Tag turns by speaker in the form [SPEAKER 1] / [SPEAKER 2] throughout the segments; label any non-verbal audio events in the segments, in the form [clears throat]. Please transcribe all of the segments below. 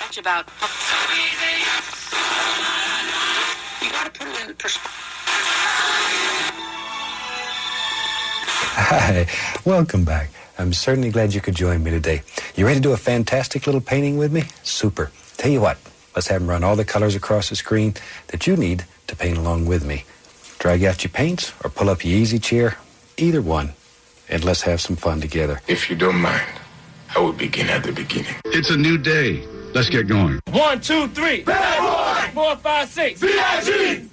[SPEAKER 1] much about. You gotta put it in perspective.
[SPEAKER 2] Hi, welcome back. I'm certainly glad you could join me today. You ready to do a fantastic little painting with me? Super. Tell you what, let's have them run all the colors across the screen that you need to paint along with me. Drag out your paints or pull up your easy chair, either one, and let's have some fun together.
[SPEAKER 3] If you don't mind, I will begin at the beginning.
[SPEAKER 4] It's a new day. Let's get going.
[SPEAKER 5] One, two, three. Bad boy. Four, five, six. VIG.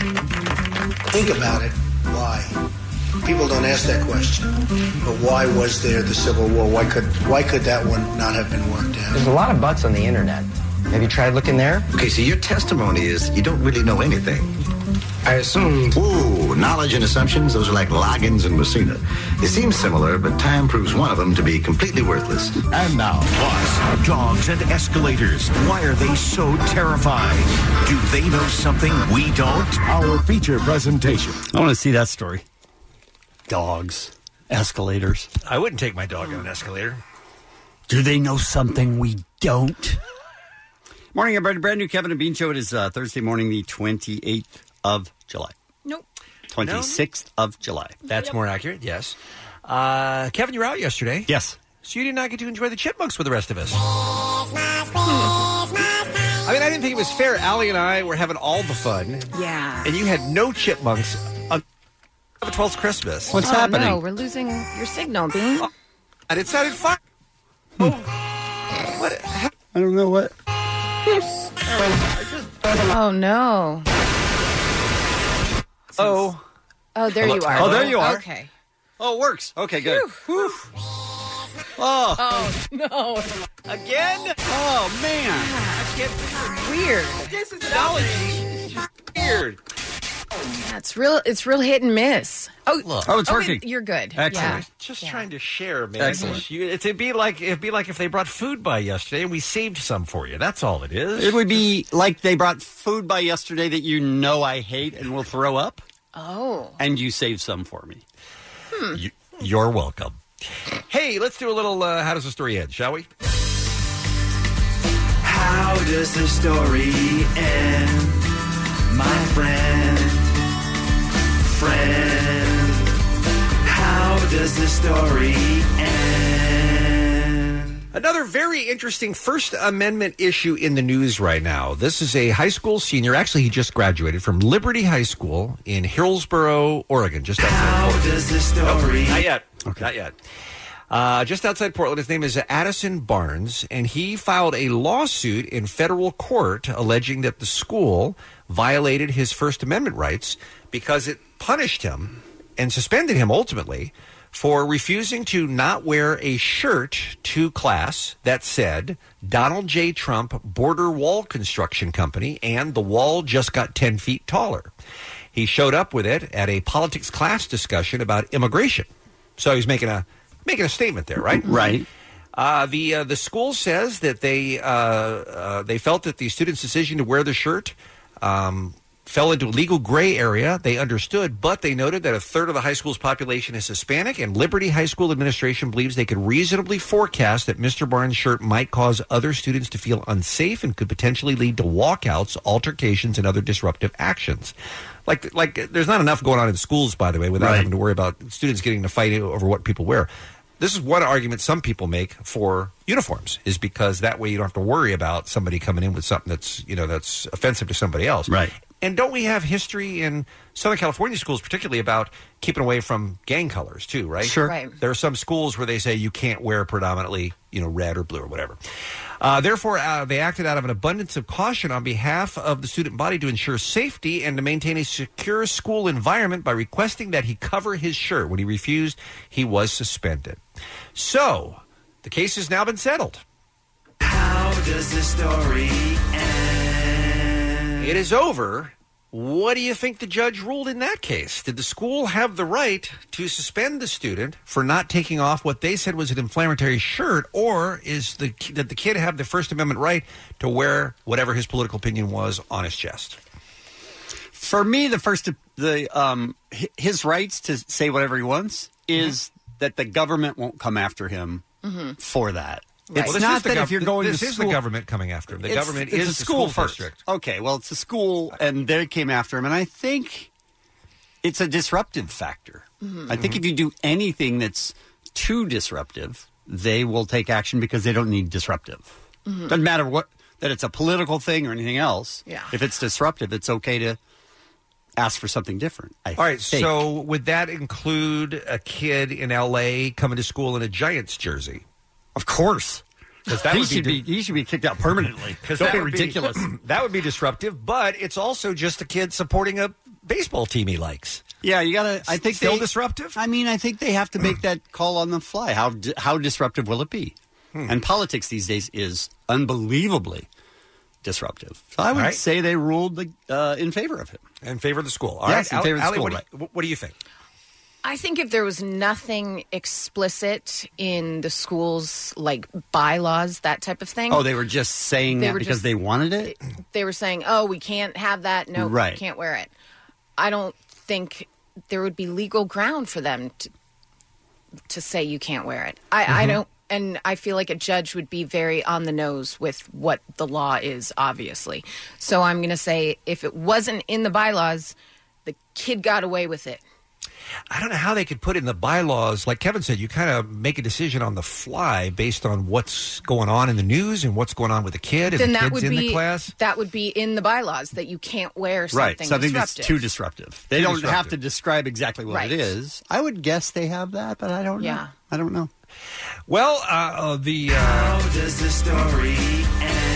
[SPEAKER 6] Think about it. Why? People don't ask that question. But why was there the Civil War? Why could why could that one not have been worked out?
[SPEAKER 7] There's a lot of butts on the internet. Have you tried looking there?
[SPEAKER 8] Okay, so your testimony is you don't really know anything. I assume. Whoa, knowledge and assumptions, those are like Loggins and Messina. They seem similar, but time proves one of them to be completely worthless.
[SPEAKER 9] And now, bus, dogs, and escalators. Why are they so terrified? Do they know something we don't? Our feature presentation.
[SPEAKER 10] I want to see that story. Dogs, escalators.
[SPEAKER 11] I wouldn't take my dog on an escalator.
[SPEAKER 10] Do they know something we don't? morning, everybody. Brand new Kevin and Bean Show. It is uh, Thursday morning, the 28th of July.
[SPEAKER 12] Nope.
[SPEAKER 10] 26th of July.
[SPEAKER 11] That's more accurate, yes. Uh, Kevin, you were out yesterday.
[SPEAKER 10] Yes.
[SPEAKER 11] So you did not get to enjoy the chipmunks with the rest of us.
[SPEAKER 12] Hmm.
[SPEAKER 11] I mean, I didn't think it was fair. Allie and I were having all the fun,
[SPEAKER 12] Yeah.
[SPEAKER 11] and you had no chipmunks on the 12th Christmas.
[SPEAKER 12] oh, No, we're losing your signal, Bean.
[SPEAKER 11] Oh, And it sounded Oh. fun.
[SPEAKER 10] Hmm. I don't know what.
[SPEAKER 12] Oh no.
[SPEAKER 10] Oh.
[SPEAKER 12] Oh, there
[SPEAKER 10] Hello?
[SPEAKER 12] you are.
[SPEAKER 10] Oh, there you are.
[SPEAKER 12] Okay.
[SPEAKER 10] Oh, it works. Okay, good. Whew. Oh.
[SPEAKER 12] [laughs] Oh no. Ah,
[SPEAKER 10] Again? Oh, man.
[SPEAKER 12] Weird.
[SPEAKER 11] This is technology. Weird.
[SPEAKER 12] Yeah, it's real. It's real hit and miss. Oh,
[SPEAKER 11] Look.
[SPEAKER 10] Oh, it's
[SPEAKER 12] wait,
[SPEAKER 10] working.
[SPEAKER 12] you're good.
[SPEAKER 10] Excellent.
[SPEAKER 11] Just trying to share, man.
[SPEAKER 10] Excellent.
[SPEAKER 11] You- it'd be like it'd be like if they brought food by yesterday and we saved some for you. That's all it is.
[SPEAKER 10] It would be like they brought food by yesterday that you know I hate and will throw up,
[SPEAKER 12] Yeah. Oh.
[SPEAKER 10] and you saved some for me. Hmm.
[SPEAKER 11] You, you're welcome. Hey, let's do a little. Uh, how does the story end? Shall we?
[SPEAKER 9] How does the story end, my friend? Friend, how does the story end?
[SPEAKER 11] Another very interesting First Amendment issue in the news right now. This is a high school senior. Actually, he just graduated from Liberty High School in Hillsboro, Oregon, just outside.
[SPEAKER 9] How does the story
[SPEAKER 11] Not yet. Not yet. Uh, just outside Portland, his name is Addison Barnes, and he filed a lawsuit in federal court alleging that the school violated his First Amendment rights because it punished him and suspended him ultimately for refusing to not wear a shirt to class that said Donald J. Trump Border Wall Construction Company and the wall just got 10 feet taller. He showed up with it at a politics class discussion about immigration. So he's making a making a statement there, right?
[SPEAKER 10] Right.
[SPEAKER 11] Uh, the uh, the school says that they uh, uh, they felt that the student's decision to wear the shirt um, fell into a legal gray area. They understood, but they noted that a third of the high school's population is Hispanic, and Liberty High School administration believes they could reasonably forecast that Mr. Barnes' shirt might cause other students to feel unsafe and could potentially lead to walkouts, altercations, and other disruptive actions. Like like, there's not enough going on in schools, by the way, without
[SPEAKER 10] Right.
[SPEAKER 11] having to worry about students getting in a fight over what people wear. This is one argument some people make for uniforms is because that way you don't have to worry about somebody coming in with something that's you know that's offensive to somebody else.
[SPEAKER 10] Right.
[SPEAKER 11] And don't we have history in Southern California schools, particularly about keeping away from gang colors too? Right.
[SPEAKER 10] Sure.
[SPEAKER 12] Right.
[SPEAKER 11] There are some schools where they say you can't wear predominantly you know red or blue or whatever. Uh, therefore, uh, they acted out of an abundance of caution on behalf of the student body to ensure safety and to maintain a secure school environment by requesting that he cover his shirt. When he refused, he was suspended. So, the case has now been settled.
[SPEAKER 5] How does this story end?
[SPEAKER 11] It is over. What do you think the judge ruled in that case? Did the school have the right to suspend the student for not taking off what they said was an inflammatory shirt, or is the did the kid have the First Amendment right to wear whatever his political opinion was on his chest?
[SPEAKER 10] For me, the first the um hi- his rights to say whatever he wants is
[SPEAKER 11] Mm-hmm.
[SPEAKER 10] that the government won't come after him
[SPEAKER 12] Mm-hmm.
[SPEAKER 10] for that.
[SPEAKER 11] Well,
[SPEAKER 10] It's
[SPEAKER 11] this
[SPEAKER 10] not
[SPEAKER 11] is the
[SPEAKER 10] that
[SPEAKER 11] gov-
[SPEAKER 10] if you're going
[SPEAKER 11] this
[SPEAKER 10] to
[SPEAKER 11] is
[SPEAKER 10] school,
[SPEAKER 11] the government coming after him. The
[SPEAKER 10] It's-
[SPEAKER 11] government
[SPEAKER 10] it's
[SPEAKER 11] is
[SPEAKER 10] a
[SPEAKER 11] the
[SPEAKER 10] school, first.
[SPEAKER 11] district.
[SPEAKER 10] Okay, well, it's a school, and they came after him, and I think it's a disruptive factor. I think
[SPEAKER 11] Mm-hmm.
[SPEAKER 10] if you do anything that's too disruptive, they will take action because they don't need disruptive.
[SPEAKER 9] Mm-hmm.
[SPEAKER 12] Mhm.
[SPEAKER 10] Doesn't matter what that it's a political thing or anything else.
[SPEAKER 12] Yeah.
[SPEAKER 10] If it's disruptive, it's okay to ask for something different. I
[SPEAKER 11] All right,
[SPEAKER 10] think.
[SPEAKER 11] so would that include a kid in L.A. coming to school in a Giants jersey?
[SPEAKER 10] Of course,
[SPEAKER 11] because that
[SPEAKER 10] he
[SPEAKER 11] would
[SPEAKER 10] should
[SPEAKER 11] be
[SPEAKER 10] be, he should be kicked out
[SPEAKER 11] [laughs]
[SPEAKER 10] permanently.
[SPEAKER 11] Because
[SPEAKER 10] Don't
[SPEAKER 11] that
[SPEAKER 10] be
[SPEAKER 11] would
[SPEAKER 10] ridiculous.
[SPEAKER 11] [clears throat] that would be disruptive, but it's also just a kid supporting a baseball team he likes.
[SPEAKER 10] Yeah, you gotta. I think
[SPEAKER 11] Still
[SPEAKER 10] they, disruptive. I mean, I think they have to make that call on the fly. How di- how disruptive will it be? And politics these days is unbelievably disruptive. So I would
[SPEAKER 11] All right.
[SPEAKER 10] say they ruled the, uh, in favor of him.
[SPEAKER 11] In favor of the school. All
[SPEAKER 10] All
[SPEAKER 11] right,
[SPEAKER 10] right, yes, in
[SPEAKER 11] Al-
[SPEAKER 10] favor of the
[SPEAKER 11] Allie,
[SPEAKER 10] school.
[SPEAKER 11] what, do
[SPEAKER 10] right.
[SPEAKER 11] you- wh- what do you think?
[SPEAKER 12] I think if there was nothing explicit in the school's like bylaws, that type of thing.
[SPEAKER 10] Oh, they were just saying
[SPEAKER 12] They
[SPEAKER 10] that
[SPEAKER 12] were
[SPEAKER 10] because
[SPEAKER 12] just-
[SPEAKER 10] they wanted it.
[SPEAKER 12] they were saying, "Oh, we can't have that. No,
[SPEAKER 10] Right.
[SPEAKER 12] we can't wear it." I don't think there would be legal ground for them to, to say you can't wear it. I, I
[SPEAKER 10] Mm-hmm.
[SPEAKER 13] Mhm.
[SPEAKER 12] don't, and I feel like a judge would be very on the nose with what the law is, obviously. So I'm going to say, if it wasn't in the bylaws, the kid got away with it.
[SPEAKER 11] I don't know how they could put in the bylaws, like Kevin said, you kind of make a decision on the fly based on what's going on in the news and what's going on with the kid and
[SPEAKER 12] then
[SPEAKER 11] the
[SPEAKER 12] that
[SPEAKER 11] kids
[SPEAKER 12] would
[SPEAKER 11] in
[SPEAKER 12] be
[SPEAKER 11] the class.
[SPEAKER 12] that would be in the bylaws that you can't wear something,
[SPEAKER 10] Right, something that's
[SPEAKER 12] disruptive.
[SPEAKER 10] too disruptive. They
[SPEAKER 11] Too
[SPEAKER 10] don't have
[SPEAKER 11] disruptive.
[SPEAKER 10] to describe exactly what
[SPEAKER 12] Right.
[SPEAKER 10] it is. I would guess they have that, but I don't know.
[SPEAKER 12] Yeah.
[SPEAKER 10] I don't know.
[SPEAKER 11] Well, uh, uh, the. Uh,
[SPEAKER 9] Mm-hmm.
[SPEAKER 5] does this story end?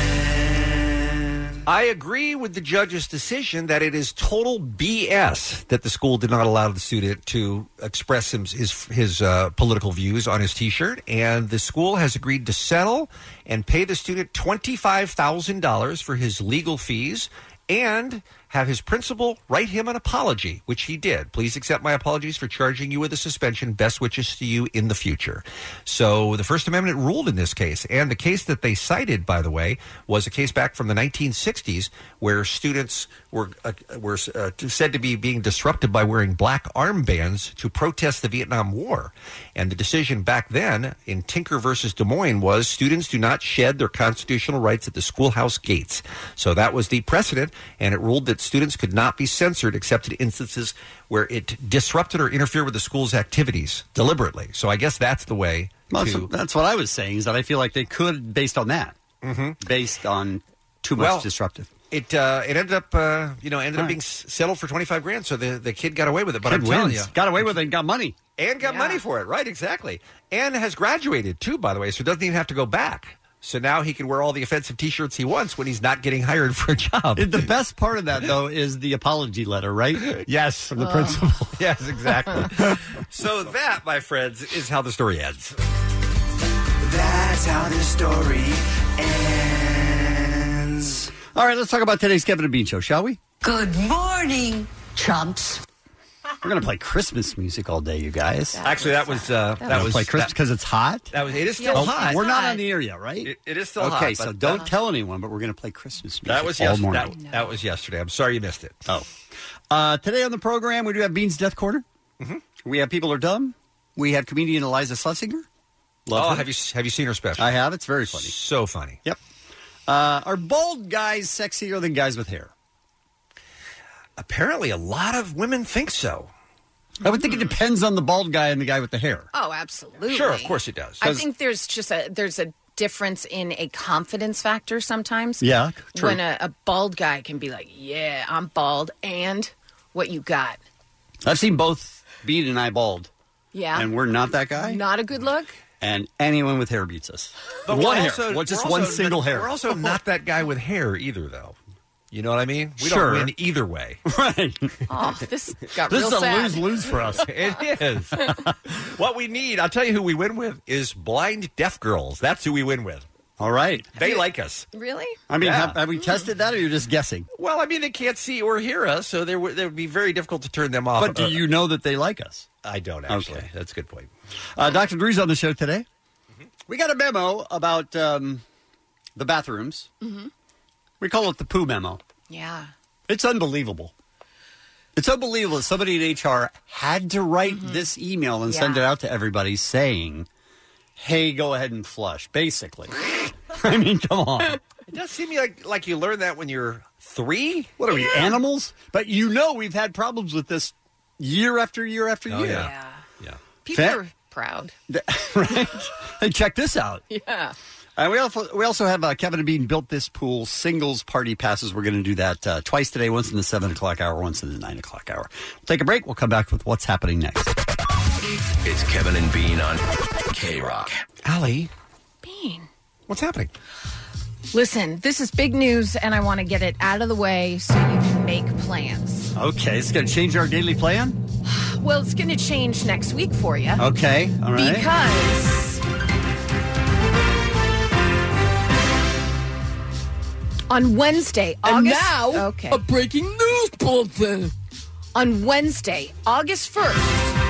[SPEAKER 11] I agree with the judge's decision that it is total BS that the school did not allow the student to express his his, his uh, political views on his T-shirt, and the school has agreed to settle and pay the student twenty five thousand dollars for his legal fees and have his principal write him an apology, which he did. Please accept my apologies for charging you with a suspension. Best wishes to you in the future. So the First Amendment ruled in this case. And the case that they cited, by the way, was a case back from the 1960s where students were, uh, were uh, said to be being disrupted by wearing black armbands to protest the Vietnam War. And the decision back then in Tinker versus Des Moines was students do not shed their constitutional rights at the schoolhouse gates. So that was the precedent, and it ruled that students could not be censored except in instances where it disrupted or interfered with the school's activities deliberately. So I guess that's the way
[SPEAKER 10] Well,
[SPEAKER 11] to
[SPEAKER 10] that's, that's what I was saying is that I feel like they could, based on that, based on too much
[SPEAKER 11] Mm-hmm. Well,
[SPEAKER 10] disruptive.
[SPEAKER 11] It uh, it ended up uh, you know ended up being s- settled for twenty five grand. So the, the kid got away with it. But
[SPEAKER 10] Kid
[SPEAKER 11] I'm telling you,
[SPEAKER 10] wins. got away with it, and got money,
[SPEAKER 11] and got money for it. Right, exactly. And has graduated too, by the way. So doesn't even have to go back. So now he can wear all the offensive T-shirts he wants when he's not getting [laughs] hired for a job.
[SPEAKER 10] The best part of that though is the apology letter, right?
[SPEAKER 11] [laughs] yes, from
[SPEAKER 10] the
[SPEAKER 11] Oh.
[SPEAKER 10] principal.
[SPEAKER 11] [laughs] yes, exactly. so that, my friends, is how the story ends.
[SPEAKER 5] That's how this story ends.
[SPEAKER 10] All right, let's talk about today's Kevin and Bean show, shall we?
[SPEAKER 5] Good
[SPEAKER 11] [laughs]
[SPEAKER 5] morning, chumps.
[SPEAKER 10] We're gonna play Christmas music all day, you guys.
[SPEAKER 11] Actually, that was uh, that,
[SPEAKER 10] We're gonna
[SPEAKER 11] was
[SPEAKER 10] play Christmas because it's hot.
[SPEAKER 11] That was it is still
[SPEAKER 10] Oh,
[SPEAKER 11] hot.
[SPEAKER 10] We're not on the air yet, right?
[SPEAKER 11] It- it is still hot.
[SPEAKER 10] okay, so
[SPEAKER 11] but-
[SPEAKER 10] don't tell anyone, but we're gonna play Christmas music.
[SPEAKER 11] That was
[SPEAKER 10] all
[SPEAKER 11] yesterday.
[SPEAKER 10] morning.
[SPEAKER 11] That, that was yesterday. I'm sorry you missed it.
[SPEAKER 10] Oh, Uh, today on the program, we do have Bean's Death Corner.
[SPEAKER 11] Mm-hmm.
[SPEAKER 10] We have People Are Dumb. We have comedian Eliza Schlesinger. Love
[SPEAKER 11] oh,
[SPEAKER 10] her.
[SPEAKER 11] have you have you seen her special?
[SPEAKER 10] I have. It's very funny.
[SPEAKER 11] So funny.
[SPEAKER 10] Yep. Uh, are bald guys sexier than guys with hair?
[SPEAKER 11] Apparently, a lot of women think so.
[SPEAKER 10] I would think it depends on the bald guy and the guy with the hair.
[SPEAKER 12] Oh, absolutely.
[SPEAKER 10] Sure, of course it does.
[SPEAKER 12] I
[SPEAKER 10] 'Cause-
[SPEAKER 12] think there's just a there's a difference in a confidence factor sometimes.
[SPEAKER 10] Yeah, true.
[SPEAKER 12] When a, a bald guy can be like, "Yeah, I'm bald," and what you got?
[SPEAKER 10] I've seen both Bean and I bald,
[SPEAKER 12] Yeah,
[SPEAKER 10] and we're not that guy.
[SPEAKER 12] not a good look.
[SPEAKER 10] and anyone with hair beats us.
[SPEAKER 11] But
[SPEAKER 10] one
[SPEAKER 11] we're
[SPEAKER 10] hair,
[SPEAKER 11] also-
[SPEAKER 10] well, just
[SPEAKER 11] we're
[SPEAKER 10] one
[SPEAKER 11] also-
[SPEAKER 10] single hair.
[SPEAKER 11] We're also not that guy with hair either, though. You know what I mean? We
[SPEAKER 10] Sure.
[SPEAKER 11] don't win either way.
[SPEAKER 10] [laughs] Right.
[SPEAKER 12] Oh, this got
[SPEAKER 11] This
[SPEAKER 12] real
[SPEAKER 11] is a
[SPEAKER 12] sad.
[SPEAKER 11] lose-lose for
[SPEAKER 12] [laughs]
[SPEAKER 11] us. [laughs] it is. what we need, I'll tell you who we win with, is blind deaf girls. That's who we win with.
[SPEAKER 10] All right.
[SPEAKER 11] They like us.
[SPEAKER 12] Really?
[SPEAKER 10] I mean,
[SPEAKER 11] Yeah.
[SPEAKER 10] have, have we tested that, or you're just guessing?
[SPEAKER 11] Well, I mean, they can't see or hear us, so there would, there would be very difficult to turn them off. Uh,
[SPEAKER 10] But do you know that they like us?
[SPEAKER 11] I don't actually. That's a good point.
[SPEAKER 10] Uh, Dr. Drew's on the show today.
[SPEAKER 11] Mm-hmm.
[SPEAKER 10] We got a memo about um, the bathrooms.
[SPEAKER 12] Mhm.
[SPEAKER 10] We call it the poo memo.
[SPEAKER 12] Yeah.
[SPEAKER 10] It's unbelievable. It's unbelievable that somebody in HR had to write this email and send
[SPEAKER 12] Yeah.
[SPEAKER 10] it out to everybody saying, hey, go ahead and flush, basically. [laughs] I mean, come on.
[SPEAKER 11] [laughs] It does seem like like you learn that when you're three.
[SPEAKER 10] What are we, animals? But you know we've had problems with this year after year after
[SPEAKER 11] Oh,
[SPEAKER 10] year.
[SPEAKER 11] yeah.
[SPEAKER 12] People
[SPEAKER 10] Fa-
[SPEAKER 12] are proud. [laughs]
[SPEAKER 10] [laughs] right? Hey, check this out.
[SPEAKER 12] Yeah.
[SPEAKER 10] Uh, we also we also have uh, Kevin and Bean built this pool singles party passes. We're going to do that uh, twice today, once in the seven o'clock hour, once in the nine o'clock hour. We'll take a break. We'll come back with what's happening next.
[SPEAKER 13] It's Kevin and Bean on K Rock.
[SPEAKER 11] Allie,
[SPEAKER 12] Bean.
[SPEAKER 11] what's happening?
[SPEAKER 12] Listen, this is big news, and I want to get it out of the way so you can make plans.
[SPEAKER 10] Okay, it's going to change our daily plan.
[SPEAKER 12] Well, it's going to change next week for you.
[SPEAKER 10] Okay, all right.
[SPEAKER 12] Because on Wednesday,
[SPEAKER 14] And
[SPEAKER 12] August.
[SPEAKER 14] now,
[SPEAKER 12] okay.
[SPEAKER 14] a breaking news bulletin.
[SPEAKER 12] On Wednesday, August 1st.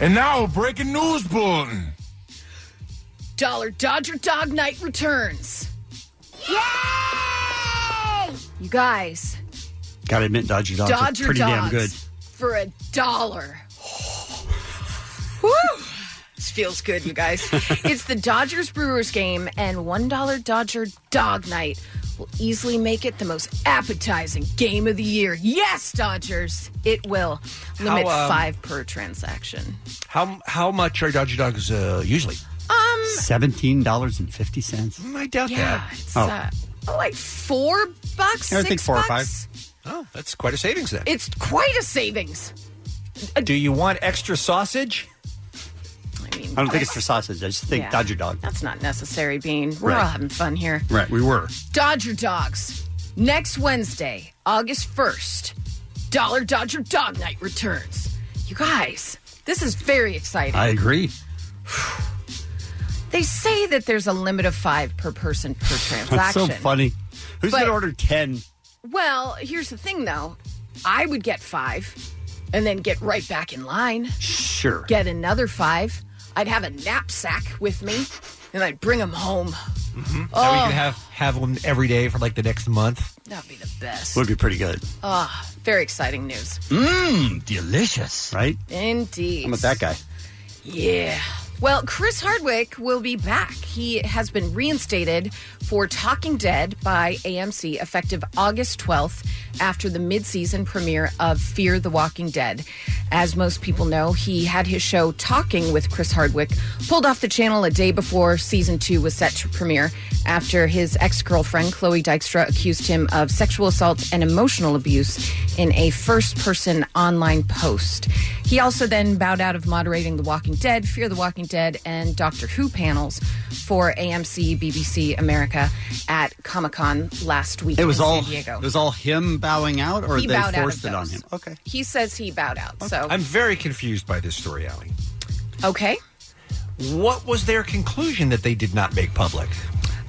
[SPEAKER 3] And now, breaking news bulletin.
[SPEAKER 12] Dollar Dodger Dog Night returns. Yay! You guys,
[SPEAKER 10] Got to admit, Dodger Dogs are
[SPEAKER 12] Dodger
[SPEAKER 10] pretty damn
[SPEAKER 12] Dogs.
[SPEAKER 10] good.
[SPEAKER 12] for a dollar. Woo! This feels good, you [laughs] guys. it's the Dodgers Brewers game, and $1 Dodger Dog Night will easily make it the most appetizing game of the year. Yes, Dodgers, it will. Limit
[SPEAKER 11] How, um,
[SPEAKER 12] five per transaction.
[SPEAKER 11] How how much are Dodger Dogs uh, usually?
[SPEAKER 12] Um,
[SPEAKER 10] Seventeen dollars and fifty cents.
[SPEAKER 11] Mm, I doubt
[SPEAKER 12] yeah,
[SPEAKER 11] that.
[SPEAKER 12] it's
[SPEAKER 10] Oh.
[SPEAKER 12] uh, like four bucks.
[SPEAKER 10] I
[SPEAKER 12] six
[SPEAKER 10] think four or
[SPEAKER 12] bucks.
[SPEAKER 10] five.
[SPEAKER 11] Oh, that's quite a savings then.
[SPEAKER 12] It's quite a savings.
[SPEAKER 11] Do you want extra sausage?
[SPEAKER 12] I mean,
[SPEAKER 10] I don't think it's for sausage. I just think
[SPEAKER 12] Yeah.
[SPEAKER 10] Dodger Dog.
[SPEAKER 12] That's not necessary, Bean. We're
[SPEAKER 10] Right.
[SPEAKER 12] all having fun here.
[SPEAKER 10] Right, we were.
[SPEAKER 12] Dodger Dogs. Next Wednesday, August 1st, Dollar Dodger Dog Night returns. You guys, this is very exciting.
[SPEAKER 10] I agree.
[SPEAKER 12] they say that there's a limit of five per person per transaction.
[SPEAKER 10] That's so funny. Who's
[SPEAKER 12] But-
[SPEAKER 10] going to order ten?
[SPEAKER 12] Well, here's the thing though I would get five and then get right back in line.
[SPEAKER 10] Sure.
[SPEAKER 12] get another five. I'd have a knapsack with me, and I'd bring them home.
[SPEAKER 11] So Mm-hmm. we
[SPEAKER 12] Oh.
[SPEAKER 11] can have have them every day for like the next month.
[SPEAKER 12] That'd be the best.
[SPEAKER 10] Would be pretty good.
[SPEAKER 12] Ah, very exciting news,
[SPEAKER 10] Mmm, delicious. Right?
[SPEAKER 12] indeed.
[SPEAKER 10] I'm with that guy.
[SPEAKER 12] Yeah. Well, Chris Hardwick will be back. He has been reinstated for Talking Dead by AMC effective August 12th after the midseason premiere of Fear the Walking Dead. As most people know, he had his show Talking with Chris Hardwick pulled off the channel a day before season two was set to premiere after his ex girlfriend, Chloe Dykstra, accused him of sexual assault and emotional abuse in a first person online post. He also then bowed out of moderating The Walking Dead, Fear the Walking Dead, and Doctor Who panels for AMC, BBC America at Comic Con last week
[SPEAKER 10] It was
[SPEAKER 12] in
[SPEAKER 10] all
[SPEAKER 12] San Diego.
[SPEAKER 10] it was all him bowing out, or
[SPEAKER 12] He
[SPEAKER 10] they
[SPEAKER 12] bowed out of
[SPEAKER 10] forced it on
[SPEAKER 12] those. Oh.
[SPEAKER 10] him. Okay.
[SPEAKER 12] he says he bowed out. So,
[SPEAKER 11] I'm very confused by this story, Allie.
[SPEAKER 12] okay.
[SPEAKER 11] What was their conclusion that they did not make public?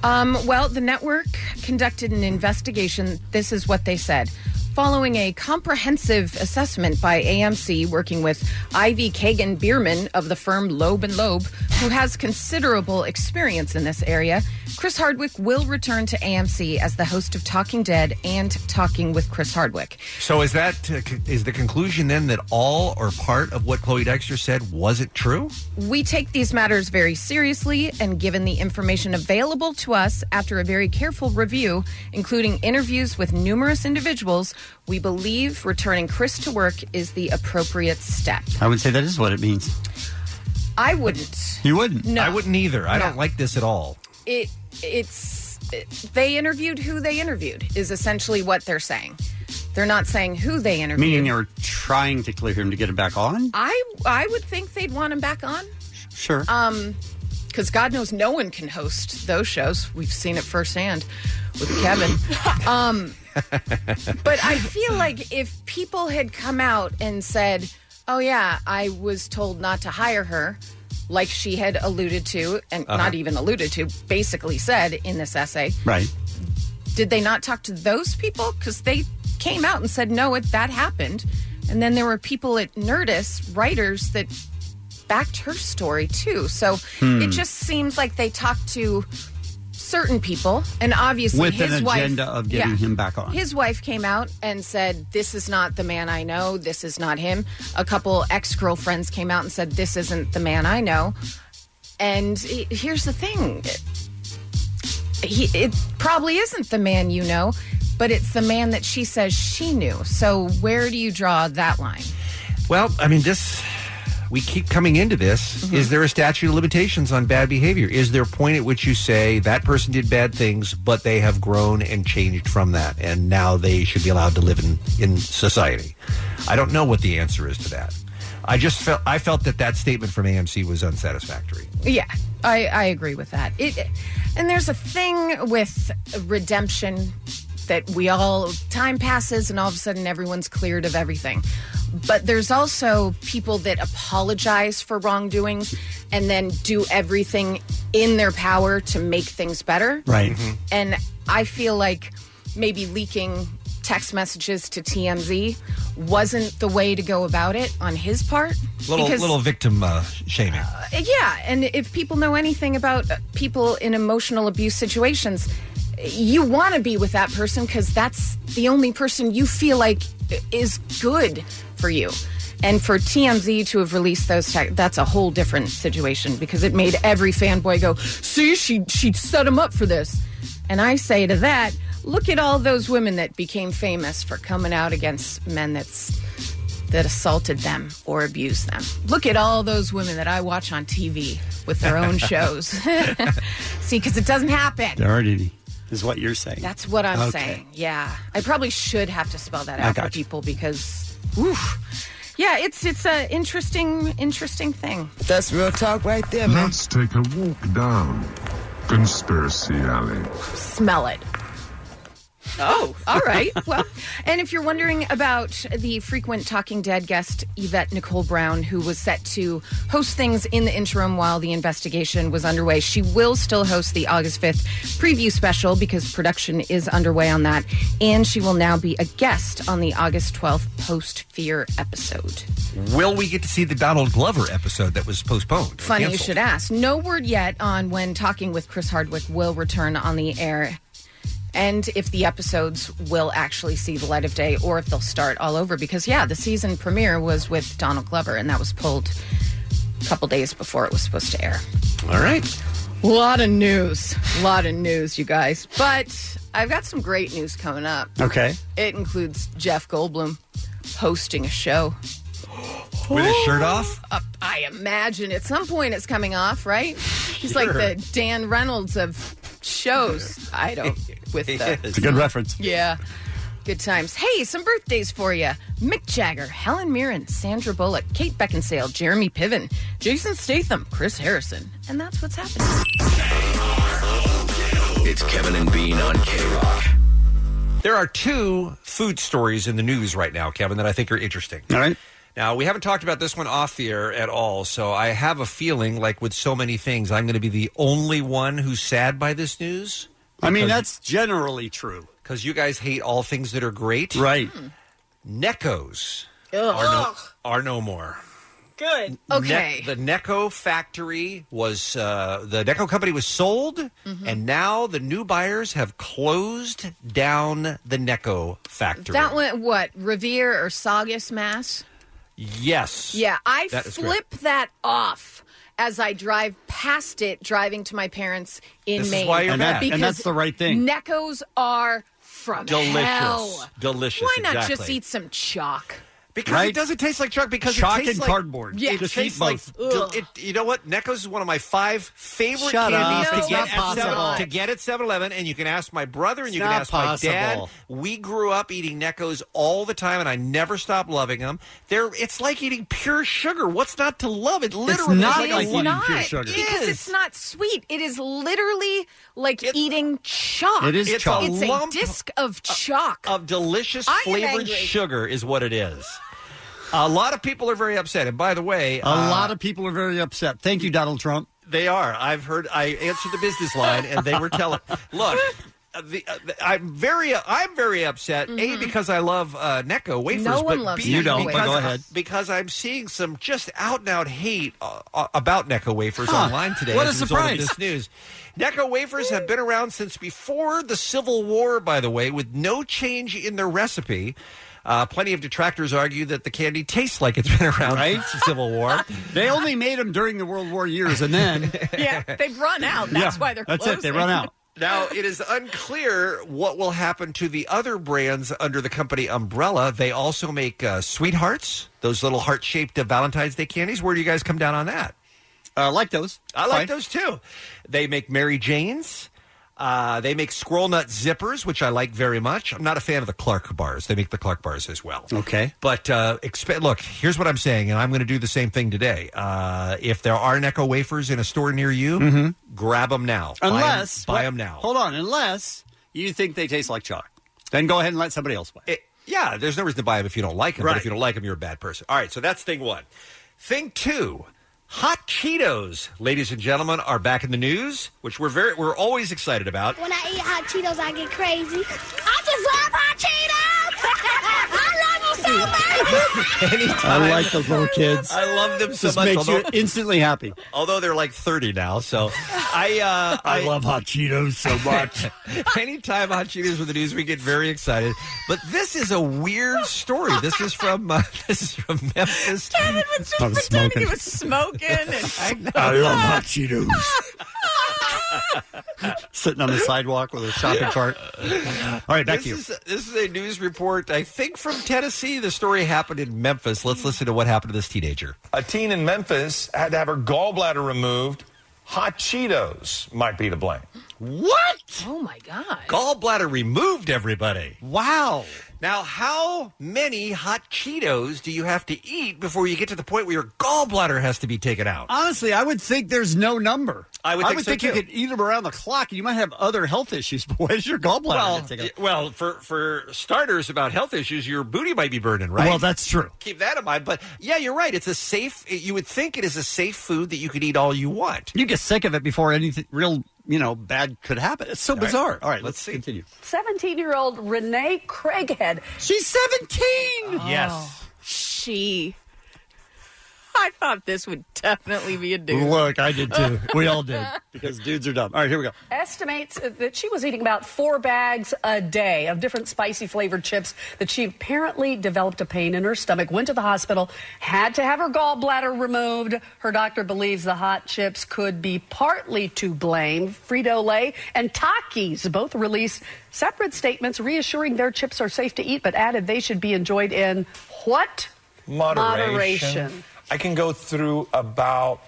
[SPEAKER 12] Um, well, the network conducted an investigation. This is what they said. Following a comprehensive assessment by AMC, working with Ivy Kagan Bierman of the firm Loeb and Loeb, who has considerable experience in this area, Chris Hardwick will return to AMC as the host of Talking Dead and Talking with Chris Hardwick.
[SPEAKER 11] So is that uh, c- is the conclusion then that all or part of what Chloe Dexter said wasn't true?
[SPEAKER 12] We take these matters very seriously, and given the information available to us after a very careful review, including interviews with numerous individuals, we believe returning Chris to work is the appropriate step.
[SPEAKER 10] I would say that is what it means.
[SPEAKER 12] I wouldn't.
[SPEAKER 10] You wouldn't.
[SPEAKER 12] No.
[SPEAKER 11] I wouldn't either. I
[SPEAKER 12] No.
[SPEAKER 11] don't like this at all.
[SPEAKER 12] It it's they interviewed who they interviewed is essentially what they're saying. They're not saying who they interviewed.
[SPEAKER 10] Meaning they were trying to clear him to get it back on?
[SPEAKER 12] I I would think they'd want him back on.
[SPEAKER 10] Sure.
[SPEAKER 12] Um, because God knows no one can host those shows. We've seen it firsthand with Kevin. um, but I feel like if people had come out and said, "Oh yeah, I was told not to hire her," like she had alluded to, and
[SPEAKER 10] Uh-huh.
[SPEAKER 12] not even alluded to, basically said in this essay,
[SPEAKER 10] Right.
[SPEAKER 12] did they not talk to those people? Because they came out and said, no, it, that happened. And then there were people at Nerdist, writers, that backed her story too. So
[SPEAKER 10] Hmm.
[SPEAKER 12] it just seems like they talked to certain people. And obviously,
[SPEAKER 10] With
[SPEAKER 12] his
[SPEAKER 10] an
[SPEAKER 12] wife.
[SPEAKER 10] agenda of getting
[SPEAKER 12] Yeah.
[SPEAKER 10] him back on.
[SPEAKER 12] His wife came out and said, This is not the man I know. This is not him. A couple ex girlfriends came out and said, This isn't the man I know. And he- here's the thing he, it probably isn't the man you know, but it's the man that she says she knew. So where do you draw that line?
[SPEAKER 11] Well, I mean, this we keep coming into this.
[SPEAKER 12] Mm-hmm.
[SPEAKER 11] Is there a statute of limitations on bad behavior? Is there a point at which you say that person did bad things, but they have grown and changed from that, and now they should be allowed to live in in society? I don't know what the answer is to that. I just felt I felt that that statement from AMC was unsatisfactory.
[SPEAKER 12] Yeah, I, I agree with that. It, and there's a thing with redemption that we all time passes and all of a sudden everyone's cleared of everything. But there's also people that apologize for wrongdoing and then do everything in their power to make things better.
[SPEAKER 10] Right.
[SPEAKER 12] And I feel like maybe leaking text messages to TMZ wasn't the way to go about it on his part.
[SPEAKER 11] Little
[SPEAKER 12] Because-
[SPEAKER 11] little victim uh, shaming.
[SPEAKER 12] Yeah, and if people know anything about uh, people in emotional abuse situations, you want to be with that person because that's the only person you feel like is good for you. And for TMZ to have released those, tech, that's a whole different situation because it made every fanboy go, "See, she she set him up for this." And I say to that, look at all those women that became famous for coming out against men that's that assaulted them or abused them. Look at all those women that I watch on TV with their
[SPEAKER 10] [laughs]
[SPEAKER 12] own shows. [laughs] See, because it doesn't happen.
[SPEAKER 10] Darnity is what you're saying.
[SPEAKER 12] That's what I'm
[SPEAKER 10] Okay.
[SPEAKER 12] saying. Yeah, I probably should have to spell that
[SPEAKER 10] I
[SPEAKER 12] out for
[SPEAKER 10] gotcha.
[SPEAKER 12] people because, oof. yeah, it's it's a interesting interesting thing.
[SPEAKER 14] That's real talk right there, man.
[SPEAKER 3] Let's take a walk down Conspiracy Alley.
[SPEAKER 12] Smell it. Oh, all right. Well, and if you're wondering about the frequent Talking Dead guest Yvette Nicole Brown, who was set to host things in the interim while the investigation was underway, she will still host the August 5th preview special because production is underway on that. And she will now be a guest on the August 12th post fear episode.
[SPEAKER 11] Will we get to see the Donald Glover episode that was postponed? or
[SPEAKER 12] Funny you
[SPEAKER 11] canceled?
[SPEAKER 12] should ask. No word yet on when Talking with Chris Hardwick will return on the air and if the episodes will actually see the light of day or if they'll start all over. Because, yeah, the season premiere was with Donald Glover and that was pulled a couple days before it was supposed to air.
[SPEAKER 11] All right.
[SPEAKER 12] A lot of news. A lot of news, you guys. But I've got some great news coming up.
[SPEAKER 10] Okay.
[SPEAKER 12] It includes Jeff Goldblum hosting a show.
[SPEAKER 11] [gasps] With his shirt off?
[SPEAKER 12] Uh, I imagine at some point it's coming off, right? He's like
[SPEAKER 10] Sure.
[SPEAKER 12] the Dan Reynolds of shows. I
[SPEAKER 10] [laughs]
[SPEAKER 12] don't with the
[SPEAKER 10] It's a good reference.
[SPEAKER 12] Yeah. Good times. Hey, some birthdays for you. Mick Jagger, Helen Mirren, Sandra Bullock, Kate Beckinsale, Jeremy Piven, Jason Statham, Chris Harrison. And that's what's happening.
[SPEAKER 13] It's Kevin and Bean on K Rock.
[SPEAKER 11] There are two food stories in the news right now, Kevin, that I think are interesting. All
[SPEAKER 10] right.
[SPEAKER 11] Now, we haven't talked about this one off the air at all, so I have a feeling, like with so many things, I'm going to be the only one who's sad by this news.
[SPEAKER 10] I mean, that's generally true.
[SPEAKER 11] Because you guys hate all things that are great.
[SPEAKER 10] Right.
[SPEAKER 11] Neckos
[SPEAKER 12] Ugh.
[SPEAKER 11] are no, are no more.
[SPEAKER 12] Good. Okay.
[SPEAKER 11] Ne- the Necco factory was uh, the Necco company was sold,
[SPEAKER 12] Mm-hmm.
[SPEAKER 11] and now the new buyers have closed down the Necco factory.
[SPEAKER 12] that went what? Revere or Saugus, Mass?
[SPEAKER 11] yes,
[SPEAKER 12] Yeah, I
[SPEAKER 11] That is
[SPEAKER 12] flip that off as I drive past it driving to my parents in
[SPEAKER 11] This is
[SPEAKER 12] Maine.
[SPEAKER 11] why you're
[SPEAKER 12] because
[SPEAKER 11] And that- and that's the right thing.
[SPEAKER 12] Neckos are from
[SPEAKER 11] Delicious.
[SPEAKER 12] hell.
[SPEAKER 11] Delicious.
[SPEAKER 12] Why not
[SPEAKER 11] exactly.
[SPEAKER 12] just eat some chalk?
[SPEAKER 11] Because
[SPEAKER 10] Right?
[SPEAKER 11] it doesn't taste like chalk. Because
[SPEAKER 10] Chalk
[SPEAKER 11] it tastes
[SPEAKER 10] and
[SPEAKER 11] like,
[SPEAKER 10] cardboard. Yeah.
[SPEAKER 11] It
[SPEAKER 10] Just
[SPEAKER 11] tastes
[SPEAKER 10] eat both.
[SPEAKER 11] like del- it, you know what? Neckos is one of my five favorite
[SPEAKER 10] Shut
[SPEAKER 11] candies
[SPEAKER 10] up.
[SPEAKER 11] to,
[SPEAKER 10] It's
[SPEAKER 11] get
[SPEAKER 10] not
[SPEAKER 11] at 7
[SPEAKER 10] possible.
[SPEAKER 11] to get at 7-Eleven, and you can ask my brother and
[SPEAKER 10] It's
[SPEAKER 11] you can
[SPEAKER 10] not
[SPEAKER 11] ask my dad.
[SPEAKER 10] possible.
[SPEAKER 11] We grew up eating Neckos all the time, and I never stopped loving them. They're it's like eating pure sugar. What's not to love? It literally
[SPEAKER 10] not
[SPEAKER 11] tastes
[SPEAKER 10] like
[SPEAKER 11] like
[SPEAKER 10] eating
[SPEAKER 11] lo-
[SPEAKER 10] pure sugar.
[SPEAKER 11] It
[SPEAKER 12] because
[SPEAKER 11] is.
[SPEAKER 12] it's not sweet. It is literally like eating chalk.
[SPEAKER 10] It is
[SPEAKER 12] it's
[SPEAKER 10] chalk.
[SPEAKER 12] A, it's a
[SPEAKER 10] lump
[SPEAKER 12] disc of
[SPEAKER 11] Uh, [laughs]
[SPEAKER 12] chalk.
[SPEAKER 11] of delicious
[SPEAKER 12] I am
[SPEAKER 11] flavored
[SPEAKER 12] angry.
[SPEAKER 11] sugar is what it is. A lot of people are very upset, and by the way,
[SPEAKER 10] A lot of people are very upset. Thank you, Donald Trump.
[SPEAKER 11] They are. I've heard. I answered the business line, and they were telling. look, uh, the, uh, the- I'm very. Uh, I'm very upset. A because I love uh, Necco wafers.
[SPEAKER 10] Mm-hmm. No one
[SPEAKER 11] but
[SPEAKER 10] loves
[SPEAKER 11] B,
[SPEAKER 10] You don't, but
[SPEAKER 11] because-
[SPEAKER 10] go ahead.
[SPEAKER 11] Because I'm seeing some just out and out hate uh, uh, about Necco wafers
[SPEAKER 10] Huh.
[SPEAKER 11] online today.
[SPEAKER 10] What
[SPEAKER 11] as
[SPEAKER 10] a
[SPEAKER 11] a result of
[SPEAKER 10] surprise.
[SPEAKER 11] This news. Necco wafers have been around since before the Civil War, by the way, with no change in their recipe. Uh, plenty of detractors argue that the candy tastes like it's been around since the Civil War.
[SPEAKER 10] They only made them during the World War years, and then
[SPEAKER 12] yeah, they've run out. That's
[SPEAKER 10] Yeah,
[SPEAKER 12] why they're
[SPEAKER 10] that's it. They
[SPEAKER 12] closing.
[SPEAKER 10] run out.
[SPEAKER 11] [laughs] Now, it is unclear what will happen to the other brands under the company umbrella. They also make uh, sweethearts, those little heart shaped Valentine's Day candies. Where do you guys come down on that?
[SPEAKER 10] I like those.
[SPEAKER 11] I like those too. They make Mary Jane's. Uh, they make squirrel nut zippers, which I like very much. I'm not a fan of the Clark bars. They make the Clark bars as well.
[SPEAKER 10] Okay.
[SPEAKER 11] But uh, exp- look, here's what I'm saying, and I'm going to do the same thing today. Uh, if there are Necco wafers in a store near you,
[SPEAKER 10] Mhm.
[SPEAKER 11] grab them now. Buy 'em-
[SPEAKER 10] Unless
[SPEAKER 11] buy
[SPEAKER 10] what-
[SPEAKER 11] them now.
[SPEAKER 10] Hold on, unless you think they taste like chalk, then go ahead and let somebody else buy.
[SPEAKER 11] It, yeah, there's no reason to buy them if you don't like them. But if
[SPEAKER 10] Right.
[SPEAKER 11] you don't like them, you're a bad person. All right, so that's thing one. Thing two, hot Cheetos, ladies and gentlemen, are back in the news, which we're very we're always
[SPEAKER 10] [laughs]
[SPEAKER 11] excited about.
[SPEAKER 15] When I eat hot Cheetos, I get crazy. I just love hot Cheetos. I love them so much.
[SPEAKER 11] Anytime-
[SPEAKER 10] I like those little kids.
[SPEAKER 11] I love them so
[SPEAKER 10] This
[SPEAKER 11] much.
[SPEAKER 10] makes
[SPEAKER 11] although,
[SPEAKER 10] you instantly happy.
[SPEAKER 11] although they're like 30 now, so I
[SPEAKER 10] [laughs]
[SPEAKER 11] uh, I, love
[SPEAKER 10] hot Cheetos so much.
[SPEAKER 11] [laughs] Anytime hot Cheetos with the news, we get very excited. But this is a weird story. This is from uh, [laughs] this is from Memphis.
[SPEAKER 12] Kevin was just
[SPEAKER 11] I was
[SPEAKER 12] pretending
[SPEAKER 11] smoking.
[SPEAKER 12] he was smoking. And
[SPEAKER 10] [laughs] I
[SPEAKER 5] [laughs]
[SPEAKER 10] love hot Cheetos. [laughs] Sitting on the sidewalk with a shopping cart. All right, back
[SPEAKER 11] this
[SPEAKER 10] to you.
[SPEAKER 11] Is, this is a news report, I think, from Tennessee. The story happened in Memphis. Let's listen to what happened to this teenager.
[SPEAKER 16] A teen in Memphis had to have her gallbladder removed. Hot Cheetos might be to blame.
[SPEAKER 11] What?
[SPEAKER 12] Oh my god!
[SPEAKER 11] Gallbladder removed, everybody.
[SPEAKER 10] Wow.
[SPEAKER 11] Now, how many hot Cheetos do you have to eat before you get to the point where your gallbladder has to be taken out?
[SPEAKER 10] Honestly, I would think there's no number.
[SPEAKER 11] I would
[SPEAKER 10] I
[SPEAKER 11] think
[SPEAKER 10] would
[SPEAKER 11] so,
[SPEAKER 10] think you
[SPEAKER 11] too.
[SPEAKER 10] could eat them around the clock. You might have other health issues, [laughs] but where's your gallbladder?
[SPEAKER 11] well,
[SPEAKER 10] gonna take
[SPEAKER 11] y- well, for for starters, about health issues, your booty might be burning, right?
[SPEAKER 10] Well, that's true.
[SPEAKER 11] Keep that in mind. But yeah, you're right. It's a safe. You would think it is a safe food that you could eat all you want.
[SPEAKER 10] You get sick of it before anything real, you know, bad could happen. It's so
[SPEAKER 11] All right.
[SPEAKER 10] bizarre. All right,
[SPEAKER 11] Let's
[SPEAKER 10] let's,
[SPEAKER 11] see.
[SPEAKER 10] continue.
[SPEAKER 17] 17 year old Renee Craighead.
[SPEAKER 10] She's 17!
[SPEAKER 12] Oh, she. I thought this would definitely be a dude.
[SPEAKER 10] Look, I did
[SPEAKER 11] [laughs]
[SPEAKER 10] too. We all did
[SPEAKER 12] [laughs]
[SPEAKER 10] because dudes are dumb. All right, here we go.
[SPEAKER 17] Estimates that she was eating about four bags a day of different spicy flavored chips, that she apparently developed a pain in her stomach, went to the hospital, had to have her gallbladder removed. Her doctor believes the hot chips could be partly to blame. Frito Lay and Takis both released separate statements reassuring their chips are safe to eat, but added they should be enjoyed in what?
[SPEAKER 16] Moderation.
[SPEAKER 17] Moderation.
[SPEAKER 16] I can go through about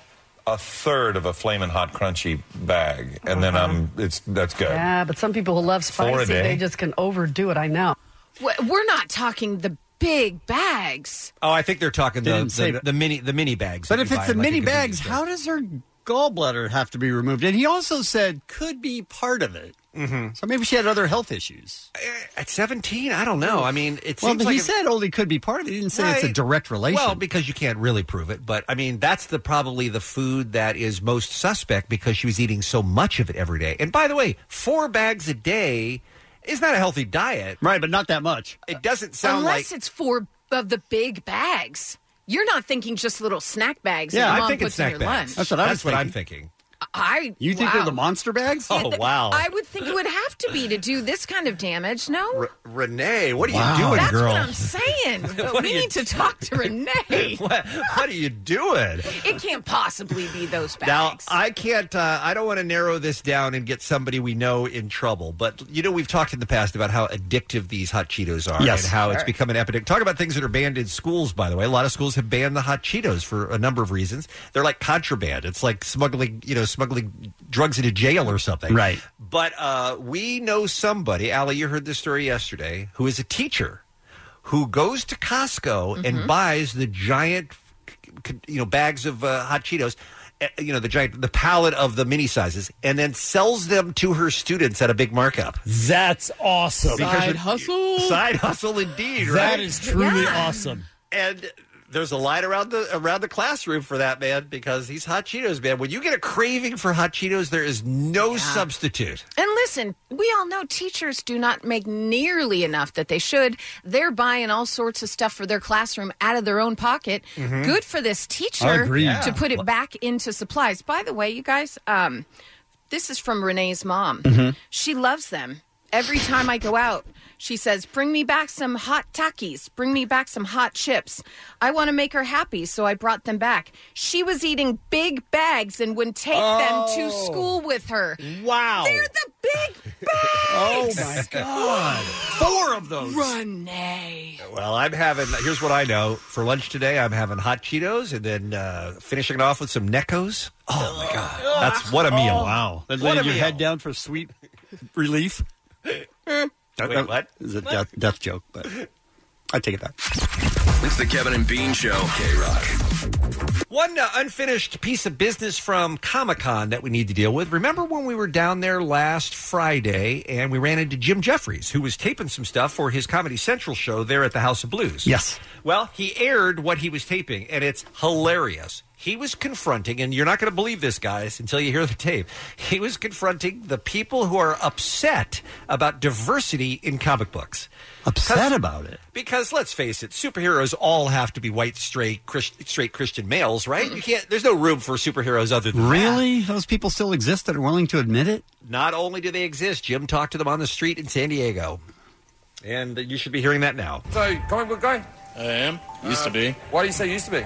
[SPEAKER 16] a third of a flaming hot crunchy bag, and then I'm it's that's good.
[SPEAKER 17] Yeah, but some people who love
[SPEAKER 16] Four a
[SPEAKER 17] spicy,
[SPEAKER 16] day?
[SPEAKER 17] they just can overdo it. I know.
[SPEAKER 12] W- We're not talking the big bags.
[SPEAKER 11] Oh, I think they're talking
[SPEAKER 10] They
[SPEAKER 11] the,
[SPEAKER 10] didn't say
[SPEAKER 11] the,
[SPEAKER 10] that.
[SPEAKER 11] the mini the mini bags.
[SPEAKER 10] But
[SPEAKER 11] that
[SPEAKER 10] if
[SPEAKER 11] you
[SPEAKER 10] it's the
[SPEAKER 11] buy in, like, a
[SPEAKER 10] mini
[SPEAKER 11] convenience
[SPEAKER 10] bags,
[SPEAKER 11] store.
[SPEAKER 10] how does her gallbladder have to be removed? And he also said could be part of it. Mm-hmm. So maybe she had other health issues.
[SPEAKER 11] Hmm. Eh, at seventeen? I don't know. I mean, it
[SPEAKER 10] well,
[SPEAKER 11] seems
[SPEAKER 10] but
[SPEAKER 11] like
[SPEAKER 10] he
[SPEAKER 11] if-
[SPEAKER 10] said only could be part of it. He didn't say it's a
[SPEAKER 11] Right.
[SPEAKER 10] direct relation.
[SPEAKER 11] Well, because you can't really prove it, but I mean that's the probably the food that is most suspect because she was eating so much of it every day. And by the way, four bags a day is not a healthy diet,
[SPEAKER 10] right? But not that much.
[SPEAKER 11] It doesn't sound
[SPEAKER 12] Unless
[SPEAKER 11] like
[SPEAKER 12] it's four of the big bags. You're not thinking just little snack bags. that
[SPEAKER 11] yeah.
[SPEAKER 12] your
[SPEAKER 11] I
[SPEAKER 12] mom
[SPEAKER 11] think
[SPEAKER 12] puts
[SPEAKER 11] it's
[SPEAKER 12] in
[SPEAKER 11] snack
[SPEAKER 12] your
[SPEAKER 11] bags.
[SPEAKER 12] lunch.
[SPEAKER 11] am thinking. Oh,
[SPEAKER 12] I
[SPEAKER 10] You think they're
[SPEAKER 12] wow.
[SPEAKER 10] the monster bags?
[SPEAKER 12] Yeah, th- [laughs] I would think it would have to be to do this kind of damage. No,
[SPEAKER 11] Renee, what are
[SPEAKER 10] Wow.
[SPEAKER 11] you doing,
[SPEAKER 12] that's
[SPEAKER 11] girl?
[SPEAKER 12] what I'm saying.
[SPEAKER 11] [laughs] What
[SPEAKER 12] we
[SPEAKER 11] are you
[SPEAKER 12] need to talk to Renee.
[SPEAKER 11] [laughs] what, what are you doing?
[SPEAKER 12] It can't possibly be those bags.
[SPEAKER 11] Now, I can't, uh, I don't want to narrow this down and get somebody we know in trouble, but you know, we've talked in the past about how addictive these hot Cheetos are
[SPEAKER 10] Yes.
[SPEAKER 11] and how it's
[SPEAKER 10] Sure.
[SPEAKER 11] become an epidemic. Talk about things that are banned in schools, by the way. A lot of schools have banned the hot Cheetos for a number of reasons. They're like contraband, it's like smuggling, you know, smuggling drugs into jail or something.
[SPEAKER 10] Right.
[SPEAKER 11] But uh, we know somebody, Allie, you heard this story yesterday, who is a teacher who goes to Costco
[SPEAKER 18] Mm-hmm.
[SPEAKER 11] and buys the giant, c- c- you know, bags of uh, hot Cheetos, eh, you know, the giant, the pallet of the mini sizes, and then sells them to her students at a big markup.
[SPEAKER 18] That's awesome.
[SPEAKER 11] Because it-
[SPEAKER 18] hustle.
[SPEAKER 11] Side hustle, indeed. right?
[SPEAKER 18] That is truly awesome.
[SPEAKER 11] And there's a line around the around the classroom for that man because these hot Cheetos, man. When you get a craving for hot Cheetos, there is no substitute.
[SPEAKER 12] And listen, we all know teachers do not make nearly enough that they should. They're buying all sorts of stuff for their classroom out of their own pocket.
[SPEAKER 15] Mhm.
[SPEAKER 12] Good for this teacher
[SPEAKER 15] Agreed. Yeah.
[SPEAKER 12] to put it back into supplies. By the way, you guys, um, this is from Renee's mom. She loves them. Every time I go out, she says, Bring me back some hot Takis. Bring me back some hot chips. I want to make her happy, so I brought them back. She was eating big bags and would take them to
[SPEAKER 15] Oh.
[SPEAKER 12] school with her.
[SPEAKER 11] Wow.
[SPEAKER 12] They're the
[SPEAKER 11] Oh my God! Four of those.
[SPEAKER 12] Renee.
[SPEAKER 11] Well, I'm having. Here's what I know for lunch today. I'm having hot Cheetos and then uh, finishing it off with some Neckos. Oh my God! That's what a meal!
[SPEAKER 10] Wow. Then
[SPEAKER 11] what
[SPEAKER 10] laying
[SPEAKER 11] a
[SPEAKER 10] your
[SPEAKER 11] meal.
[SPEAKER 10] head down for sweet relief. That- that-
[SPEAKER 11] what?
[SPEAKER 10] Is a death, death joke, but I take it back.
[SPEAKER 13] It's the Kevin and Bean Show. K Rock.
[SPEAKER 11] One uh, unfinished piece of business from Comic Con that we need to deal with. Remember when we were down there last Friday and we ran into Jim Jeffries, who was taping some stuff for his Comedy Central show there at the House of Blues?
[SPEAKER 10] Yes.
[SPEAKER 11] Well, he aired what he was taping, and it's hilarious. He was confronting, and you're not going to believe this, guys, until you hear the tape. He was confronting the people who are upset about diversity in comic books.
[SPEAKER 10] Upset about it.
[SPEAKER 11] Because let's face it, superheroes all have to be white, straight, Chris, straight Christian males, right? You can't. There's no room for superheroes other than that.
[SPEAKER 10] Really? Those people still exist that are willing to admit it?
[SPEAKER 11] Not only do they exist, Jim talked to them on the street in San Diego, and you should be hearing that now.
[SPEAKER 19] So, comic book guy? I am. Used to be. Uh, Why do you say used to be?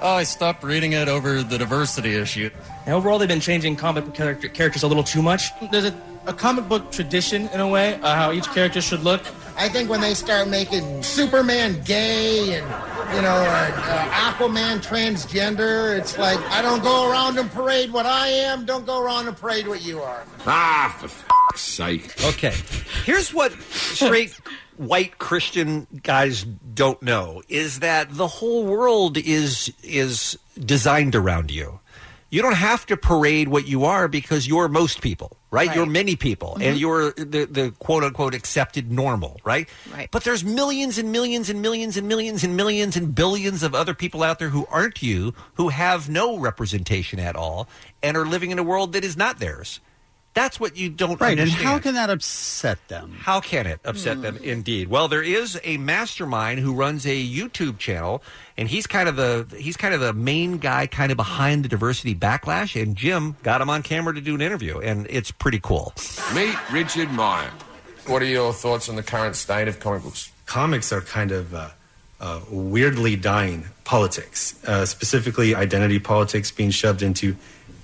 [SPEAKER 19] Oh, I stopped reading it over the diversity issue.
[SPEAKER 20] And overall, they've been changing comic book character, characters a little too much. There's a, a comic book tradition, in a way, uh, how each character should look.
[SPEAKER 14] I think when they start making Superman gay and you know uh, uh, Aquaman transgender, it's like I don't go around and parade what I am. Don't go around and parade what you are.
[SPEAKER 11] Ah, for f- sake. Okay. Here's what straight white Christian guys don't know is that the whole world is is designed around you. You don't have to parade what you are because you're most people, right? Mm-hmm. You're many people and
[SPEAKER 10] Mhm.
[SPEAKER 11] you're the, the quote unquote accepted normal, right? Right. But there's millions and millions and millions and millions and millions and billions of other people out there who aren't you, who have no representation at all, and are living in a world that is not theirs. That's what you don't
[SPEAKER 10] Right. And
[SPEAKER 11] understand.
[SPEAKER 10] how can that upset them?
[SPEAKER 11] How can it upset them? Indeed. Well, there is a mastermind who runs a YouTube channel, and he's kind of the he's kind of the main guy, kind of behind the diversity backlash. And Jim got him on camera to do an interview, and it's pretty cool.
[SPEAKER 19] Meet Richard Meyer. What are your thoughts on the current state of comic books?
[SPEAKER 21] comics are kind of uh, uh, weirdly dying politics, uh, specifically identity politics being shoved into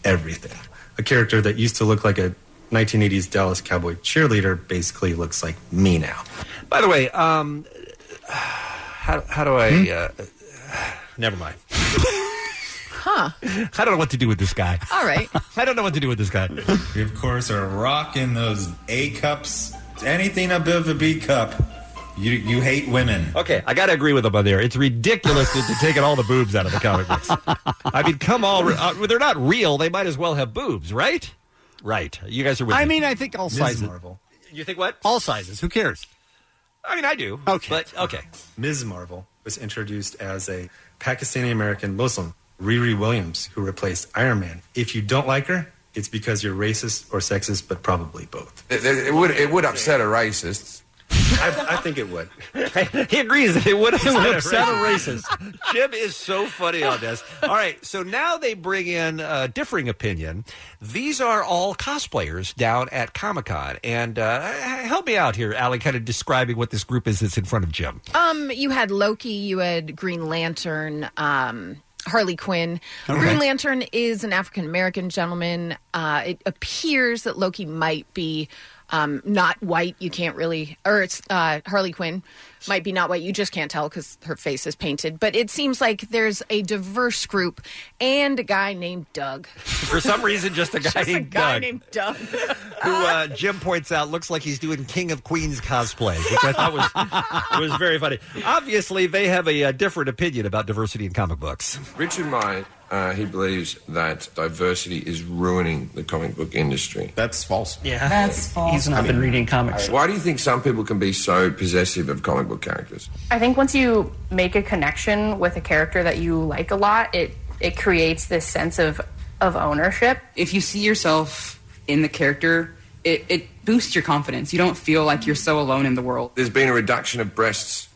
[SPEAKER 21] everything. A character that used to look like a 1980s Dallas Cowboy cheerleader basically looks like me now.
[SPEAKER 11] By the way, um, [sighs] how how do I?
[SPEAKER 10] Hmm?
[SPEAKER 11] Uh, [sighs] never mind.
[SPEAKER 12] Huh.
[SPEAKER 11] [laughs] I don't know what to do with this guy. [laughs]
[SPEAKER 12] All right.
[SPEAKER 11] I don't know what to do with this guy.
[SPEAKER 22] We, of course, are rocking those A cups. Anything above a B cup, you, you hate women.
[SPEAKER 11] Okay, I got to agree with him on there. It's ridiculous that they're taking all the boobs out of the comic books. I mean, come all uh, they're not real. They might as well have boobs, right? Right. You guys are with
[SPEAKER 10] I
[SPEAKER 11] me.
[SPEAKER 10] mean, I think all
[SPEAKER 11] Ms.
[SPEAKER 10] sizes.
[SPEAKER 11] Marvel. You think what?
[SPEAKER 10] All sizes. Who cares?
[SPEAKER 11] I mean, I do.
[SPEAKER 10] Okay.
[SPEAKER 11] But okay.
[SPEAKER 21] Ms. Marvel was introduced as a Pakistani American Muslim, Riri Williams, who replaced Iron Man. If you don't like her, it's because you're racist or sexist, but probably both.
[SPEAKER 19] It, it- it would, it would upset a racist.
[SPEAKER 21] I, I think it
[SPEAKER 19] [laughs]
[SPEAKER 21] would.
[SPEAKER 11] he agrees that it
[SPEAKER 12] [laughs]
[SPEAKER 11] would.
[SPEAKER 21] Is that upset or
[SPEAKER 11] racist. Jim is so funny on this. All right, so now they bring in a differing opinion. These are all cosplayers down at Comic Con, and uh, h- help me out here, Allie, kind of describing what this group is that's in front of Jim.
[SPEAKER 12] Um, you had Loki, you had Green Lantern, um, Harley Quinn.
[SPEAKER 11] Okay.
[SPEAKER 12] Green Lantern is an African American gentleman. Uh, it appears that Loki might be um, not white. You can't really, or it's uh, Harley Quinn might be not white. You just can't tell because her face is painted. But it seems like there's a diverse group and a guy named Doug.
[SPEAKER 11] For some reason, just a guy
[SPEAKER 12] [laughs] Just a
[SPEAKER 11] named
[SPEAKER 12] guy
[SPEAKER 11] Doug,
[SPEAKER 12] named Doug.
[SPEAKER 11] who uh, Jim points out looks like he's doing King of Queens cosplay, which I thought
[SPEAKER 12] [laughs]
[SPEAKER 11] was was very funny. Obviously, they have a, uh different opinion about diversity in comic books.
[SPEAKER 23] Richard Meyer, uh, he believes that diversity is ruining the comic book industry. That's false.
[SPEAKER 24] Yeah. That's false. He's not been reading comics.
[SPEAKER 23] Why do you think some people can be so possessive of comic book characters?
[SPEAKER 1] I think once you make a connection with a character that you like a lot, it it creates this sense of of ownership.
[SPEAKER 2] If you see yourself in the character, it, it boosts your confidence. You don't feel like you're so alone in the world.
[SPEAKER 23] There's been a reduction of
[SPEAKER 12] [laughs]
[SPEAKER 23] breasts.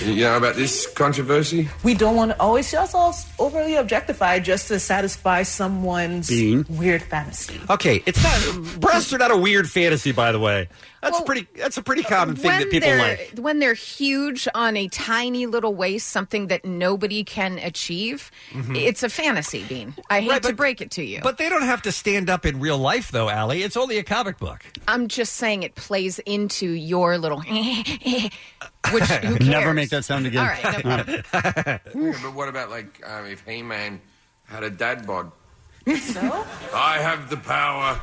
[SPEAKER 23] you know about this controversy?
[SPEAKER 24] We don't want to always just us overly objectify just to satisfy someone's
[SPEAKER 11] Being.
[SPEAKER 24] weird fantasy.
[SPEAKER 11] Okay, it's not breasts are not a weird fantasy, by the way. That's
[SPEAKER 12] Well,
[SPEAKER 11] pretty. That's a pretty common thing that people
[SPEAKER 12] they're,
[SPEAKER 11] like.
[SPEAKER 12] When they're huge on a tiny little waist, something that nobody can achieve,
[SPEAKER 11] Mhm.
[SPEAKER 12] it's a fantasy, Bean. I hate to break it to you.
[SPEAKER 11] But they don't have to stand up in real life, though, Allie. It's only a comic book.
[SPEAKER 12] I'm just saying it plays into your little. [laughs]
[SPEAKER 11] [laughs]
[SPEAKER 12] Which who
[SPEAKER 10] Never
[SPEAKER 12] cares?
[SPEAKER 10] make that sound again.
[SPEAKER 12] All
[SPEAKER 10] [laughs]
[SPEAKER 12] right, no problem.
[SPEAKER 23] [laughs] Yeah, but what about like um, if He-Man had a dad bod? So? I have the power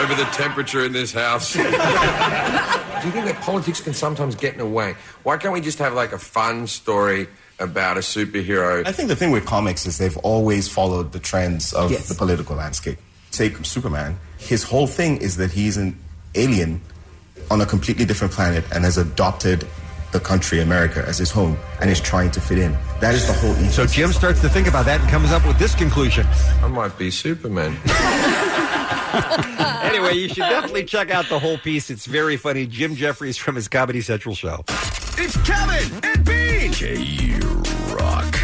[SPEAKER 23] over the temperature in this
[SPEAKER 12] [laughs]
[SPEAKER 23] house. Do you think that politics can sometimes get in the way? Why can't we just have like a fun story about a superhero?
[SPEAKER 25] I think the thing with comics is they've always followed the trends of the political landscape. Take Superman. His whole thing is that he's an alien on a completely different planet and has adopted the country America as his home and is trying to fit in. That is the whole ethos.
[SPEAKER 11] So Jim starts to think about that and comes up with this conclusion.
[SPEAKER 23] I might be Superman.
[SPEAKER 11] [laughs]
[SPEAKER 12] [laughs]
[SPEAKER 11] anyway, you should definitely check out the whole piece. It's very funny. Jim Jeffries from his Comedy Central show.
[SPEAKER 13] It's Kevin and Bean. K Rock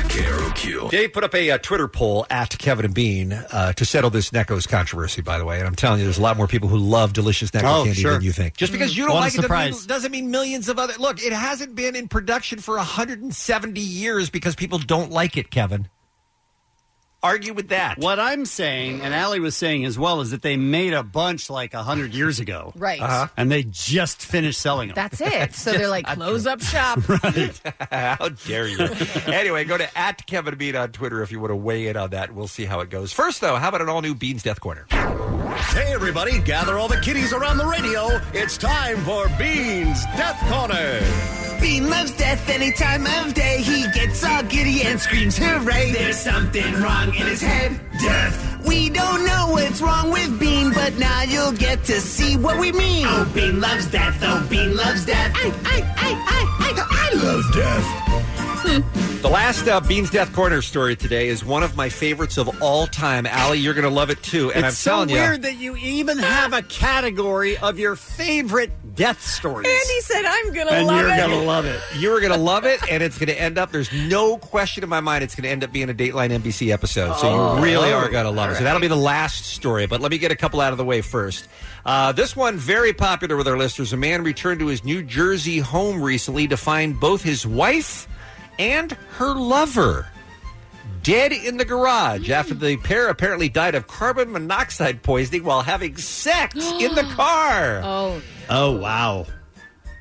[SPEAKER 13] Q.
[SPEAKER 11] Dave put up a uh, Twitter poll at Kevin and Bean uh, to settle this Neckos controversy, by the way. And I'm telling you, there's a lot more people who love delicious Necco
[SPEAKER 10] Oh,
[SPEAKER 11] candy
[SPEAKER 10] sure.
[SPEAKER 11] than you think. Just because you don't
[SPEAKER 10] What a
[SPEAKER 11] like it
[SPEAKER 10] surprise.
[SPEAKER 11] doesn't mean, doesn't mean millions of other. Look, it hasn't been in production for 170 years because people don't like it, Kevin. [laughs] Argue with that.
[SPEAKER 10] What I'm saying, and Allie was saying as well, is that they made a bunch like 100 years ago.
[SPEAKER 12] Right. Uh-huh.
[SPEAKER 10] And they just finished selling them.
[SPEAKER 11] [laughs]
[SPEAKER 12] That's it. So they're like, close up shop.
[SPEAKER 11] [laughs] how dare [laughs] you? anyway, go to at Kevin and Bean on Twitter if you want to weigh in on that. We'll see how it goes. First, though, how about an all new Beans Death Corner?
[SPEAKER 26] Hey, everybody, gather all the kitties around the radio. It's time for Bean's Death Corner.
[SPEAKER 27] Bean loves death any time of day. He gets all giddy and screams, hooray! There's something wrong in his head. Death. We don't know what's wrong with Bean, but now you'll get to see what we mean. Oh, Bean loves death. Oh, Bean loves death. I, I, I, I, I, I love death.
[SPEAKER 12] Hmm.
[SPEAKER 11] The last uh, Beans Death Corner story today is one of my favorites of all time. Allie, you're going to love it too.
[SPEAKER 10] it's
[SPEAKER 11] And I'm
[SPEAKER 10] so
[SPEAKER 11] telling
[SPEAKER 10] weird
[SPEAKER 11] you.
[SPEAKER 10] that you even have a category of your favorite death stories.
[SPEAKER 28] Andy said, I'm going to
[SPEAKER 10] And
[SPEAKER 28] love
[SPEAKER 10] you're
[SPEAKER 28] it.
[SPEAKER 10] gonna love it.
[SPEAKER 11] You're going to love it, and it's going to end up, there's no question in my mind, it's going to end up being a Dateline NBC episode. So
[SPEAKER 10] Oh.
[SPEAKER 11] you really
[SPEAKER 10] Oh.
[SPEAKER 11] are going to love it. So that'll be the last story, but let me get a couple out of the way first. Uh, this one, very popular with our listeners. A man returned to his New Jersey home recently to find both his wife and her lover. dead in the garage after the pair apparently died of carbon monoxide poisoning while having sex in the car.
[SPEAKER 12] Oh.
[SPEAKER 11] Oh, wow.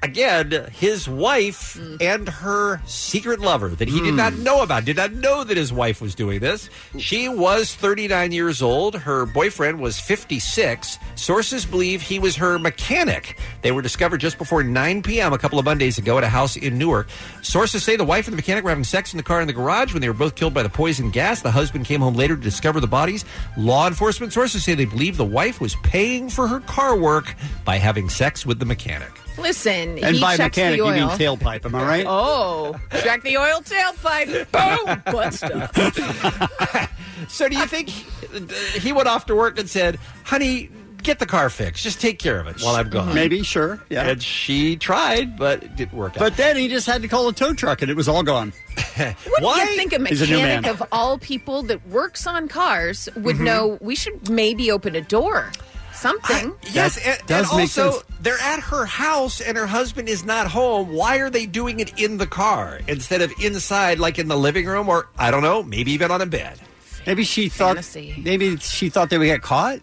[SPEAKER 11] Again, his wife and her secret lover that he did not know about, did not know that his wife was doing this. She was 39 years old. Her boyfriend was 56. Sources believe he was her mechanic. They were discovered just before 9 p.m. a couple of Mondays ago at a house in Newark. Sources say the wife and the mechanic were having sex in the car in the garage when they were both killed by the poison gas. The husband came home later to discover the bodies. Law enforcement sources say they believe the wife was paying for her car work by having sex with the mechanic.
[SPEAKER 12] Listen,
[SPEAKER 11] And
[SPEAKER 12] he
[SPEAKER 11] by
[SPEAKER 12] checks
[SPEAKER 11] mechanic, you
[SPEAKER 12] the oil.
[SPEAKER 11] mean tailpipe, am I right? [laughs]
[SPEAKER 12] Oh, check the oil tailpipe. Boom, butt stuff.
[SPEAKER 11] So do you think uh, he went off to work and said, "Honey, get the car fixed. Just take care of it while I'm gone.
[SPEAKER 10] Maybe, sure. Yeah.
[SPEAKER 11] And she tried, but it didn't work out.
[SPEAKER 10] But then he just had to call a tow truck and it was all gone.
[SPEAKER 12] Wouldn't you think a
[SPEAKER 10] He's a new man.
[SPEAKER 12] mechanic of all people that works on cars
[SPEAKER 10] Mhm.
[SPEAKER 12] would
[SPEAKER 11] Mm-hmm.
[SPEAKER 12] know we should maybe open a door? Something.
[SPEAKER 11] Yes, and, and also they're at her house and her husband is not home. Why are they doing it in the car instead of inside, like in the living room, or I don't know, maybe even on a bed?
[SPEAKER 10] Maybe she thought. Maybe she thought they would get caught.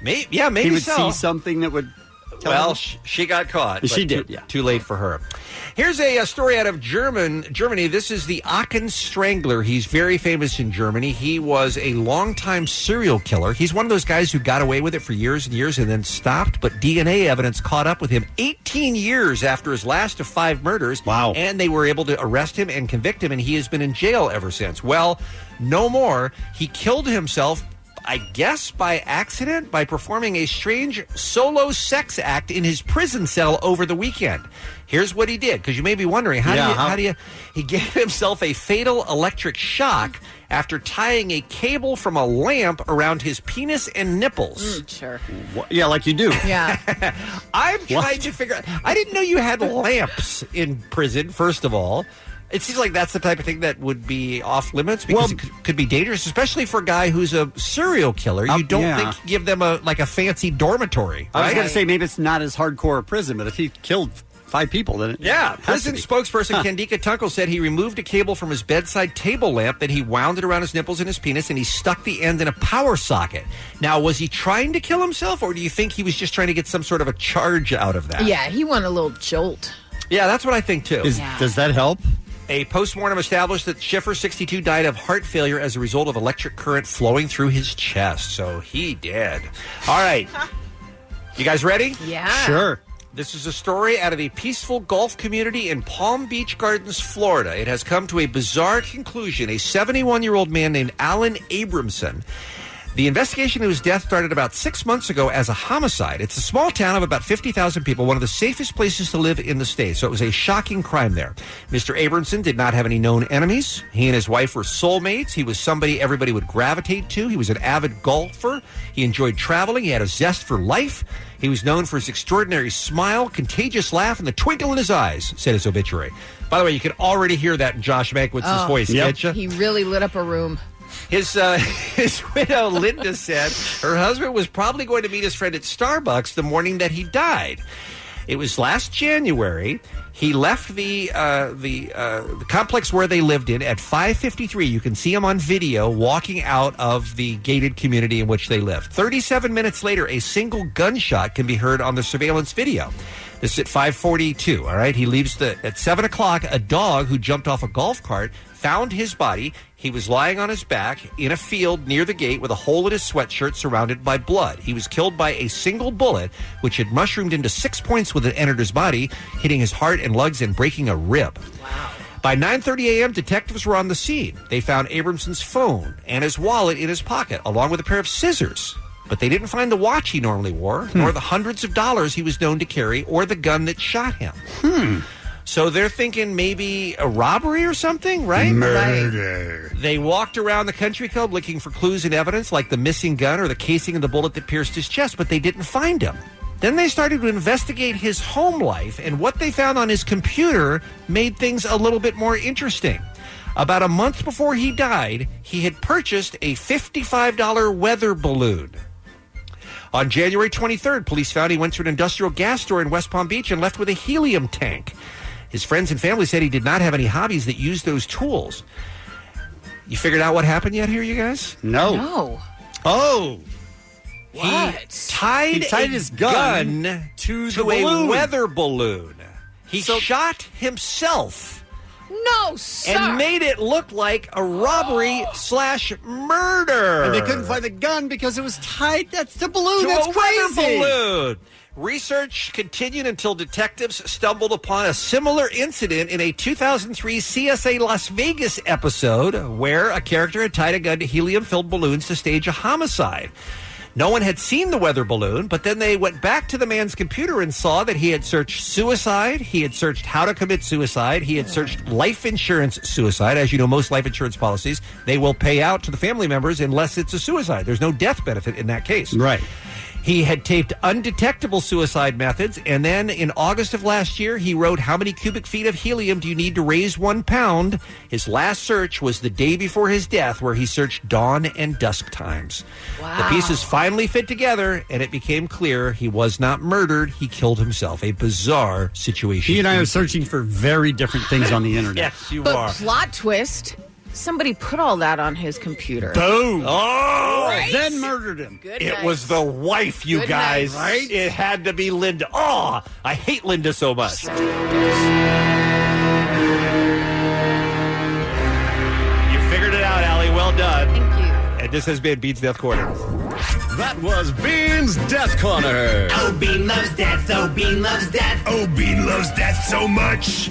[SPEAKER 11] Maybe, yeah, maybe
[SPEAKER 10] he would
[SPEAKER 11] so.
[SPEAKER 10] see something that would. tell
[SPEAKER 11] Well,
[SPEAKER 10] him.
[SPEAKER 11] sh- she got caught.
[SPEAKER 10] She
[SPEAKER 11] but
[SPEAKER 10] did,
[SPEAKER 11] Too,
[SPEAKER 10] yeah.
[SPEAKER 11] too late for her. Here's a, uh story out of German Germany. This is the Aachen Strangler. He's very famous in Germany. He was a longtime serial killer. He's one of those guys who got away with it for years and years and then stopped, but DNA evidence caught up with him 18 years after his last of five murders. Wow. And they were able to arrest him and convict him, and he has been in jail ever since. Well, no more. He killed himself I guess by accident, by performing a strange solo sex act in his prison cell over the weekend. Here's what he did, because you may be wondering how do
[SPEAKER 3] Yeah,
[SPEAKER 11] you
[SPEAKER 3] how-
[SPEAKER 11] how do you he [laughs] gave himself a fatal electric shock after tying a cable from a lamp around his penis and nipples.
[SPEAKER 12] sure.
[SPEAKER 10] Yeah, like you do.
[SPEAKER 12] Mm.
[SPEAKER 11] [laughs]
[SPEAKER 12] Yeah.
[SPEAKER 11] I'm trying to figure out. I didn't know you had lamps in prison. First of all, it seems like that's the type of thing that would be off limits because it could, could be dangerous, especially for a guy who's a serial killer. You don't
[SPEAKER 10] yeah.
[SPEAKER 11] think give them a like a fancy dormitory.
[SPEAKER 10] I was
[SPEAKER 11] right?
[SPEAKER 10] going to say maybe it's not as hardcore a prison, but if he killed five people, then it
[SPEAKER 11] Yeah,
[SPEAKER 10] has to
[SPEAKER 11] prison
[SPEAKER 10] be.
[SPEAKER 11] spokesperson
[SPEAKER 10] Huh.
[SPEAKER 11] Candika Tunkel said he removed a cable from his bedside table lamp, then he wound it around his nipples and his penis, and he stuck the end in a power socket. Now, was he trying to kill himself, or do you think he was just trying to get some sort of a charge out of that?
[SPEAKER 12] Yeah, he won a little jolt.
[SPEAKER 11] Yeah, that's what I think too.
[SPEAKER 12] Is- Yeah.
[SPEAKER 10] Does that help?
[SPEAKER 11] A postmortem established that Schiffer, 62, died of heart failure as a result of electric current flowing through his chest. So he did. All
[SPEAKER 12] [laughs]
[SPEAKER 11] right. You guys ready?
[SPEAKER 12] Yeah.
[SPEAKER 10] Sure.
[SPEAKER 11] This is a story out of a peaceful golf community in Palm Beach Gardens, Florida. It has come to a bizarre conclusion. A 71 year old man named Alan Abramson. The investigation of his death started about six months ago as a homicide. It's a small town of about 50,000 people, one of the safest places to live in the state, so it was a shocking crime there. Mr. Abramson did not have any known enemies. He and his wife were soulmates. He was somebody everybody would gravitate to. He was an avid golfer. He enjoyed traveling. He had a zest for life. He was known for his extraordinary smile, contagious laugh, and the twinkle in his eyes, said his obituary. By the way, you can already hear that in Josh Mankwitz's
[SPEAKER 12] Oh,
[SPEAKER 11] voice, can't you?
[SPEAKER 12] He really lit up a room.
[SPEAKER 11] His uh, [laughs] his widow Linda said her husband was probably going to meet his friend at Starbucks the morning that he died. It was last January. He left the uh, the, uh, the complex where they lived in at 5:53. You can see him on video walking out of the gated community in which they lived. 37 minutes later, a single gunshot can be heard on the surveillance video. This is at 5:42. All right, he leaves the at seven o'clock. A dog who jumped off a golf cart found his body. He was lying on his back in a field near the gate with a hole in his sweatshirt surrounded by blood. He was killed by a single bullet, which had mushroomed into six points when it entered his body, hitting his heart and lugs and breaking a rib. By 9:30 a.m., detectives were on the scene. They found Abramson's phone and his wallet in his pocket, along with a pair of scissors. But they didn't find the watch he normally wore, nor the hundreds of dollars he was known to carry, or the gun that shot him. Hmm. So they're thinking maybe a robbery or something, right?
[SPEAKER 3] Murder.
[SPEAKER 11] They walked around the country club looking for clues and evidence like the missing gun or the casing of the bullet that pierced his chest, but they didn't find him. Then they started to investigate his home life, and what they found on his computer made things a little bit more interesting. About a month before he died, he had purchased a $55 weather balloon. On January 23rd, police found he went to an industrial gas store in West Palm Beach and left with a helium tank. His friends and family said he did not have any hobbies that used those tools. You figured out what happened yet here, you guys?
[SPEAKER 10] No.
[SPEAKER 12] No.
[SPEAKER 11] Oh.
[SPEAKER 12] What?
[SPEAKER 11] He tied,
[SPEAKER 10] He tied
[SPEAKER 11] a
[SPEAKER 10] his gun
[SPEAKER 11] to,
[SPEAKER 10] the balloon.
[SPEAKER 11] a weather balloon. He shot himself
[SPEAKER 12] No, sir.
[SPEAKER 11] and made it look like a
[SPEAKER 12] [gasps]
[SPEAKER 11] robbery slash murder.
[SPEAKER 10] And they couldn't find the gun because it was tied. That's the balloon.
[SPEAKER 11] to
[SPEAKER 10] That's
[SPEAKER 11] a weather
[SPEAKER 10] crazy.
[SPEAKER 11] balloon. Research continued until detectives stumbled upon a similar incident in a 2003 CSA Las Vegas episode where a character had tied a gun to helium filled balloons to stage a homicide. No one had seen the weather balloon, but then they went back to the man's computer and saw that he had searched suicide, he had searched how to commit suicide, he had searched life insurance suicide. As you know, most life insurance policies, they will pay out to the family members unless it's a suicide. There's no death benefit in that case. Right. He had taped undetectable suicide methods, and then in August of last year, he wrote, How many cubic feet of helium do you need to raise one pound? His last search was the day before his death, where he searched dawn and dusk times. The pieces finally fit together, and it became clear he was not murdered. He killed himself. A bizarre situation.
[SPEAKER 10] He and I are searching for very different things on
[SPEAKER 11] [laughs]
[SPEAKER 10] the internet.
[SPEAKER 11] yes, you
[SPEAKER 12] but
[SPEAKER 11] are.
[SPEAKER 12] plot twist somebody put all that on his computer.
[SPEAKER 10] Boom.
[SPEAKER 11] Oh,
[SPEAKER 12] Right?
[SPEAKER 10] then murdered him.
[SPEAKER 12] Good
[SPEAKER 11] It
[SPEAKER 12] night.
[SPEAKER 11] was the wife, you
[SPEAKER 12] Good
[SPEAKER 11] guys.
[SPEAKER 12] night. Right?
[SPEAKER 11] It had to be Linda. Oh, I hate Linda so much. You figured it out, Allie. Well done. Thank you. And this has been Beats Death Corner.
[SPEAKER 26] That was Bean's Death Corner.
[SPEAKER 27] Oh, Bean loves death. Oh, Bean loves death.
[SPEAKER 26] Oh, Bean loves death so much.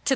[SPEAKER 4] to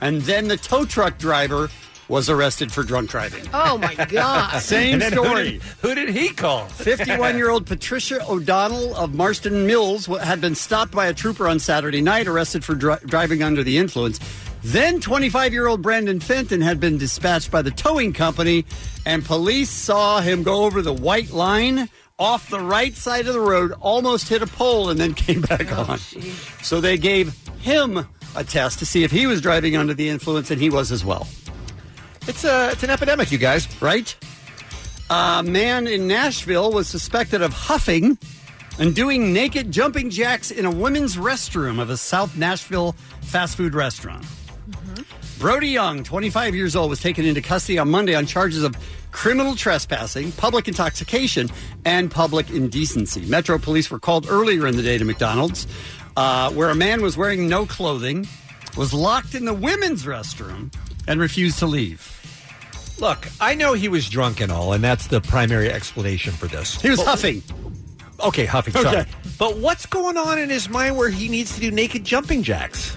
[SPEAKER 10] And then the tow truck driver was arrested for drunk driving.
[SPEAKER 11] [laughs]
[SPEAKER 12] Oh, my God.
[SPEAKER 10] Same
[SPEAKER 11] And then who
[SPEAKER 10] story.
[SPEAKER 11] did- Who did, he call?
[SPEAKER 10] 51 year old Patricia O'Donnell of Marston Mills wa- had been stopped by a trooper on Saturday night, arrested for dri- driving under the influence. Then 25 year old Brandon Fenton had been dispatched by the towing company, and police saw him go over the white line off the right side of the road, almost hit a pole, and then [laughs] came back on. So they gave him a test to see if he was driving under the influence, and he was as well.
[SPEAKER 11] It's a it's an epidemic, you guys.
[SPEAKER 10] Right? A man in Nashville was suspected of huffing and doing naked jumping jacks in a women's restroom of a South Nashville fast food restaurant. Brody Young, 25 years old, was taken into custody on Monday on charges of criminal trespassing, public intoxication, and public indecency. Metro police were called earlier in the day to McDonald's, uh, where a man was wearing no clothing, was locked in the women's restroom, and refused to leave.
[SPEAKER 11] Look, I know he was drunk and all, and that's the primary explanation for this.
[SPEAKER 10] He was huffing.
[SPEAKER 11] Okay, huffing. Sorry.
[SPEAKER 10] Okay.
[SPEAKER 11] But what's going on in his mind where he needs to do naked jumping jacks?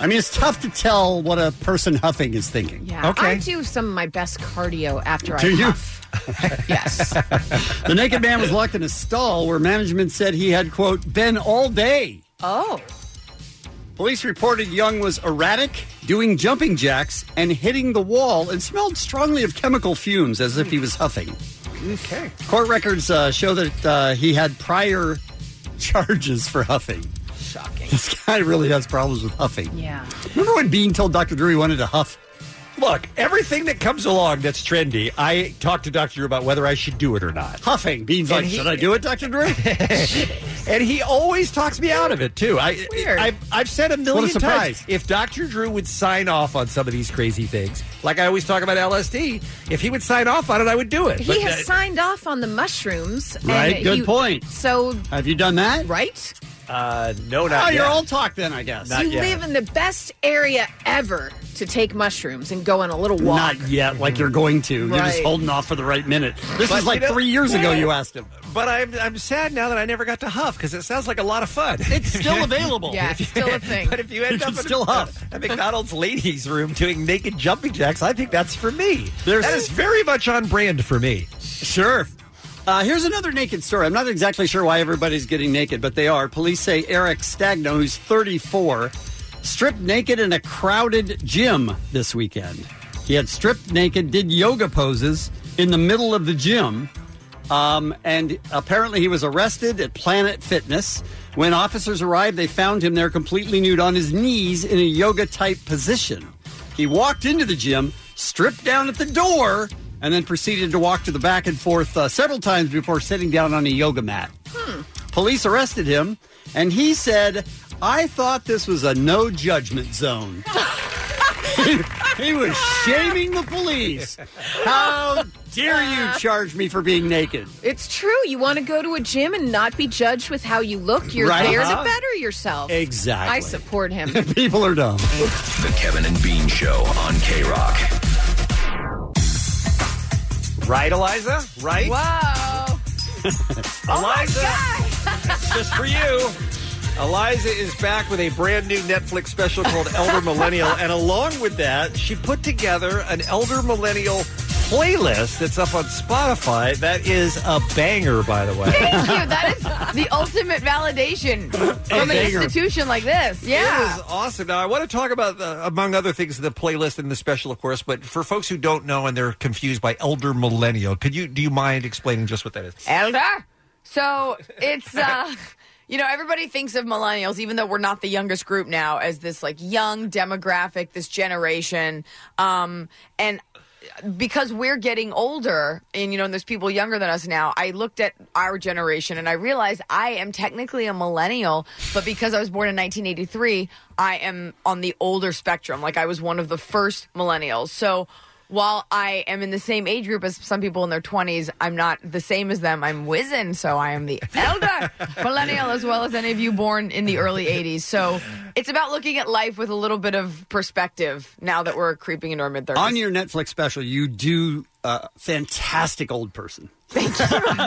[SPEAKER 10] I mean, it's tough to tell what a person huffing is thinking.
[SPEAKER 12] Yeah, I do some of my best cardio after I
[SPEAKER 10] Do you?
[SPEAKER 12] huff. [laughs]
[SPEAKER 10] yes. [laughs] the naked man was locked in a stall where management said he had, quote, been all day.
[SPEAKER 12] Oh.
[SPEAKER 10] Police reported Young was erratic, doing jumping jacks, and hitting the wall, and smelled strongly of chemical fumes as if he was huffing.
[SPEAKER 11] Okay.
[SPEAKER 10] Court records uh, show that uh, he had prior [laughs] charges for huffing. Shocking. This guy really has problems with huffing.
[SPEAKER 12] Yeah.
[SPEAKER 10] Remember when Bean told Dr. Drew he wanted to huff?
[SPEAKER 11] Look, everything that comes along that's trendy, I talk to Dr. Drew about whether I should do it or not.
[SPEAKER 10] Huffing. Bean's like, "Should I do it, Dr. Drew?
[SPEAKER 11] [laughs] and he always talks me out of it, too. I, I've, I've said a million
[SPEAKER 10] What a surprise.
[SPEAKER 11] times if Dr. Drew would sign off on some of these crazy things, like I always talk about LSD, if he would sign off on it, I would do it.
[SPEAKER 12] He
[SPEAKER 11] But,
[SPEAKER 12] has
[SPEAKER 11] uh,
[SPEAKER 12] signed off on the mushrooms. and
[SPEAKER 11] Right, good
[SPEAKER 12] you-
[SPEAKER 11] point.
[SPEAKER 12] So,
[SPEAKER 10] Have you done that?
[SPEAKER 12] right?
[SPEAKER 11] Uh, no,
[SPEAKER 10] oh,
[SPEAKER 11] not
[SPEAKER 10] you're
[SPEAKER 11] yet.
[SPEAKER 10] all talk then, I guess.
[SPEAKER 12] you live in the best area ever to take mushrooms and go on a little walk.
[SPEAKER 10] Not yet, like you're going to. You're just
[SPEAKER 12] Right.
[SPEAKER 10] holding off for the right minute. This
[SPEAKER 11] But,
[SPEAKER 10] is like
[SPEAKER 11] you know-
[SPEAKER 10] three years ago you asked him.
[SPEAKER 11] But I'm, I'm sad now that I never got to huff because it sounds like a lot of fun. [laughs]
[SPEAKER 10] It's still available.
[SPEAKER 12] Yeah, it's still a thing.
[SPEAKER 11] But if you end
[SPEAKER 10] You
[SPEAKER 11] up
[SPEAKER 10] can
[SPEAKER 11] in
[SPEAKER 10] still huff.
[SPEAKER 11] [laughs] a McDonald's ladies' room doing naked jumping jacks, I think that's for me. that is very much on brand for me.
[SPEAKER 10] Sure. Uh, here's another naked story. I'm not exactly sure why everybody's getting naked, but they are. Police say Eric Stagno, who's 34, stripped naked in a crowded gym this weekend. He had stripped naked, did yoga poses in the middle of the gym, um, and apparently he was arrested at Planet Fitness. When officers arrived, they found him there completely nude on his knees in a yoga type position. He walked into the gym, stripped down at the door, and then proceeded to walk to the back and forth uh, several times before sitting down on a yoga mat.
[SPEAKER 18] Hmm.
[SPEAKER 10] Police arrested him, and he said, I thought this was a no judgment zone. [laughs] he, he was shaming the police. How dare you charge me for being naked?
[SPEAKER 12] It's true. You want to go to a gym and not be judged with how you look. You're
[SPEAKER 10] Right.
[SPEAKER 12] there
[SPEAKER 10] Uh-huh.
[SPEAKER 12] to better yourself.
[SPEAKER 10] Exactly.
[SPEAKER 12] I
[SPEAKER 10] [laughs]
[SPEAKER 12] support him.
[SPEAKER 10] [laughs] People are dumb.
[SPEAKER 13] The Kevin and Bean Show on K Rock.
[SPEAKER 11] Right, Eliza? Right?
[SPEAKER 12] Whoa. [laughs] Oh
[SPEAKER 11] Eliza, just for you. Eliza is back with a brand new Netflix special called Elder Millennial. And along with that, she put together an Elder Millennial playlist that's up on Spotify. That is a banger, by the way.
[SPEAKER 5] Thank you. That is the ultimate
[SPEAKER 10] [laughs]
[SPEAKER 5] validation from an
[SPEAKER 11] banger.
[SPEAKER 5] institution like this.
[SPEAKER 11] It
[SPEAKER 5] Yeah.
[SPEAKER 11] was awesome. Now, I want to talk about, uh, among other things, the playlist and the special, of course. But for folks who don't know and they're confused by Elder Millennial, could you do you mind explaining just what that is?
[SPEAKER 5] Elder. So it's uh [laughs] you know, everybody thinks of millennials, even though we're not the youngest group now, as this like young demographic, this generation. Um and because we're getting older and you know, and there's people younger than us now, I looked at our generation and I realized I am technically a millennial, but because I was born in 1983, I am on the older spectrum. Like I was one of the first millennials. So while I am in the same age group as some people in their 20s, I'm not the same as them. I'm wizened, so I
[SPEAKER 10] [laughs]
[SPEAKER 5] am the elder millennial as well as any of you born in the early 80s. So it's about looking at life with a little bit of perspective now that we're creeping into our mid 30s.
[SPEAKER 10] On your Netflix special, you do a fantastic old person. Thank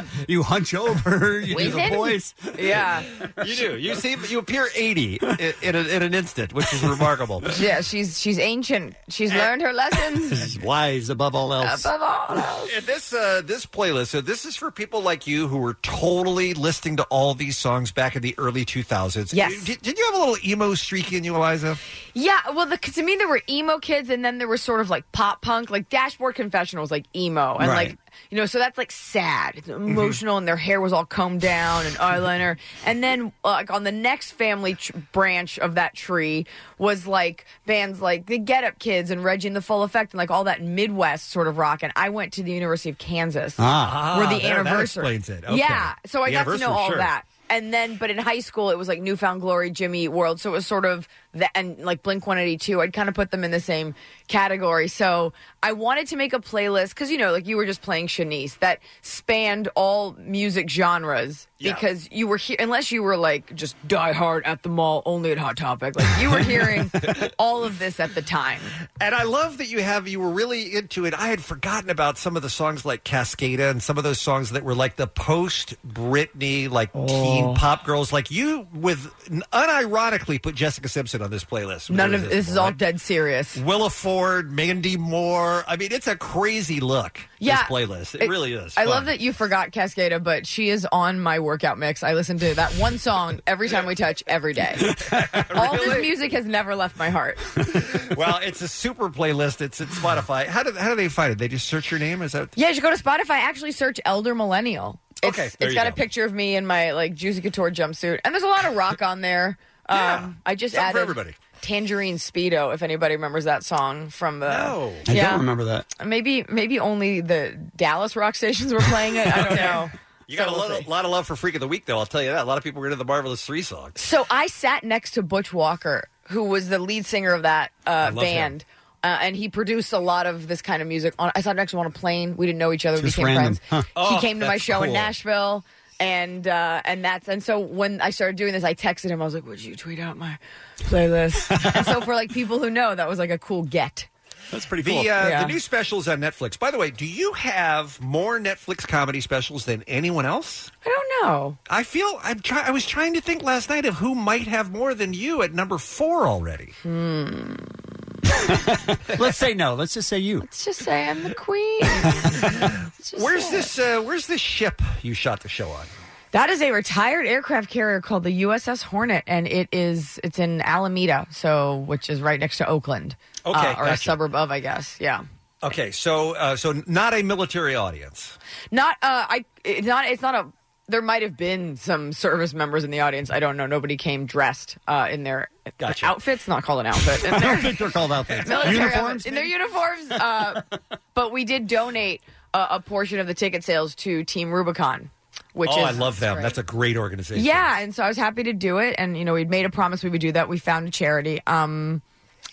[SPEAKER 10] [laughs] you. you hunch over, you do the
[SPEAKER 5] Wizened?
[SPEAKER 10] voice.
[SPEAKER 5] Yeah.
[SPEAKER 11] You do. You see, you appear 80 in, in, a, in an instant, which is
[SPEAKER 5] [laughs]
[SPEAKER 11] remarkable.
[SPEAKER 5] Yeah, she's she's ancient. She's learned
[SPEAKER 10] [laughs]
[SPEAKER 5] her lessons.
[SPEAKER 10] She's wise above all else.
[SPEAKER 5] Above all
[SPEAKER 11] And this uh, this playlist, so this is for people like you who were totally listening to all these songs back in the early 2000s.
[SPEAKER 5] Yes.
[SPEAKER 11] Did, did you have a little emo streak in you, Eliza?
[SPEAKER 5] Yeah, well, the, 'cause to me, there were emo kids, and then there was sort of like pop punk, like Dashboard Confessional was like emo, and
[SPEAKER 11] Right.
[SPEAKER 5] like you know, so that's like sad, it's emotional, and their hair was all combed down and eyeliner, and then like on the next family tr- branch of that tree was like bands like the Get Up Kids and Reggie and the Full Effect, and like all that Midwest sort of rock. And I went to the University of Kansas,
[SPEAKER 11] Ah.
[SPEAKER 5] where
[SPEAKER 11] Ah,
[SPEAKER 5] the
[SPEAKER 11] there- that
[SPEAKER 5] anniversary
[SPEAKER 11] explains it. Okay.
[SPEAKER 5] Yeah, so I
[SPEAKER 11] The
[SPEAKER 5] got to know
[SPEAKER 11] anniversary,
[SPEAKER 5] all
[SPEAKER 11] sure.
[SPEAKER 5] that. And then, but in high school, it was like Newfound Glory, Jimmy Eat World. So it was sort of that and like Blink 182, I'd kind of put them in the same category. So I wanted to make a playlist because you know, like you were just playing Shanice that spanned all music genres
[SPEAKER 6] Yeah.
[SPEAKER 5] because you were here unless you were like just die hard at the mall only at Hot Topic, like you
[SPEAKER 11] [laughs]
[SPEAKER 5] were hearing all of this at the time.
[SPEAKER 11] And I love that you have you were really into it. I had forgotten about some of the songs like Cascada and some of those songs that were like the post Britney like teen pop girls. Like you with unironically put Jessica Simpson on this playlist.
[SPEAKER 5] None
[SPEAKER 11] What
[SPEAKER 5] of this is all dead serious.
[SPEAKER 11] Willa Ford, Mandy Moore. I mean, it's a crazy look. this playlist. It, really is.
[SPEAKER 5] I
[SPEAKER 11] fun.
[SPEAKER 5] love that you forgot Cascada, but she is on my workout mix. I listen to that one song every time we touch
[SPEAKER 11] [laughs]
[SPEAKER 5] every day. All this music has never left my heart.
[SPEAKER 11] well, it's a super playlist. It's at Spotify. How do how do they find it? They just search your name. Is that
[SPEAKER 5] Yeah, you should go to Spotify. Actually, search Elder Millennial. It's,
[SPEAKER 11] Okay, there
[SPEAKER 5] it's
[SPEAKER 11] you
[SPEAKER 5] got
[SPEAKER 11] go.
[SPEAKER 5] a picture of me in my like Juicy Couture jumpsuit, and there's a lot of rock
[SPEAKER 11] [laughs]
[SPEAKER 5] on there. Um, I just
[SPEAKER 11] Something for
[SPEAKER 5] added
[SPEAKER 11] everybody.
[SPEAKER 5] Tangerine Speedo. If anybody remembers that song from the
[SPEAKER 11] No.
[SPEAKER 10] I
[SPEAKER 5] yeah,
[SPEAKER 10] don't remember that.
[SPEAKER 5] maybe maybe only the Dallas rock stations were playing it. I don't know.
[SPEAKER 11] You got a lot, lot of love for Freak of the Week, though. I'll tell you that. A lot of people were into the Marvelous Three song.
[SPEAKER 5] So I sat next to Butch Walker, who was the lead singer of that
[SPEAKER 11] I
[SPEAKER 5] uh,
[SPEAKER 11] love
[SPEAKER 5] band. Uh, and he produced a lot of this kind of music. On I sat next to him on a plane. We didn't know each other. We
[SPEAKER 15] Just
[SPEAKER 5] became
[SPEAKER 15] random.
[SPEAKER 5] friends.
[SPEAKER 15] Huh.
[SPEAKER 5] He
[SPEAKER 15] Oh,
[SPEAKER 5] came to my
[SPEAKER 15] that's
[SPEAKER 5] show in
[SPEAKER 15] cool.
[SPEAKER 5] Nashville, and uh, and that's and so when I started doing this, I texted him. I was like, "Would you tweet out my
[SPEAKER 15] [laughs]
[SPEAKER 5] playlist?" and so for like people who know, that was like a cool get.
[SPEAKER 11] That's pretty
[SPEAKER 5] cool.
[SPEAKER 11] The, uh,
[SPEAKER 5] Yeah.
[SPEAKER 11] the new specials on Netflix. By the way, do you have more Netflix comedy specials than anyone else?
[SPEAKER 5] I don't know.
[SPEAKER 11] I feel I'm try- I was trying to think last night of who might have more than you at number four already.
[SPEAKER 10] Hmm. Let's say no. Let's just say you.
[SPEAKER 5] Let's just say I'm the queen.
[SPEAKER 11] Where's this? Uh, where's this ship you shot the show on?
[SPEAKER 5] That is a retired aircraft carrier called the USS Hornet, and it is it's in Alameda, so which is right next to Oakland,
[SPEAKER 11] Okay,
[SPEAKER 5] uh, or a
[SPEAKER 11] gotcha.
[SPEAKER 5] suburb of, I guess. Yeah,
[SPEAKER 11] Okay, so uh, so not a military audience.
[SPEAKER 5] not uh, I it's not it's not a. There might have been some service members in the audience. I don't know. Nobody came dressed uh, in their outfits. Not called an outfit. In
[SPEAKER 10] I
[SPEAKER 5] their
[SPEAKER 10] don't think they're called
[SPEAKER 11] [laughs]
[SPEAKER 10] outfits.
[SPEAKER 5] [laughs] military
[SPEAKER 10] Uniforms.
[SPEAKER 5] outfits. In their uniforms. Uh, but we did donate uh, a portion of the ticket sales to Team Rubicon, which
[SPEAKER 11] oh,
[SPEAKER 5] is
[SPEAKER 11] I love them. That's a great organization.
[SPEAKER 5] Yeah, and so I was happy to do it, and you know we'd made a promise we would do that. We found a charity, um,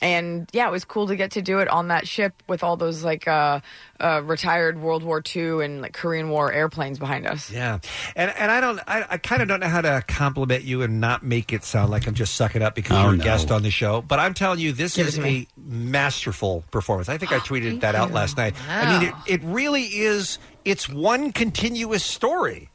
[SPEAKER 5] and yeah, it was cool to get to do it on that ship with all those like uh, uh, retired World War II and like Korean War airplanes behind us.
[SPEAKER 11] Yeah, and and I don't, I, I kind of don't know how to compliment you and not make it sound like I'm just sucking up because
[SPEAKER 10] Oh,
[SPEAKER 11] you're a
[SPEAKER 10] no.
[SPEAKER 11] guest on the show. But I'm telling you, this
[SPEAKER 10] Give it
[SPEAKER 11] is
[SPEAKER 10] to
[SPEAKER 11] a
[SPEAKER 10] me. Oh,
[SPEAKER 11] masterful performance. I think I tweeted that out last night. I mean,
[SPEAKER 10] Wow.
[SPEAKER 11] it, it really is. It's one continuous story.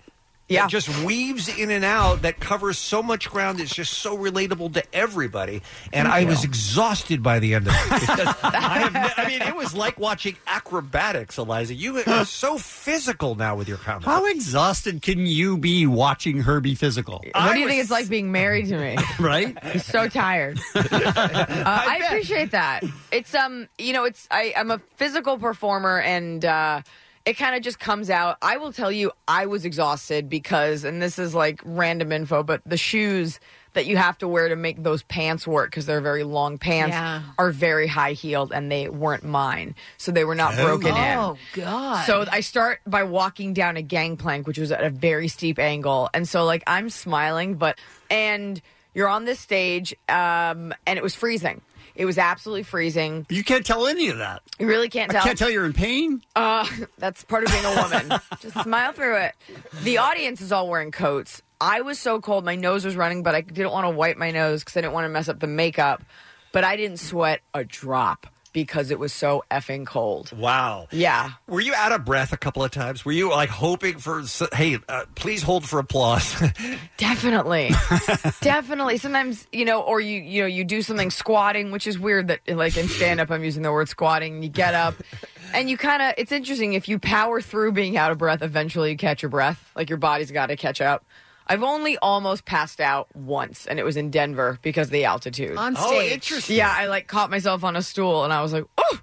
[SPEAKER 11] Yeah, just weaves in and out that covers so much ground. It's just so relatable to everybody. And
[SPEAKER 10] Thank
[SPEAKER 11] I
[SPEAKER 10] you.
[SPEAKER 11] was exhausted by the end of it. Because I, have, ne- I mean, it was like watching acrobatics, Eliza. You are so physical now with your comments.
[SPEAKER 10] How exhausted can you be watching her be physical?
[SPEAKER 5] What do you think it's like being married to me?
[SPEAKER 10] Right?
[SPEAKER 5] I'm so tired. Uh, I, appreciate that. It's um, you know, it's I, I'm a physical performer, and uh, it kind of just comes out. I will tell you, I was exhausted because, and this is like random info, but the shoes that you have to wear to make those pants work because they're very long pants
[SPEAKER 12] Yeah.
[SPEAKER 5] are very high heeled, and they weren't mine, so they were not broken in.
[SPEAKER 12] Oh, God.
[SPEAKER 5] So I start by walking down a gangplank, which was at a very steep angle. And so, like, I'm smiling, but, and you're on this stage, um, and it was freezing. It was absolutely freezing.
[SPEAKER 10] You can't tell any of that.
[SPEAKER 5] You really can't
[SPEAKER 10] I
[SPEAKER 5] tell.
[SPEAKER 10] can't tell you're in pain.
[SPEAKER 5] Uh, that's part of being
[SPEAKER 10] [laughs]
[SPEAKER 5] a woman. Just smile through it. The audience is all wearing coats. I was so cold, my nose was running, but I didn't want to wipe my nose because I didn't want to mess up the makeup. But I didn't sweat a drop because it was so effing cold.
[SPEAKER 11] Wow.
[SPEAKER 5] Yeah.
[SPEAKER 11] Were you out of breath a couple of times? Were you like hoping for, s- hey, uh, please hold for applause?
[SPEAKER 10] [laughs]
[SPEAKER 5] Definitely. Definitely. Sometimes, you know, or you you know, you do something squatting, which is weird that like in stand up I'm using the word squatting, you get up and you kind of it's interesting if you power through being out of breath, eventually you catch your breath, like your body's got to catch up. I've only almost passed out once and it was in Denver because of the altitude.
[SPEAKER 12] On Oh, stage.
[SPEAKER 5] interesting. Yeah, I like caught myself on a stool and I was like, "Oh."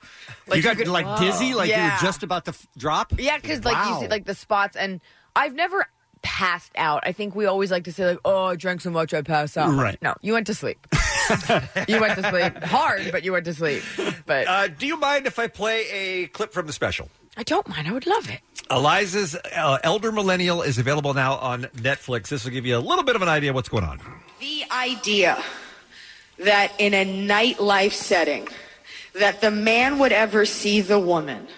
[SPEAKER 10] you got like dizzy, like you
[SPEAKER 5] Yeah.
[SPEAKER 10] were just about to f- drop.
[SPEAKER 5] Yeah, because like you
[SPEAKER 10] Wow.
[SPEAKER 5] see like the spots, and I've never passed out. I think we always like to say like, "Oh, I drank so much, I passed out."
[SPEAKER 10] Right.
[SPEAKER 5] No, you went to sleep. [laughs] you went to sleep hard, but you went to sleep. But
[SPEAKER 11] uh, do you mind if I play a clip from the special?
[SPEAKER 5] I don't mind. I would love it.
[SPEAKER 11] Eliza's uh, Elder Millennial is available now on Netflix. This will give you a little bit of an idea of what's going on.
[SPEAKER 7] The idea
[SPEAKER 6] that in a nightlife setting that the man would ever see the woman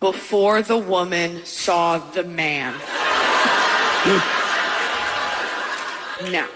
[SPEAKER 6] before the woman saw the
[SPEAKER 10] [laughs]
[SPEAKER 6] man. no.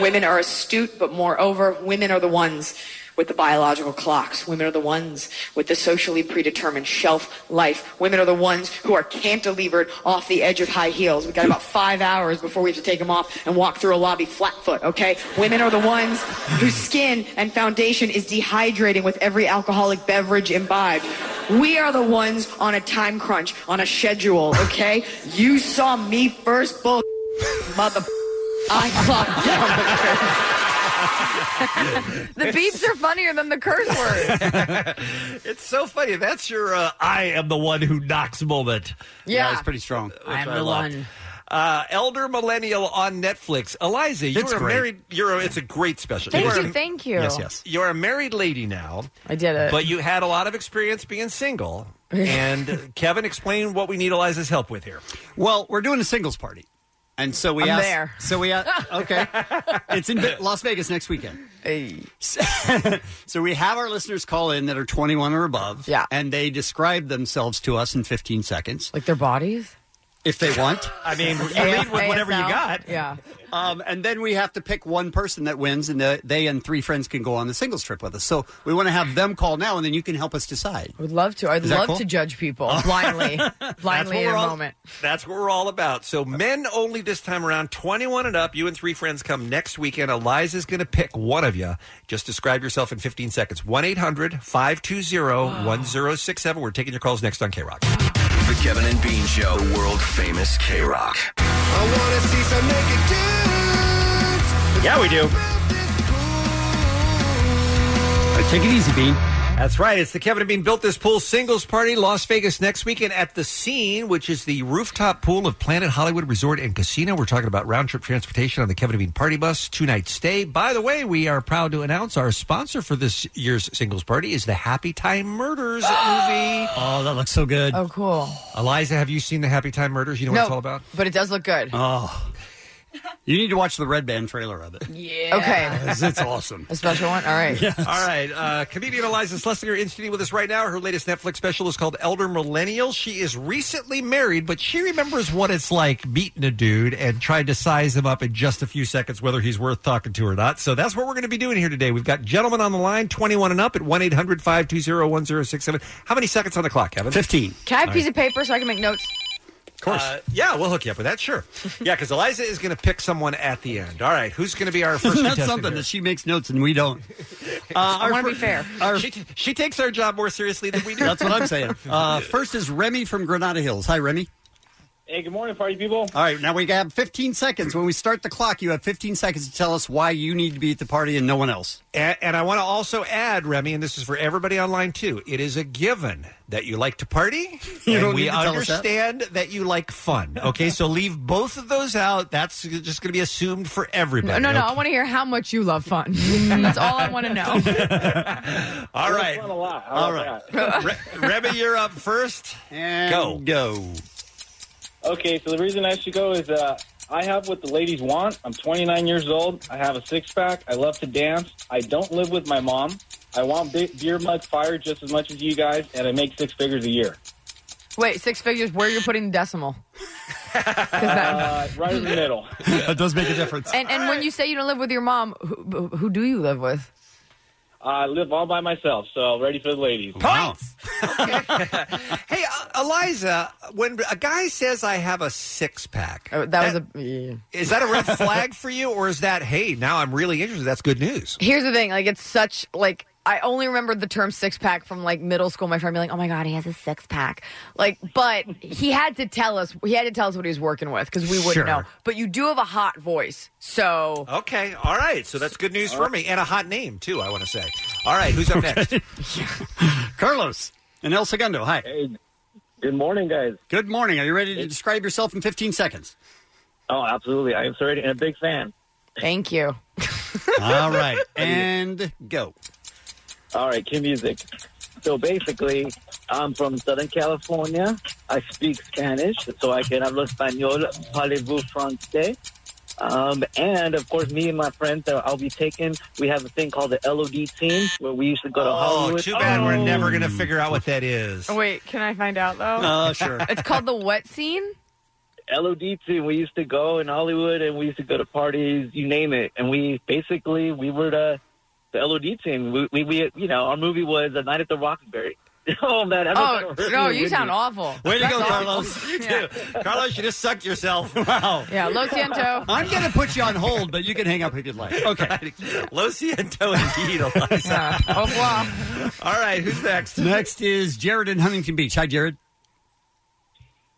[SPEAKER 6] Women are astute, but moreover, women are the ones with the biological clocks. Women are the ones with the socially predetermined shelf life. Women are the ones who are cantilevered off the edge of high heels. We got about five hours before we have to take them off and walk through a lobby flat foot, okay? Women are the ones whose skin and foundation is dehydrating with every alcoholic beverage imbibed. We are the ones on a time crunch, on a schedule, okay? You saw me first, bull mother. I
[SPEAKER 11] [laughs]
[SPEAKER 6] clocked down.
[SPEAKER 5] the beeps are funnier than the curse words.
[SPEAKER 11] it's so funny. That's your uh, I am the one who knocks moment.
[SPEAKER 5] Yeah.
[SPEAKER 10] it's pretty strong.
[SPEAKER 11] That's what loved. Uh, Elder Millennial on Netflix. Eliza, you're
[SPEAKER 10] It's
[SPEAKER 11] a
[SPEAKER 10] great.
[SPEAKER 11] married. You're a, it's a great special.
[SPEAKER 5] Thank
[SPEAKER 11] are
[SPEAKER 5] you,
[SPEAKER 11] a-
[SPEAKER 5] thank you. Uh, Yes, yes.
[SPEAKER 11] You're a married lady now.
[SPEAKER 5] I did it.
[SPEAKER 11] But you had a lot of experience being
[SPEAKER 5] [laughs]
[SPEAKER 11] single. and uh, Kevin, explain what we need Eliza's help with here.
[SPEAKER 10] Well, we're doing a singles party, and so we
[SPEAKER 11] I'm
[SPEAKER 10] asked.
[SPEAKER 11] there.
[SPEAKER 10] So
[SPEAKER 5] [laughs]
[SPEAKER 10] we asked. [laughs] Okay, it's in Ve- Las Vegas next weekend.
[SPEAKER 5] Hey.
[SPEAKER 10] So, [laughs] so we have our listeners call in that are 21 or above. Yeah, and they describe themselves to us in 15 seconds,
[SPEAKER 5] like their bodies,
[SPEAKER 10] if they want.
[SPEAKER 11] I
[SPEAKER 5] [laughs]
[SPEAKER 11] mean, you
[SPEAKER 5] lead with whatever you ASL. got. Yeah.
[SPEAKER 10] Um, and then we have to pick one person that wins, and the, they and three friends can go on the singles trip with us. So we want to have them call now, and then you can help us decide.
[SPEAKER 5] I would love to. I'd
[SPEAKER 10] Is that
[SPEAKER 5] love
[SPEAKER 10] cool? Oh.
[SPEAKER 5] to judge people
[SPEAKER 10] [laughs]
[SPEAKER 5] blindly, blindly in
[SPEAKER 11] we're
[SPEAKER 5] a
[SPEAKER 11] all-
[SPEAKER 5] moment.
[SPEAKER 11] That's what we're all about. So men only this time around, 21 and up. You and three friends come next weekend. Eliza's going to pick one of you. Just describe yourself in 15 seconds. 1-800-520-1067. We're taking your calls next on K-Rock.
[SPEAKER 13] The Kevin and Bean Show, world famous K Rock.
[SPEAKER 26] I want to see some naked dudes.
[SPEAKER 11] Yeah, we do.
[SPEAKER 10] Take it easy, Bean.
[SPEAKER 11] That's right. It's the Kevin and Bean Built This Pool Singles Party, Las Vegas next weekend at the Scene, which is the rooftop pool of Planet Hollywood Resort and Casino. We're talking about round trip transportation on the Kevin and Bean Party Bus, two night stay. By the way, we are proud to announce our sponsor for this year's singles party is the Happy Time Murders movie.
[SPEAKER 10] Oh, that looks so good.
[SPEAKER 5] Oh, cool.
[SPEAKER 11] Eliza, have you seen the Happy Time Murders? You know what it's all about?
[SPEAKER 5] But it does look good.
[SPEAKER 10] Oh. You need to watch the Red Band trailer of it.
[SPEAKER 5] Yeah.
[SPEAKER 10] It's-
[SPEAKER 5] Okay.
[SPEAKER 10] It's awesome.
[SPEAKER 5] a special one. All right.
[SPEAKER 11] All right. Uh, comedian Eliza Schlesinger in studio with us right now. Her latest Netflix special is called Elder Millennial. She is recently married, but she remembers what it's like meeting a dude and trying to size him up in just a few seconds, whether he's worth talking to or not. So that's what we're going to be doing here today. We've got gentlemen on the line, 21 and up at 1 800 520 1067. How many seconds on the clock, Kevin?
[SPEAKER 10] 15.
[SPEAKER 5] Can I have a piece of paper so I can make notes?
[SPEAKER 11] Of course. Uh, yeah, we'll hook you up with that,
[SPEAKER 5] [laughs]
[SPEAKER 11] sure. Yeah, because Eliza is going to pick someone at the end. All right, who's going to be our first
[SPEAKER 10] Isn't that
[SPEAKER 11] contestant
[SPEAKER 10] something
[SPEAKER 11] here?
[SPEAKER 10] that she makes notes and we don't?
[SPEAKER 11] I wanna
[SPEAKER 10] our
[SPEAKER 11] be
[SPEAKER 10] fir-
[SPEAKER 11] fair.
[SPEAKER 10] Our,
[SPEAKER 11] she, she takes our job more seriously than we do.
[SPEAKER 10] that's what I'm saying. Uh, first is Remy from Granada Hills. Hi, Remy.
[SPEAKER 7] Hey, good morning, party people.
[SPEAKER 10] All right, now we have 15 seconds. When we start the clock, you have 15 seconds to tell us why you need to be at the party and no one else.
[SPEAKER 11] And, and I want to also add, Remy, and this is for everybody online too. It is a given that you like to party,
[SPEAKER 10] You
[SPEAKER 11] and
[SPEAKER 10] don't
[SPEAKER 11] we
[SPEAKER 10] need to tell us that.
[SPEAKER 11] understand that. you like fun. Okay, so leave both of those out. That's just going to be assumed for
[SPEAKER 5] No,
[SPEAKER 11] everybody.
[SPEAKER 5] no, no. I
[SPEAKER 11] okay?
[SPEAKER 5] want to hear how much you love
[SPEAKER 11] [laughs]
[SPEAKER 5] fun. That's all I want to know.
[SPEAKER 11] All right, all right. [laughs] Re- Remy, you're up first.
[SPEAKER 10] And
[SPEAKER 11] go,
[SPEAKER 10] go.
[SPEAKER 7] Okay, so the reason I should go is uh, I have what the ladies want. I'm 29 years old. I have a six pack. I love to dance. I don't live with my mom. I want be- beer mud fire just as much as you guys, and I make six figures
[SPEAKER 10] [laughs]
[SPEAKER 7] a year.
[SPEAKER 5] Wait, six figures. Where you're putting the decimal? 'Cause that-
[SPEAKER 7] Uh, right in the middle.
[SPEAKER 10] [laughs] that does make a difference.
[SPEAKER 5] and and when you say you don't live with your mom, who, who do you live with?
[SPEAKER 7] I live all by myself, so ready for the ladies.
[SPEAKER 11] Hey, uh, Eliza, when a guy says I have a six pack,
[SPEAKER 5] that was a.
[SPEAKER 11] Is that a red flag for you, or is that hey, now I'm really interested? That's good news.
[SPEAKER 5] Here's the thing. Like, it's such like. I only remember the term six pack from like middle school. My friend be like, "Oh my god, he has a six pack!" Like, but he had to tell us. He had to tell us what he was working with because we wouldn't
[SPEAKER 11] Sure.
[SPEAKER 5] know. But you do have a hot voice, so
[SPEAKER 11] Okay, all right. So that's good news for me, and a hot name too. I want to say. All right, who's up next? [laughs]
[SPEAKER 10] Carlos and El Segundo. Hi.
[SPEAKER 7] good morning, guys.
[SPEAKER 10] Good morning. Are you ready to describe yourself in 15 seconds?
[SPEAKER 7] Oh, absolutely. I am sorry, and a big fan.
[SPEAKER 5] thank you.
[SPEAKER 10] All
[SPEAKER 7] [laughs]
[SPEAKER 10] right, and go.
[SPEAKER 7] All right, Kim Music. So basically, I'm from Southern California. I speak Spanish, so I can hablo español, parlez-vous francés. Um, and of course, me and my friends that I'll be taking, we have a thing called the LOD team where we used to go to
[SPEAKER 11] Oh,
[SPEAKER 7] Hollywood.
[SPEAKER 11] too bad we're
[SPEAKER 7] Oh.
[SPEAKER 11] never going to figure out what that is.
[SPEAKER 5] Wait, can I find out though?
[SPEAKER 11] Oh, sure.
[SPEAKER 5] It's called the what scene?
[SPEAKER 7] LOD team. We used to go in Hollywood and we used to go to parties, you name it. And we basically we were the the LOD team. We we, we you know our movie was A Night at the Roxbury. [laughs] oh man! I don't know
[SPEAKER 5] Oh,
[SPEAKER 7] if that hurt
[SPEAKER 5] no,
[SPEAKER 7] me,
[SPEAKER 5] you
[SPEAKER 7] didn't
[SPEAKER 5] sound
[SPEAKER 7] it?
[SPEAKER 5] awful.
[SPEAKER 10] Way to
[SPEAKER 5] That's
[SPEAKER 10] go,
[SPEAKER 5] awful.
[SPEAKER 10] [laughs] Carlos. You
[SPEAKER 5] Yeah.
[SPEAKER 10] too. Carlos, you just sucked yourself. [laughs] Wow.
[SPEAKER 5] Yeah, lo siento.
[SPEAKER 10] [laughs] I'm going to put you on hold, but you can hang up if you'd like. [laughs] Okay.
[SPEAKER 11] Lo siento indeed,
[SPEAKER 5] [laughs]
[SPEAKER 11] Eliza. All right, who's next?
[SPEAKER 10] Next is Jared in Huntington Beach. Hi, Jared.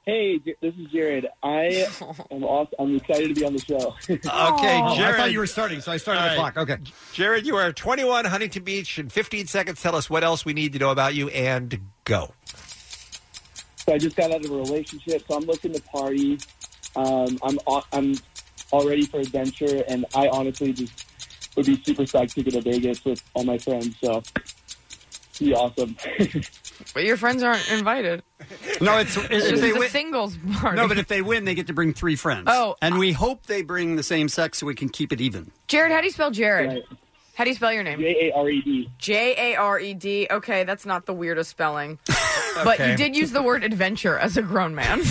[SPEAKER 8] Hey, J- this is Jared.
[SPEAKER 5] [laughs]
[SPEAKER 8] I am awesome. I'm excited to be on the show. okay,
[SPEAKER 10] Oh, I thought you were starting, so I started the clock. Okay.
[SPEAKER 11] Jared, you are 21, Huntington Beach. In 15 seconds, tell us what else we need to know about you and go.
[SPEAKER 8] So I just got out of a relationship, so I'm looking to party. Um, I'm au- I'm all ready for adventure, and I honestly just would be super psyched to go to Vegas with all my friends. So it'd be awesome. [laughs]
[SPEAKER 5] But your friends aren't invited.
[SPEAKER 10] No, it's,
[SPEAKER 5] It's
[SPEAKER 10] if
[SPEAKER 5] just
[SPEAKER 10] they
[SPEAKER 5] a
[SPEAKER 10] win-
[SPEAKER 5] singles party.
[SPEAKER 10] No, but if they win, they get to bring three friends.
[SPEAKER 5] Oh.
[SPEAKER 10] and we hope they bring the same sex so we can keep it even.
[SPEAKER 5] Jared, how do you spell Jared? How do you spell your name?
[SPEAKER 8] J A R E
[SPEAKER 5] Mm.
[SPEAKER 8] D.
[SPEAKER 5] J A R E D. Okay, that's not the
[SPEAKER 8] [laughs]
[SPEAKER 5] weirdest spelling. But
[SPEAKER 11] Okay.
[SPEAKER 5] you did use the word adventure as a grown
[SPEAKER 8] [laughs]
[SPEAKER 5] man.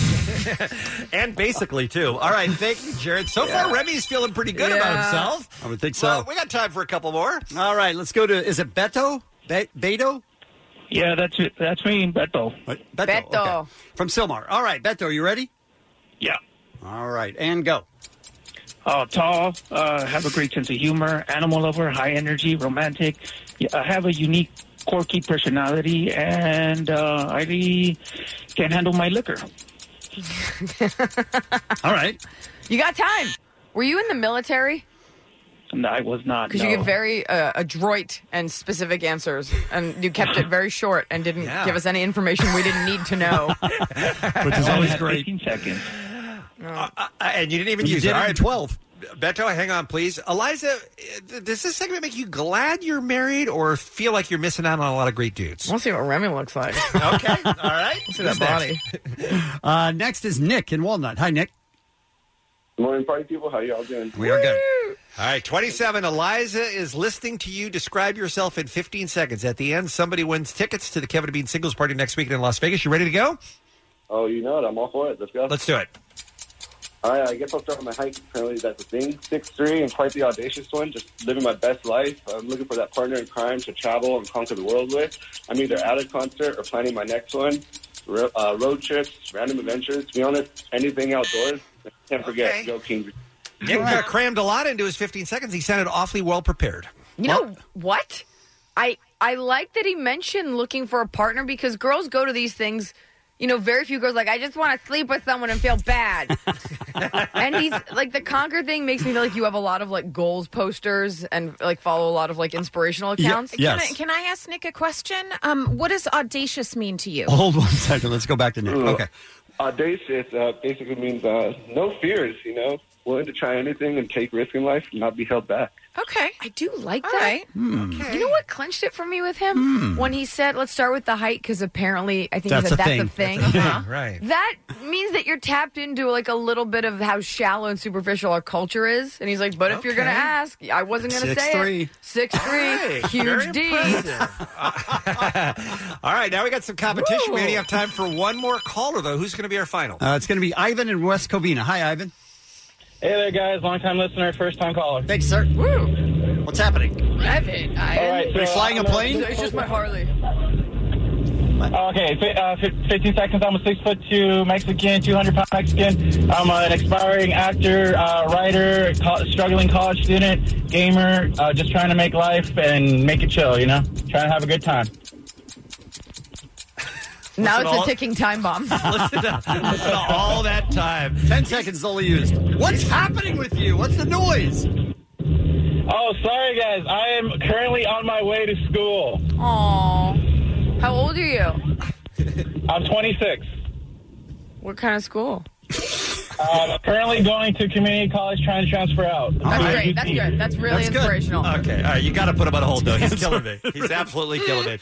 [SPEAKER 11] And basically, too. All right, thank you, Jared. So far, Remy's feeling pretty good about
[SPEAKER 10] Yeah.
[SPEAKER 11] himself.
[SPEAKER 10] I would think so.
[SPEAKER 11] Well, we got time for a couple more.
[SPEAKER 10] All right, let's go to. Is it Beto? Be- Beto?
[SPEAKER 8] Yeah, that's it. That's me, Beto.
[SPEAKER 10] Beto. Beto. okay. From Silmar. All right, Beto, are you ready?
[SPEAKER 8] Yeah.
[SPEAKER 10] All right, and go.
[SPEAKER 8] Uh, tall, uh, have a great sense of humor, animal lover, high energy, romantic. I have a unique, quirky personality, and uh, I really can handle my liquor.
[SPEAKER 5] [laughs]
[SPEAKER 10] All right.
[SPEAKER 5] You got time. Were you in the military?
[SPEAKER 8] No, I was not.
[SPEAKER 5] Because
[SPEAKER 8] no.
[SPEAKER 5] you give very uh, adroit and specific answers, and you kept it very short and didn't
[SPEAKER 8] Yeah.
[SPEAKER 5] give us any information we didn't need
[SPEAKER 8] [laughs]
[SPEAKER 5] to know.
[SPEAKER 8] which
[SPEAKER 11] is [laughs] always
[SPEAKER 8] great. 15 seconds.
[SPEAKER 5] Oh.
[SPEAKER 11] Uh, and you didn't even
[SPEAKER 8] You
[SPEAKER 11] use
[SPEAKER 8] did
[SPEAKER 11] it.
[SPEAKER 8] it
[SPEAKER 11] All
[SPEAKER 8] in
[SPEAKER 11] right, 12. Beto, hang on, please. Eliza, uh, th- does this segment make you glad you're married or feel like you're missing out on a lot of great dudes?
[SPEAKER 5] We'll see what Remy looks like.
[SPEAKER 11] [laughs] okay, all right.
[SPEAKER 5] see that body.
[SPEAKER 11] [laughs]
[SPEAKER 10] Uh, next is Nick in Walnut. Hi, Nick.
[SPEAKER 8] Good morning, party people. How y'all doing?
[SPEAKER 11] We are good. All right, 27. Eliza is listening to you describe yourself in 15 seconds. At the end, somebody wins tickets to the Kevin and Bean Singles Party next weekend in Las Vegas. You ready to go?
[SPEAKER 8] Oh, you know it. I'm all for it. Let's go.
[SPEAKER 11] Let's do it.
[SPEAKER 8] All right, I guess I'll start with my hike. Apparently, that's a thing. Six three and quite the audacious one. Just living my best life. I'm looking for that partner in crime to travel and conquer the world with. I'm either at a concert or planning my next one. Ro- uh, road trips, random adventures. To be honest, anything outdoors. Can't forget. Go King.
[SPEAKER 11] Nick uh, crammed a lot into his 15 seconds. He sounded awfully well prepared.
[SPEAKER 5] You know what? I I like that he mentioned looking for a partner because girls go to these things. You know, very few girls like I just want to sleep with someone and feel bad. and he's like the conquer thing makes me feel like you have a lot of like goals posters and like follow a lot of like inspirational
[SPEAKER 10] Yeah,
[SPEAKER 5] accounts.
[SPEAKER 10] yes.
[SPEAKER 12] Can I ask Nick a question? Um, what does audacious mean to you?
[SPEAKER 10] Hold [laughs] one second. Let's go back to Nick.
[SPEAKER 8] Ooh.
[SPEAKER 10] Okay.
[SPEAKER 8] Audacious uh, basically means uh, no fears. You know, willing to try anything and take risk in life and not be held back.
[SPEAKER 5] Okay. I do like that. You know what clinched it for me with him? When he said, let's start with the height, because apparently, I think
[SPEAKER 8] Hmm. That's
[SPEAKER 5] he said
[SPEAKER 8] a
[SPEAKER 5] that's
[SPEAKER 8] thing.
[SPEAKER 5] a [laughs] thing.
[SPEAKER 8] That's a thing,
[SPEAKER 5] Uh-huh.
[SPEAKER 8] right.
[SPEAKER 5] That means that you're tapped into like a little bit of how shallow and superficial our culture is. And he's like, but if you're going to
[SPEAKER 11] Okay.
[SPEAKER 5] ask, I wasn't going to
[SPEAKER 11] Six
[SPEAKER 5] say
[SPEAKER 11] three.
[SPEAKER 5] it. Six three.
[SPEAKER 11] Hey, very
[SPEAKER 5] huge D.
[SPEAKER 11] impressive. All right, now we got some competition. We
[SPEAKER 10] Woo.
[SPEAKER 11] only have time for one more caller, though. Who's going to be our final?
[SPEAKER 10] Uh, it's going to be Ivan in West Covina. Hi, Ivan.
[SPEAKER 8] Hey there, guys. Long time listener, first time caller.
[SPEAKER 10] Thanks, sir.
[SPEAKER 8] Woo.
[SPEAKER 10] What's happening? [laughs]
[SPEAKER 8] [laughs]
[SPEAKER 5] Evan, I.
[SPEAKER 8] All right, so,
[SPEAKER 10] Are you flying a
[SPEAKER 8] I'm a-
[SPEAKER 10] plane?
[SPEAKER 8] It's just
[SPEAKER 5] my Harley.
[SPEAKER 8] Okay, fi- uh, fif- 15 seconds. I'm a six foot two Mexican, 200 pound Mexican. I'm an aspiring actor, uh, writer, co- struggling college student, gamer, uh, just trying to make life and make it chill. You know, trying to have a good time.
[SPEAKER 5] Now
[SPEAKER 8] Listen
[SPEAKER 5] it's
[SPEAKER 8] all-
[SPEAKER 5] a ticking time
[SPEAKER 10] [laughs]
[SPEAKER 5] bomb.
[SPEAKER 11] Listen to all that time.
[SPEAKER 10] 10 seconds is only used. What's happening with you? What's the noise?
[SPEAKER 8] Oh, sorry guys. I am currently on my way to school.
[SPEAKER 5] Aww. How old are you?
[SPEAKER 8] I'm 26.
[SPEAKER 5] What kind of school?
[SPEAKER 7] Um, currently going to community college trying to transfer out.
[SPEAKER 5] That's great. That's good. That's really
[SPEAKER 7] That's good.
[SPEAKER 5] inspirational.
[SPEAKER 11] Okay, all right. You got to put him on hold, though. He's killing me. He's absolutely killing me.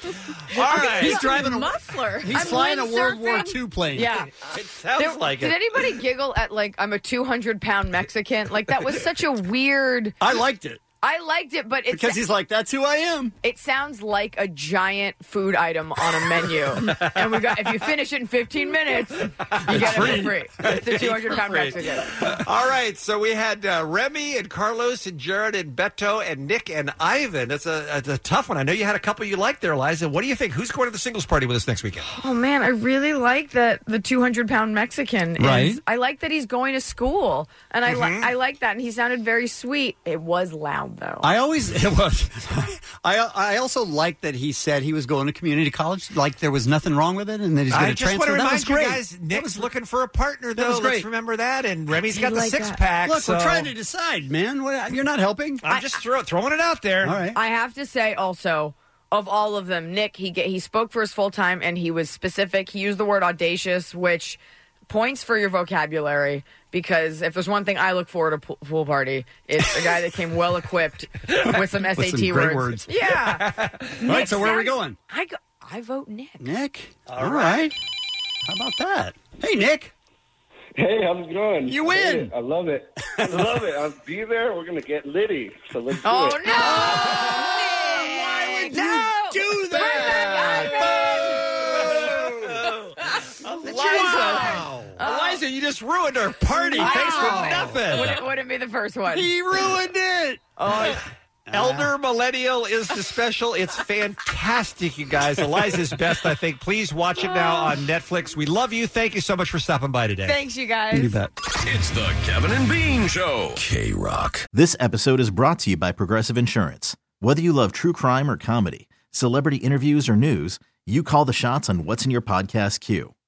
[SPEAKER 11] All right.
[SPEAKER 10] He's driving a
[SPEAKER 5] muffler.
[SPEAKER 10] He's flying a World War II plane.
[SPEAKER 5] Yeah.
[SPEAKER 11] It sounds
[SPEAKER 5] There-
[SPEAKER 11] like
[SPEAKER 5] did
[SPEAKER 11] it.
[SPEAKER 5] anybody giggle at like I'm a 200 pound Mexican? Like
[SPEAKER 10] [laughs]
[SPEAKER 5] that was such a weird.
[SPEAKER 10] I liked it.
[SPEAKER 5] I liked it, but it's
[SPEAKER 10] Because he's like, that's who I am.
[SPEAKER 5] It sounds like a giant food item on a menu,
[SPEAKER 10] [laughs]
[SPEAKER 5] and we got if you finish it in 15 minutes, you get it for free. It's the 200 pound
[SPEAKER 11] Free.
[SPEAKER 5] Mexican.
[SPEAKER 11] All right, so we had uh, Remy and Carlos and Jared and Beto and Nick and Ivan. That's a, that's a tough one. I know you had a couple you liked there, Eliza. What do you think? Who's going to the singles party with us next weekend?
[SPEAKER 5] Oh man, I really like that the 200 pound Mexican. is-
[SPEAKER 11] Right.
[SPEAKER 5] I like that he's going to school, and I
[SPEAKER 10] Mhm.
[SPEAKER 5] like I like that, and he sounded very sweet. It was loud though.
[SPEAKER 10] I always [laughs] it was. I I also liked that he said he was going to community college. Like there was nothing wrong with it, and that he's going
[SPEAKER 11] I
[SPEAKER 10] to
[SPEAKER 11] just
[SPEAKER 10] transfer.
[SPEAKER 11] want to
[SPEAKER 10] that was
[SPEAKER 11] remind you
[SPEAKER 10] great.
[SPEAKER 11] guys, Nick's looking for a partner,
[SPEAKER 10] That
[SPEAKER 11] though.
[SPEAKER 10] was great.
[SPEAKER 11] Let's remember that. And
[SPEAKER 10] Remy's
[SPEAKER 11] Remy's got the six pack.
[SPEAKER 10] Look, we're
[SPEAKER 11] so-
[SPEAKER 10] trying to decide, man. What, you're not helping.
[SPEAKER 11] I'm just throw, throwing it out there.
[SPEAKER 5] I have to say also of all of them, Nick he get, he spoke for his full time and he was specific. He used the word audacious, which points for your vocabulary because if there's one thing I look for at a pool- pool party, it's a guy that came well equipped with some SAT
[SPEAKER 10] With some great words.
[SPEAKER 5] Yeah.
[SPEAKER 10] All right, so where are we
[SPEAKER 5] Nick
[SPEAKER 10] going?
[SPEAKER 5] I go, I vote Nick.
[SPEAKER 10] Nick. All right. How about that? Hey, Nick.
[SPEAKER 8] Hey, how's it going?
[SPEAKER 10] You win.
[SPEAKER 8] Hey, I love it. I love it. I'll be there. We're gonna get litty. So let's do
[SPEAKER 5] Oh,
[SPEAKER 8] it.
[SPEAKER 5] no! Why
[SPEAKER 10] would
[SPEAKER 5] no!
[SPEAKER 10] you do
[SPEAKER 17] [laughs]
[SPEAKER 11] that?
[SPEAKER 5] Wow.
[SPEAKER 11] Eliza, you just ruined our
[SPEAKER 5] [laughs]
[SPEAKER 11] party. Thanks for nothing.
[SPEAKER 5] Wouldn't, wouldn't be the first one. [laughs]
[SPEAKER 11] He ruined it. Oh, [laughs] Elder Millennial is the special. It's fantastic, you guys. Eliza's best, I think. Please watch it now on Netflix. We love you. Thank you so much for stopping by today.
[SPEAKER 5] Thanks, you guys.
[SPEAKER 13] It's the Kevin and Bean Show. K Rock.
[SPEAKER 9] This episode is brought to you by Progressive Insurance. Whether you love true crime or comedy, celebrity interviews or news, you call the shots on what's in your podcast queue.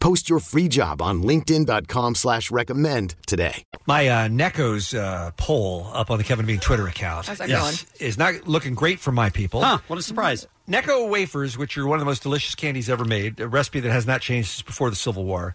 [SPEAKER 16] Post your free job on linkedin.com/recommend slash recommend today.
[SPEAKER 11] My uh, Necco's uh, poll up on the Kevin Bean Twitter account
[SPEAKER 16] How's that
[SPEAKER 11] is, is not looking great for my people.
[SPEAKER 10] Huh, what a surprise.
[SPEAKER 11] Necco wafers, which are one of the most delicious candies ever made, a recipe that has not changed since before the Civil War.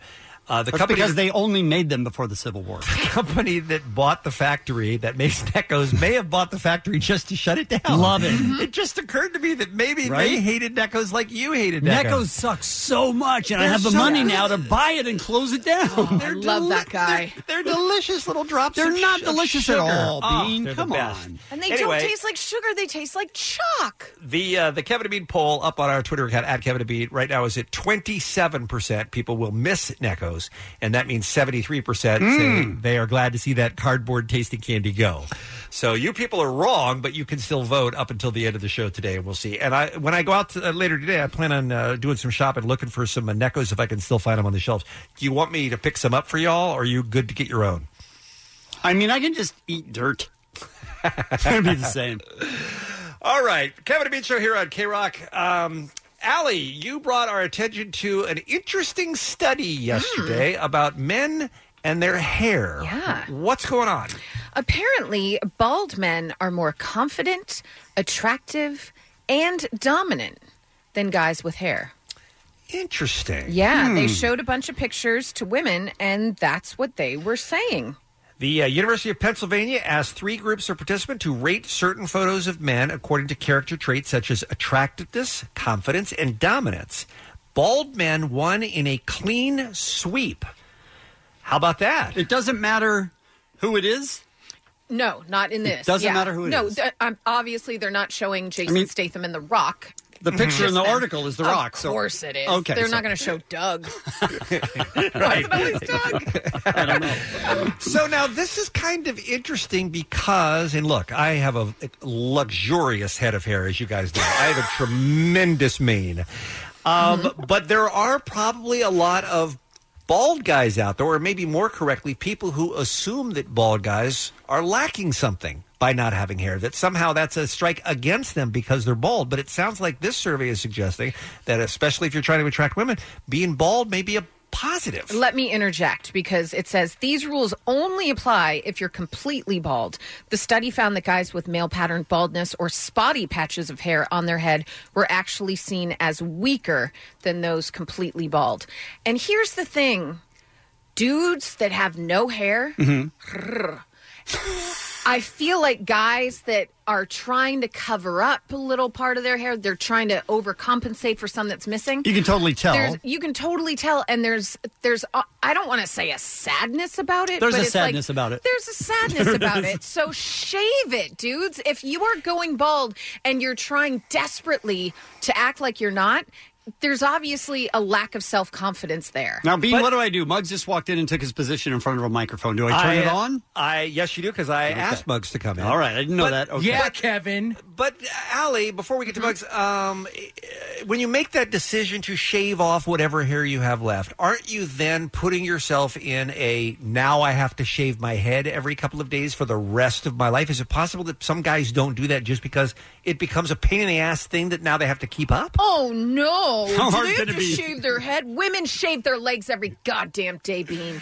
[SPEAKER 11] Uh, the
[SPEAKER 10] That's
[SPEAKER 11] company
[SPEAKER 10] because they only made them before the Civil
[SPEAKER 11] [laughs]
[SPEAKER 10] War.
[SPEAKER 11] company that bought the factory that makes Necco's may have bought the factory just to shut it down.
[SPEAKER 10] Love it. Mm-hmm.
[SPEAKER 11] It just occurred to me that maybe they
[SPEAKER 10] Right?
[SPEAKER 11] hated Necco's like you hated Necco's.
[SPEAKER 10] Necco sucks so much, and I
[SPEAKER 11] They're
[SPEAKER 10] have the
[SPEAKER 11] so
[SPEAKER 10] money
[SPEAKER 11] good.
[SPEAKER 10] now to buy it and close it down.
[SPEAKER 12] I love that guy.
[SPEAKER 11] They're, delicious little drops.
[SPEAKER 10] They're
[SPEAKER 12] of
[SPEAKER 10] not
[SPEAKER 12] sh- of
[SPEAKER 10] delicious at
[SPEAKER 12] sugar.
[SPEAKER 10] all,
[SPEAKER 11] Oh,
[SPEAKER 10] Bean.
[SPEAKER 11] they're the
[SPEAKER 10] Come
[SPEAKER 11] best.
[SPEAKER 10] on.
[SPEAKER 12] And they
[SPEAKER 11] Anyway.
[SPEAKER 12] don't taste like sugar, they taste like chalk.
[SPEAKER 11] The uh, the Kevin and Bean poll up on our Twitter account at Kevin and Bean right now is at twenty seven percent. People will miss Necco's, and that means seventy three percent
[SPEAKER 10] Mm.
[SPEAKER 11] say they are glad to see that cardboard tasting candy go. So you people are wrong, but you can still vote up until the end of the show today, and we'll see. And I when I go out to, uh, later today, I plan on uh, doing some shopping, looking for some uh, Necco's if I can still find them on the shelves. Do you want me to pick some up for y'all, or are you good to get your own?
[SPEAKER 10] I mean, I can just eat dirt. [laughs] it's going to be the same.
[SPEAKER 11] [laughs] All right, Kevin and Bean Show here on K Rock. Um, Allie, you brought our attention to an interesting study
[SPEAKER 12] Hmm.
[SPEAKER 11] yesterday about men and their hair. Yeah. What's going on?
[SPEAKER 12] Apparently, bald men are more confident, attractive, and dominant than guys with hair.
[SPEAKER 11] Interesting.
[SPEAKER 12] Yeah, they
[SPEAKER 11] Hmm.
[SPEAKER 12] showed a bunch of pictures to women, and that's what they were saying.
[SPEAKER 11] The uh, University of Pennsylvania asked three groups of participants to rate certain photos of men according to character traits such as attractiveness, confidence, and dominance. Bald men won in a clean sweep. How about that?
[SPEAKER 10] It doesn't matter who it is.
[SPEAKER 12] No, not in
[SPEAKER 10] It
[SPEAKER 12] this.
[SPEAKER 10] doesn't
[SPEAKER 12] Yeah.
[SPEAKER 10] matter who it
[SPEAKER 12] no,
[SPEAKER 10] is.
[SPEAKER 12] th- um, obviously they're not showing Jason
[SPEAKER 10] mean-
[SPEAKER 12] Statham in The Rock
[SPEAKER 10] The picture in the article is The Rock.
[SPEAKER 12] Of
[SPEAKER 10] so-
[SPEAKER 12] course it is.
[SPEAKER 10] Okay.
[SPEAKER 12] They're
[SPEAKER 10] so-
[SPEAKER 12] not going to
[SPEAKER 10] [laughs]
[SPEAKER 12] show Doug.
[SPEAKER 10] right.
[SPEAKER 11] So now this is kind of interesting because, and look, I have a luxurious head of hair, as you guys know. I have [laughs] a tremendous mane. Um, But there are probably a lot of bald guys out there, or maybe more correctly, people who assume that bald guys are lacking something by not having hair, that somehow that's a strike against them because they're bald. But it sounds like this survey is suggesting that, especially if you're trying to attract women, being bald may be a positive.
[SPEAKER 12] Let me interject because it says these rules only apply if you're completely bald. The study found that guys with male pattern baldness or spotty patches of hair on their head were actually seen as weaker than those completely bald. And here's the thing dudes that have no hair.
[SPEAKER 8] Mm-hmm.
[SPEAKER 12] I feel like guys that are trying to cover up a little part of their hair, they're trying to overcompensate for some that's missing.
[SPEAKER 10] You can totally tell.
[SPEAKER 12] There's- you can totally tell, and there's there's uh, I don't want to say a sadness about it.
[SPEAKER 10] There's
[SPEAKER 12] but
[SPEAKER 10] a
[SPEAKER 12] it's like-
[SPEAKER 10] sadness about it.
[SPEAKER 12] There's a
[SPEAKER 10] [laughs]
[SPEAKER 12] sadness
[SPEAKER 10] There
[SPEAKER 12] about
[SPEAKER 10] is.
[SPEAKER 12] it. So shave it, dudes. If you are going bald and you're trying desperately to act like you're not, there's obviously a lack of self confidence there.
[SPEAKER 10] Now, Bean, what do I do? Muggs just walked in and took his position in front of a microphone. Do I uh, turn it on?
[SPEAKER 11] I yes, you do because I asked Mugs to come in.
[SPEAKER 10] All right, I didn't know
[SPEAKER 11] But-
[SPEAKER 10] that. Okay.
[SPEAKER 11] Kevin. But uh, Allie, before we get to Mugs, um, eh, when you make that decision to shave off whatever hair you have left, aren't you then putting yourself in a now I have to shave my head every couple of days for the rest of my life? Is it possible that some guys don't do that just because it becomes a pain in the ass thing that now they have to keep up?
[SPEAKER 12] Oh no!
[SPEAKER 11] How
[SPEAKER 12] Do
[SPEAKER 11] hard
[SPEAKER 12] they
[SPEAKER 11] could
[SPEAKER 12] have
[SPEAKER 11] it
[SPEAKER 12] to
[SPEAKER 11] be?
[SPEAKER 12] shave their head? Women shave their legs every goddamn day, Bean.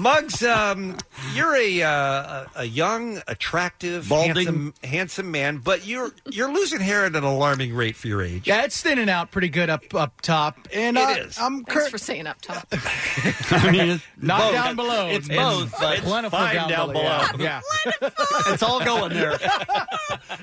[SPEAKER 11] Muggs, um, you're a, uh, a a young, attractive, handsome, handsome man, but you're you're losing hair at an alarming rate for your age.
[SPEAKER 1] Yeah, it's thinning out pretty good up up top, and
[SPEAKER 11] It
[SPEAKER 1] I,
[SPEAKER 11] is.
[SPEAKER 1] I'm
[SPEAKER 12] Thanks for saying up top.
[SPEAKER 10] [laughs] I mean, it's
[SPEAKER 1] [laughs] not
[SPEAKER 10] both.
[SPEAKER 1] down below.
[SPEAKER 10] It's both, but it's
[SPEAKER 1] plentiful
[SPEAKER 10] fine down
[SPEAKER 1] Yeah.
[SPEAKER 10] below.
[SPEAKER 1] yeah.
[SPEAKER 10] [laughs] it's all going there.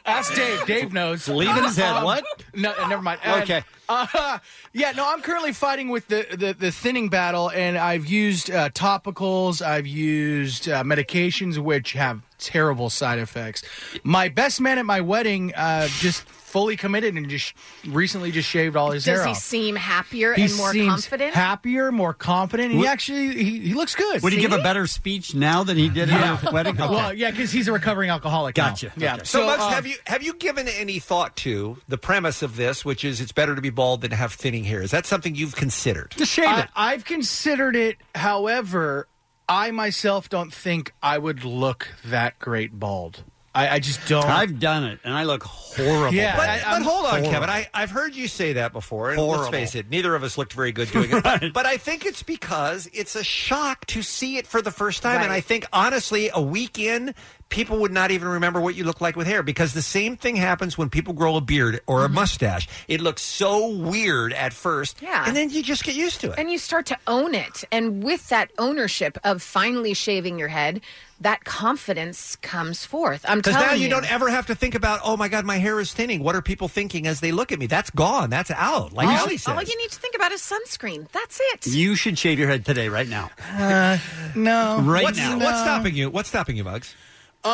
[SPEAKER 1] Ask Dave. Dave knows.
[SPEAKER 10] Leaving his head.
[SPEAKER 1] Um,
[SPEAKER 10] What?
[SPEAKER 1] No, never mind. And,
[SPEAKER 10] Okay.
[SPEAKER 1] [laughs] uh, yeah, no, I'm currently fighting with the, the, the thinning battle, and I've used uh, topicals, I've used uh, medications, which have terrible side effects. My best man at my wedding uh, just fully committed and just recently just shaved all his
[SPEAKER 12] Does
[SPEAKER 1] hair
[SPEAKER 12] he
[SPEAKER 1] off.
[SPEAKER 12] seem happier
[SPEAKER 1] He
[SPEAKER 12] and more
[SPEAKER 1] seems
[SPEAKER 12] confident?
[SPEAKER 1] happier, more confident. and He
[SPEAKER 10] Would-
[SPEAKER 1] actually he, he looks good.
[SPEAKER 10] Would he give a better speech now than he did at
[SPEAKER 1] Yeah.
[SPEAKER 10] your [laughs] wedding? Okay.
[SPEAKER 1] Well, yeah, because he's a recovering alcoholic. now.
[SPEAKER 10] Gotcha.
[SPEAKER 1] Yeah.
[SPEAKER 10] Okay.
[SPEAKER 11] So, Mugs,
[SPEAKER 1] um,
[SPEAKER 11] have you have you given any thought to the premise of this, which is it's better to be bald than to have thinning hair? Is that something you've considered?
[SPEAKER 1] I, I've considered it. However, I myself don't think I would look that great bald. I, I just don't.
[SPEAKER 10] I've done it, and I look horrible.
[SPEAKER 1] Yeah,
[SPEAKER 11] but,
[SPEAKER 1] I-
[SPEAKER 11] but
[SPEAKER 1] I'm
[SPEAKER 11] hold on,
[SPEAKER 1] horrible.
[SPEAKER 11] Kevin. I, I've heard you say that before, and
[SPEAKER 10] Horrible.
[SPEAKER 11] let's face it, neither of us looked very good doing it. But, but I think it's because it's a shock to see it for the first time, and I think honestly, a week in, people would not even remember what you look like with hair because the same thing happens when people grow a beard or a
[SPEAKER 1] Mm-hmm.
[SPEAKER 11] mustache. It looks so weird at first,
[SPEAKER 12] Yeah.
[SPEAKER 11] and then you just get used to it.
[SPEAKER 12] And you start to own it. And with that ownership of finally shaving your head, that confidence comes forth. I'm
[SPEAKER 11] Because
[SPEAKER 12] telling
[SPEAKER 11] now you, don't ever have to think about, oh my God, my hair is thinning. What are people thinking as they look at me? That's gone. That's out. Like
[SPEAKER 12] all,
[SPEAKER 11] Allie said.
[SPEAKER 12] all you need to think about is sunscreen. That's it.
[SPEAKER 10] You should shave your head today, right now.
[SPEAKER 1] Uh, no.
[SPEAKER 10] Right
[SPEAKER 11] what's,
[SPEAKER 10] now.
[SPEAKER 11] What's stopping you? What's stopping you, Muggs?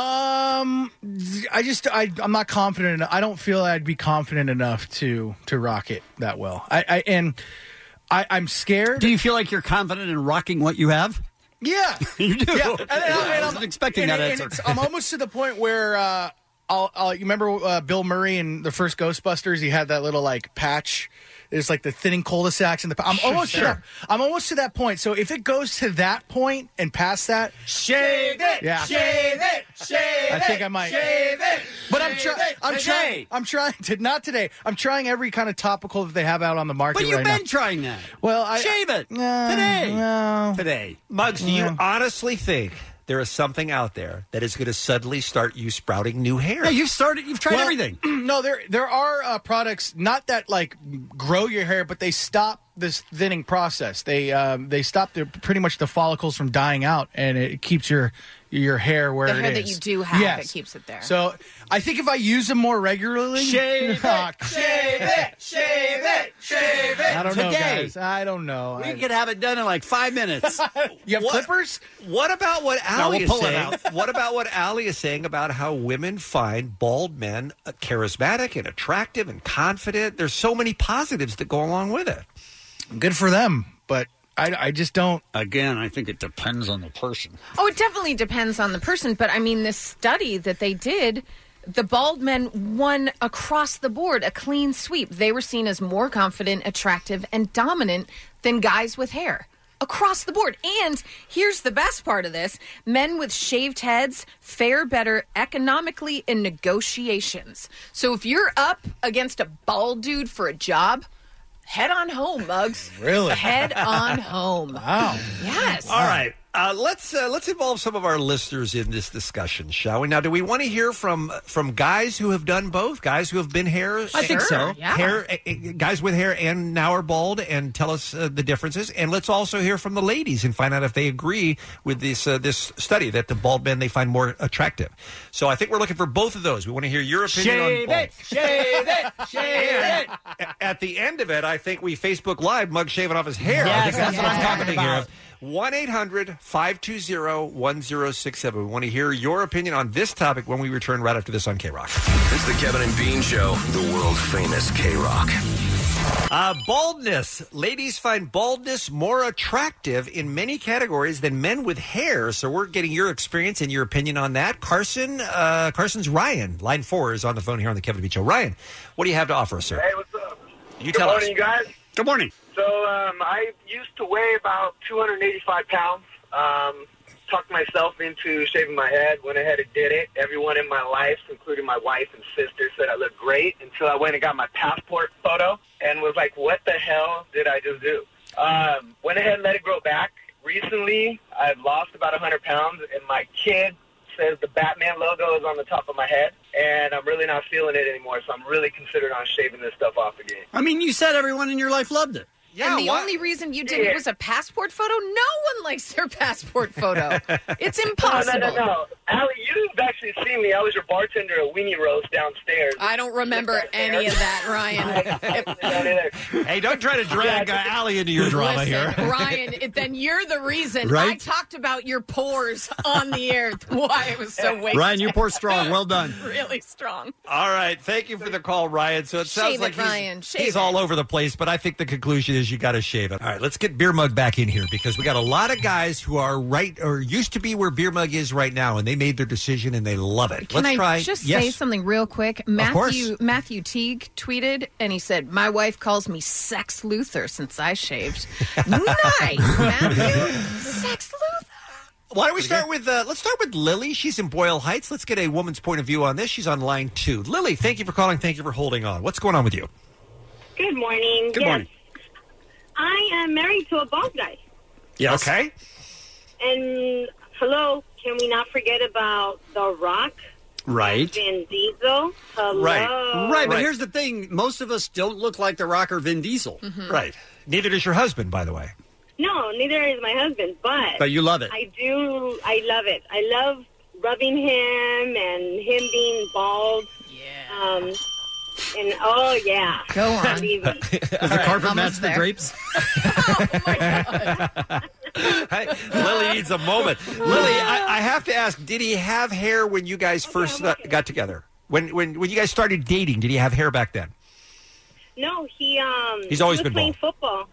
[SPEAKER 1] Um, I just I I'm not confident. Enough. I don't feel I'd be confident enough to to rock it that well. I, I and I I'm scared.
[SPEAKER 10] Do you feel like you're confident in rocking [laughs] what you
[SPEAKER 11] [laughs]
[SPEAKER 10] have?
[SPEAKER 1] Yeah,
[SPEAKER 10] you do.
[SPEAKER 1] Yeah, and, and,
[SPEAKER 10] I
[SPEAKER 1] and
[SPEAKER 10] wasn't
[SPEAKER 1] I'm
[SPEAKER 10] expecting
[SPEAKER 1] and-
[SPEAKER 10] that
[SPEAKER 1] and
[SPEAKER 10] answer.
[SPEAKER 1] it's-
[SPEAKER 2] [laughs]
[SPEAKER 1] I'm almost to the point where uh, I'll, I'll. You remember uh, Bill Murray in the first Ghostbusters? He had that little like patch. It's like the thinning cul-de-sacs and the. I'm
[SPEAKER 2] Sure,
[SPEAKER 1] almost
[SPEAKER 2] sure.
[SPEAKER 1] to that, I'm almost to that point. So if it goes to that point and past that,
[SPEAKER 2] Shave it.
[SPEAKER 1] Yeah.
[SPEAKER 2] Shave it. Shave
[SPEAKER 1] I think
[SPEAKER 2] it,
[SPEAKER 1] I might.
[SPEAKER 2] Shave it.
[SPEAKER 1] But I'm
[SPEAKER 2] shave
[SPEAKER 1] trying.
[SPEAKER 2] it
[SPEAKER 1] I'm
[SPEAKER 2] today.
[SPEAKER 1] trying. I'm trying to not today. I'm trying every kind of topical that they have out on the market.
[SPEAKER 10] But you've
[SPEAKER 1] right
[SPEAKER 10] been
[SPEAKER 1] now.
[SPEAKER 10] trying that.
[SPEAKER 1] Well, I uh,
[SPEAKER 10] Shave it today. Today,
[SPEAKER 11] Muggs, do you honestly think there is something out there that is going to suddenly start you sprouting new hair?
[SPEAKER 10] Yeah, you've started. You've tried
[SPEAKER 1] Well,
[SPEAKER 10] everything.
[SPEAKER 1] [clears throat] No, there there are uh, products not that like grow your hair, but they stop this thinning process. They um, they stop the, pretty much the follicles from dying out, and it keeps your your hair where
[SPEAKER 12] the
[SPEAKER 1] it is.
[SPEAKER 12] hair that you do have
[SPEAKER 1] Yes.
[SPEAKER 12] that keeps it there.
[SPEAKER 1] So I think if I use them more regularly, [laughs] shave it,
[SPEAKER 29] Shave it, shave it, shave it.
[SPEAKER 1] I don't know,
[SPEAKER 29] Today.
[SPEAKER 1] guys. I don't know.
[SPEAKER 29] We
[SPEAKER 1] I-
[SPEAKER 29] could have
[SPEAKER 10] it done in like five minutes.
[SPEAKER 1] [laughs] you have clippers?
[SPEAKER 11] What about what
[SPEAKER 10] No,
[SPEAKER 11] Ali
[SPEAKER 10] we'll
[SPEAKER 11] is
[SPEAKER 10] pull it
[SPEAKER 11] saying? [laughs] what about what Ali is saying about how women find bald men uh, charismatic and attractive and confident? There's so many positives that go along with it.
[SPEAKER 1] Good for them, but I, I just don't.
[SPEAKER 10] Again, I think it depends on the person.
[SPEAKER 12] Oh, it definitely depends on the person, but I mean, this study that they did, the bald men won across the board a clean sweep. They were seen as more confident, attractive, and dominant than guys with hair. Across the board. And here's the best part of this men with shaved heads fare better economically in negotiations. So if you're up against a bald dude for a job, head on home, Mugs.
[SPEAKER 11] Really?
[SPEAKER 12] Head on home.
[SPEAKER 11] Wow.
[SPEAKER 12] Yes.
[SPEAKER 11] All right. Uh, let's uh, let's involve some of our listeners in this discussion, shall we? Now, do we want to hear from from guys who have done both, guys who have been hair,
[SPEAKER 12] I think so. yeah.
[SPEAKER 11] hair eh, eh, guys with hair and now are bald, and tell us uh, the differences. And let's also hear from the ladies and find out if they agree with this uh, this study that the bald men they find more attractive. So, I think we're looking for both of those. We want to hear your opinion on
[SPEAKER 29] Shave
[SPEAKER 11] bald.
[SPEAKER 29] it,
[SPEAKER 11] [laughs]
[SPEAKER 29] shave it, shave it.
[SPEAKER 11] At the end of it, I think we Facebook Live mug shaving off his hair. I
[SPEAKER 29] Yes,
[SPEAKER 11] think
[SPEAKER 29] that's
[SPEAKER 11] that's what
[SPEAKER 29] what
[SPEAKER 11] I'm
[SPEAKER 29] I'm
[SPEAKER 11] talking
[SPEAKER 29] talking
[SPEAKER 11] here of. 1 800 520 1067. We want to hear your opinion on this topic when we return right after this on K Rock.
[SPEAKER 13] It's the Kevin and Bean Show, the world famous K Rock.
[SPEAKER 11] Uh, baldness. Ladies find baldness more attractive in many categories than men with hair. So we're getting your experience and your opinion on that. Carson, uh, Carson's Ryan, line four, is on the phone here on the Kevin Beach Show. Ryan, what do you have to offer us, sir?
[SPEAKER 8] Hey, what's up?
[SPEAKER 11] You
[SPEAKER 8] Good
[SPEAKER 11] tell
[SPEAKER 8] morning,
[SPEAKER 11] us.
[SPEAKER 8] you guys.
[SPEAKER 10] Good morning.
[SPEAKER 8] So um, I used to weigh about 285 pounds. Um, tucked myself into shaving my head. Went ahead and did it. Everyone in my life, including my wife and sister, said I looked great until I went and got my passport photo and was like, "What the hell did I just do?" Um, went ahead and let it grow back. Recently, I've lost about 100 pounds, and my kid says the Batman logo is on the top of my head, and I'm really not feeling it anymore. So I'm really considering on shaving this stuff off again.
[SPEAKER 10] I mean, you said everyone in your life loved it.
[SPEAKER 12] and the only reason you did it
[SPEAKER 8] Yeah.
[SPEAKER 12] was a passport photo. No one likes their [laughs] passport
[SPEAKER 10] [laughs]
[SPEAKER 12] photo. it's impossible.
[SPEAKER 8] No, no, no, no. Allie, you've actually seen me. I was your bartender at Weenie Roast downstairs.
[SPEAKER 12] I don't remember any of that,
[SPEAKER 10] [laughs]
[SPEAKER 12] Ryan.
[SPEAKER 8] [laughs]
[SPEAKER 11] hey, don't try to drag uh, Allie into your drama here.
[SPEAKER 12] Ryan, it, then you're the reason I
[SPEAKER 10] Right?
[SPEAKER 12] talked about your pores on the air. [laughs] Why it was so wasted.
[SPEAKER 10] Ryan, your pore's
[SPEAKER 12] [laughs]
[SPEAKER 10] strong. Well done.
[SPEAKER 12] really strong.
[SPEAKER 11] All right, thank you for the call, Ryan. So it sounds
[SPEAKER 12] Shave it,
[SPEAKER 11] like he's,
[SPEAKER 12] Ryan, shave
[SPEAKER 11] he's
[SPEAKER 12] it.
[SPEAKER 11] all over the place, but I think the conclusion is you got to shave it. All right, let's get Beer Mug back in here because we got a lot of guys who are right or used to be where Beer Mug is right now, and they made their decision and they love it.
[SPEAKER 12] Can
[SPEAKER 11] let's
[SPEAKER 12] I
[SPEAKER 11] try.
[SPEAKER 12] just
[SPEAKER 11] yes.
[SPEAKER 12] say something real quick?
[SPEAKER 11] course.
[SPEAKER 12] Matthew Matthew Teague tweeted and he said, "My wife calls me Sex Luther since
[SPEAKER 10] [laughs]
[SPEAKER 12] I shaved." nice,
[SPEAKER 11] [laughs]
[SPEAKER 12] Matthew. Sex Luther.
[SPEAKER 11] Why don't we start with uh, let's start with Lily? She's in Boyle Heights. Let's get a woman's point of view on this. She's on line two. Lily, thank you for calling. Thank you for holding on. What's going on with you?
[SPEAKER 30] Good morning.
[SPEAKER 11] Good
[SPEAKER 30] yes,
[SPEAKER 11] morning.
[SPEAKER 30] I am married to a bald guy.
[SPEAKER 11] Yes. Okay.
[SPEAKER 30] And hello, can we not forget about The Rock,
[SPEAKER 10] Right.
[SPEAKER 30] Vin Diesel? Hello.
[SPEAKER 10] Right. Right. But here's the thing most of us don't look like the rocker Vin Diesel.
[SPEAKER 30] Mhm.
[SPEAKER 11] Right. Neither does your husband, by the way.
[SPEAKER 30] No, neither is my husband, but
[SPEAKER 11] But you love it.
[SPEAKER 30] I do. I love it. I love rubbing him and him being bald. Yeah. Um, and oh yeah.
[SPEAKER 12] Go
[SPEAKER 11] [laughs]
[SPEAKER 12] on.
[SPEAKER 30] Believe
[SPEAKER 12] [laughs]
[SPEAKER 30] it.
[SPEAKER 10] Does the carpet match the drapes?
[SPEAKER 12] Oh,
[SPEAKER 11] Hey, Lily needs a moment. Lily, I, I have to ask: Did he have hair when you guys first uh, got together? When when when you guys started dating, did he have hair back then?
[SPEAKER 30] No, he um.
[SPEAKER 11] He's always
[SPEAKER 30] he was
[SPEAKER 11] been
[SPEAKER 30] playing football.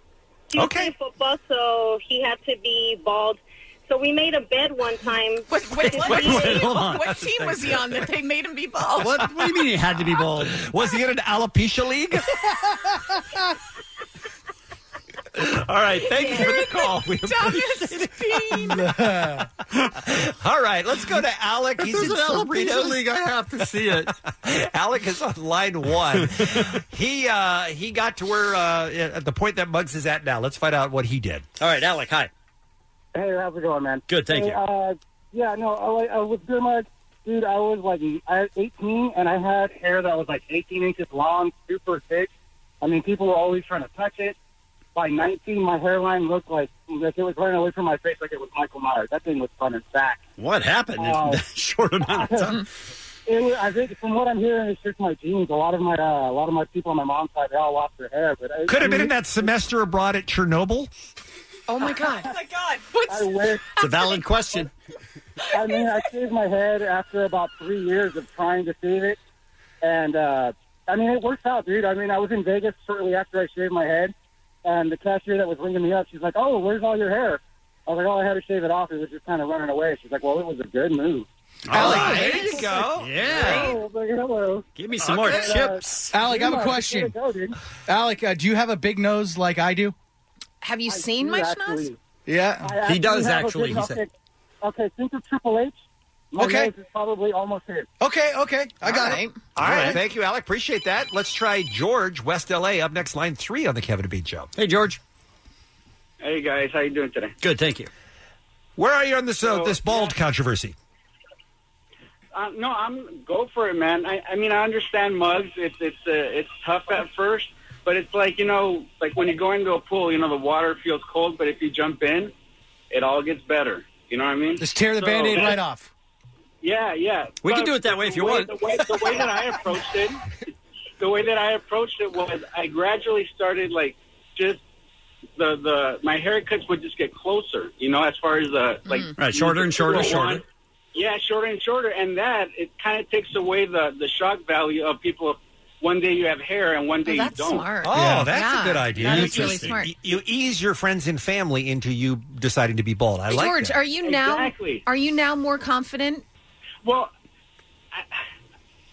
[SPEAKER 30] He was playing football, so he had to be bald. So we made a bed one time.
[SPEAKER 12] What, what,
[SPEAKER 10] Wait, wait, hold on.
[SPEAKER 12] What team was he on that they made him be bald?
[SPEAKER 10] What,
[SPEAKER 12] [laughs]
[SPEAKER 10] what do you mean he had to be bald?
[SPEAKER 11] [laughs] Was he in an alopecia league?
[SPEAKER 12] Oh
[SPEAKER 11] All right, thank you for the call. We appreciate [laughs] it. All right, let's go [laughs] to Alec.
[SPEAKER 10] If
[SPEAKER 11] He's
[SPEAKER 10] there's
[SPEAKER 11] in
[SPEAKER 10] an alopecia
[SPEAKER 11] Cerritos.
[SPEAKER 10] league, I have to see it.
[SPEAKER 11] [laughs] Alec is on
[SPEAKER 10] [laughs]
[SPEAKER 11] line one. he uh, he got to where uh, at the point that Muggs is at now. Let's find out what he did.
[SPEAKER 10] All right, Alec. Hi.
[SPEAKER 18] Hey, how's it going, man?
[SPEAKER 10] Good, thank
[SPEAKER 18] Hey,
[SPEAKER 10] you.
[SPEAKER 18] Uh, yeah, no, I, like- I was good, Mike. Dude, I was like I was 18, and I had hair that was like 18 inches long, super thick. I mean, people were always trying to touch it. By 19, my hairline looked like like it was running away from my face, like it was Michael Myers. That thing was front and back.
[SPEAKER 10] What happened in
[SPEAKER 11] [laughs]
[SPEAKER 18] Oh.
[SPEAKER 10] that short amount
[SPEAKER 18] [laughs]
[SPEAKER 10] of time?
[SPEAKER 18] It was, I think from what I'm hearing, it's just my genes. A lot of my uh, a lot of my people on my mom's side, they all lost their hair. But I-
[SPEAKER 11] Could have
[SPEAKER 18] I
[SPEAKER 11] been in
[SPEAKER 18] mean,
[SPEAKER 11] that semester abroad at Chernobyl.
[SPEAKER 18] Oh [laughs] my god! oh my god! What's I wish.
[SPEAKER 11] It's a valid question.
[SPEAKER 18] I mean, I shaved my head after about three years of trying to save it, and uh, I mean, it worked out, dude. I mean, I was in Vegas shortly after I shaved my head, and the cashier that was ringing me up, she's like, "Oh, where's all your hair?" I was like, "Oh, I had to shave it off. It was just kind of running away." She's like, "Well, it was a good move."
[SPEAKER 12] Oh,
[SPEAKER 8] Oh,
[SPEAKER 10] there you go. Yeah. Give me some more chips.
[SPEAKER 1] Alec, I have a question. Alec, uh, do you have a big nose like I do?
[SPEAKER 12] Have you seen
[SPEAKER 18] do
[SPEAKER 12] my
[SPEAKER 18] actually.
[SPEAKER 12] schnoz?
[SPEAKER 1] Yeah,
[SPEAKER 18] I have a good- okay, okay, think of Triple H. My
[SPEAKER 11] Okay.
[SPEAKER 18] nose is probably almost here.
[SPEAKER 1] Okay, okay, I got it.
[SPEAKER 11] All right. Thank you, Alec. Appreciate that. Let's try George, West LA, up next, line three on the Kevin and Bean Show. Hey, George.
[SPEAKER 8] Hey guys, how you doing today?
[SPEAKER 11] Good, thank you. Where are you on this uh, this bald controversy?
[SPEAKER 8] Uh, no, I'm go for it, man. I, I mean, I understand mugs. It's it's uh, it's tough at first, but it's like you know, like when you go into a pool, you know, the water feels cold, but if you jump in, it all gets better. You know what I mean?
[SPEAKER 1] Just tear the
[SPEAKER 8] So [laughs]
[SPEAKER 1] band aid
[SPEAKER 8] that's-
[SPEAKER 1] right off.
[SPEAKER 8] Yeah, yeah.
[SPEAKER 1] We can
[SPEAKER 8] But
[SPEAKER 1] do it that way if
[SPEAKER 8] the
[SPEAKER 1] you want.
[SPEAKER 8] The way, the way that I approached it, the way that I approached it was I gradually started like just the the my haircuts would just get closer. You know, as far as the like
[SPEAKER 1] Mm.
[SPEAKER 10] Right, shorter and shorter,
[SPEAKER 8] people
[SPEAKER 10] shorter.
[SPEAKER 8] want- Yeah, shorter and shorter, and that it kind of takes away the the shock value of people. One day you have hair, and one day you don't.
[SPEAKER 11] Oh, that's a good idea.
[SPEAKER 12] That's really smart.
[SPEAKER 11] You, you ease your friends and family into you deciding to be bald. I like
[SPEAKER 12] George,
[SPEAKER 11] that.
[SPEAKER 12] are you now are you now more confident? [laughs]
[SPEAKER 8] Well,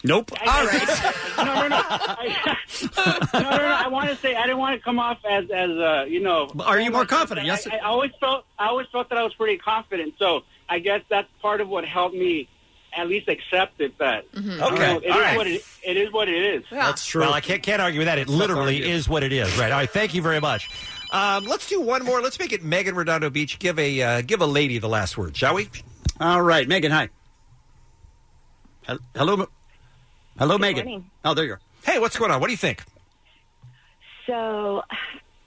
[SPEAKER 11] Nope.
[SPEAKER 8] All right. no, no, no. I, Uh, no, no, no. I want to say I didn't want to come off as as uh, you know.
[SPEAKER 10] Are you more confident? Yes.
[SPEAKER 8] I, I always felt I always felt that I was pretty confident. So I guess that's part of what helped me at least accept it. That you know,
[SPEAKER 11] Okay.
[SPEAKER 8] it is
[SPEAKER 11] All right.
[SPEAKER 8] what it, it is. What it is.
[SPEAKER 11] That's true. [laughs] Well, I can't, can't argue with that. It literally is what it is. Right. All right. Thank you very much. Um, let's do one more. Let's make it Megan Redondo Beach. Give a uh, give a lady the last word, shall we?
[SPEAKER 10] All right, Megan. Hi. Hel- Hello, M- hello,
[SPEAKER 31] Good
[SPEAKER 10] Megan.
[SPEAKER 31] morning.
[SPEAKER 10] Oh, there you are.
[SPEAKER 11] Hey, what's going on? What do you think?
[SPEAKER 31] So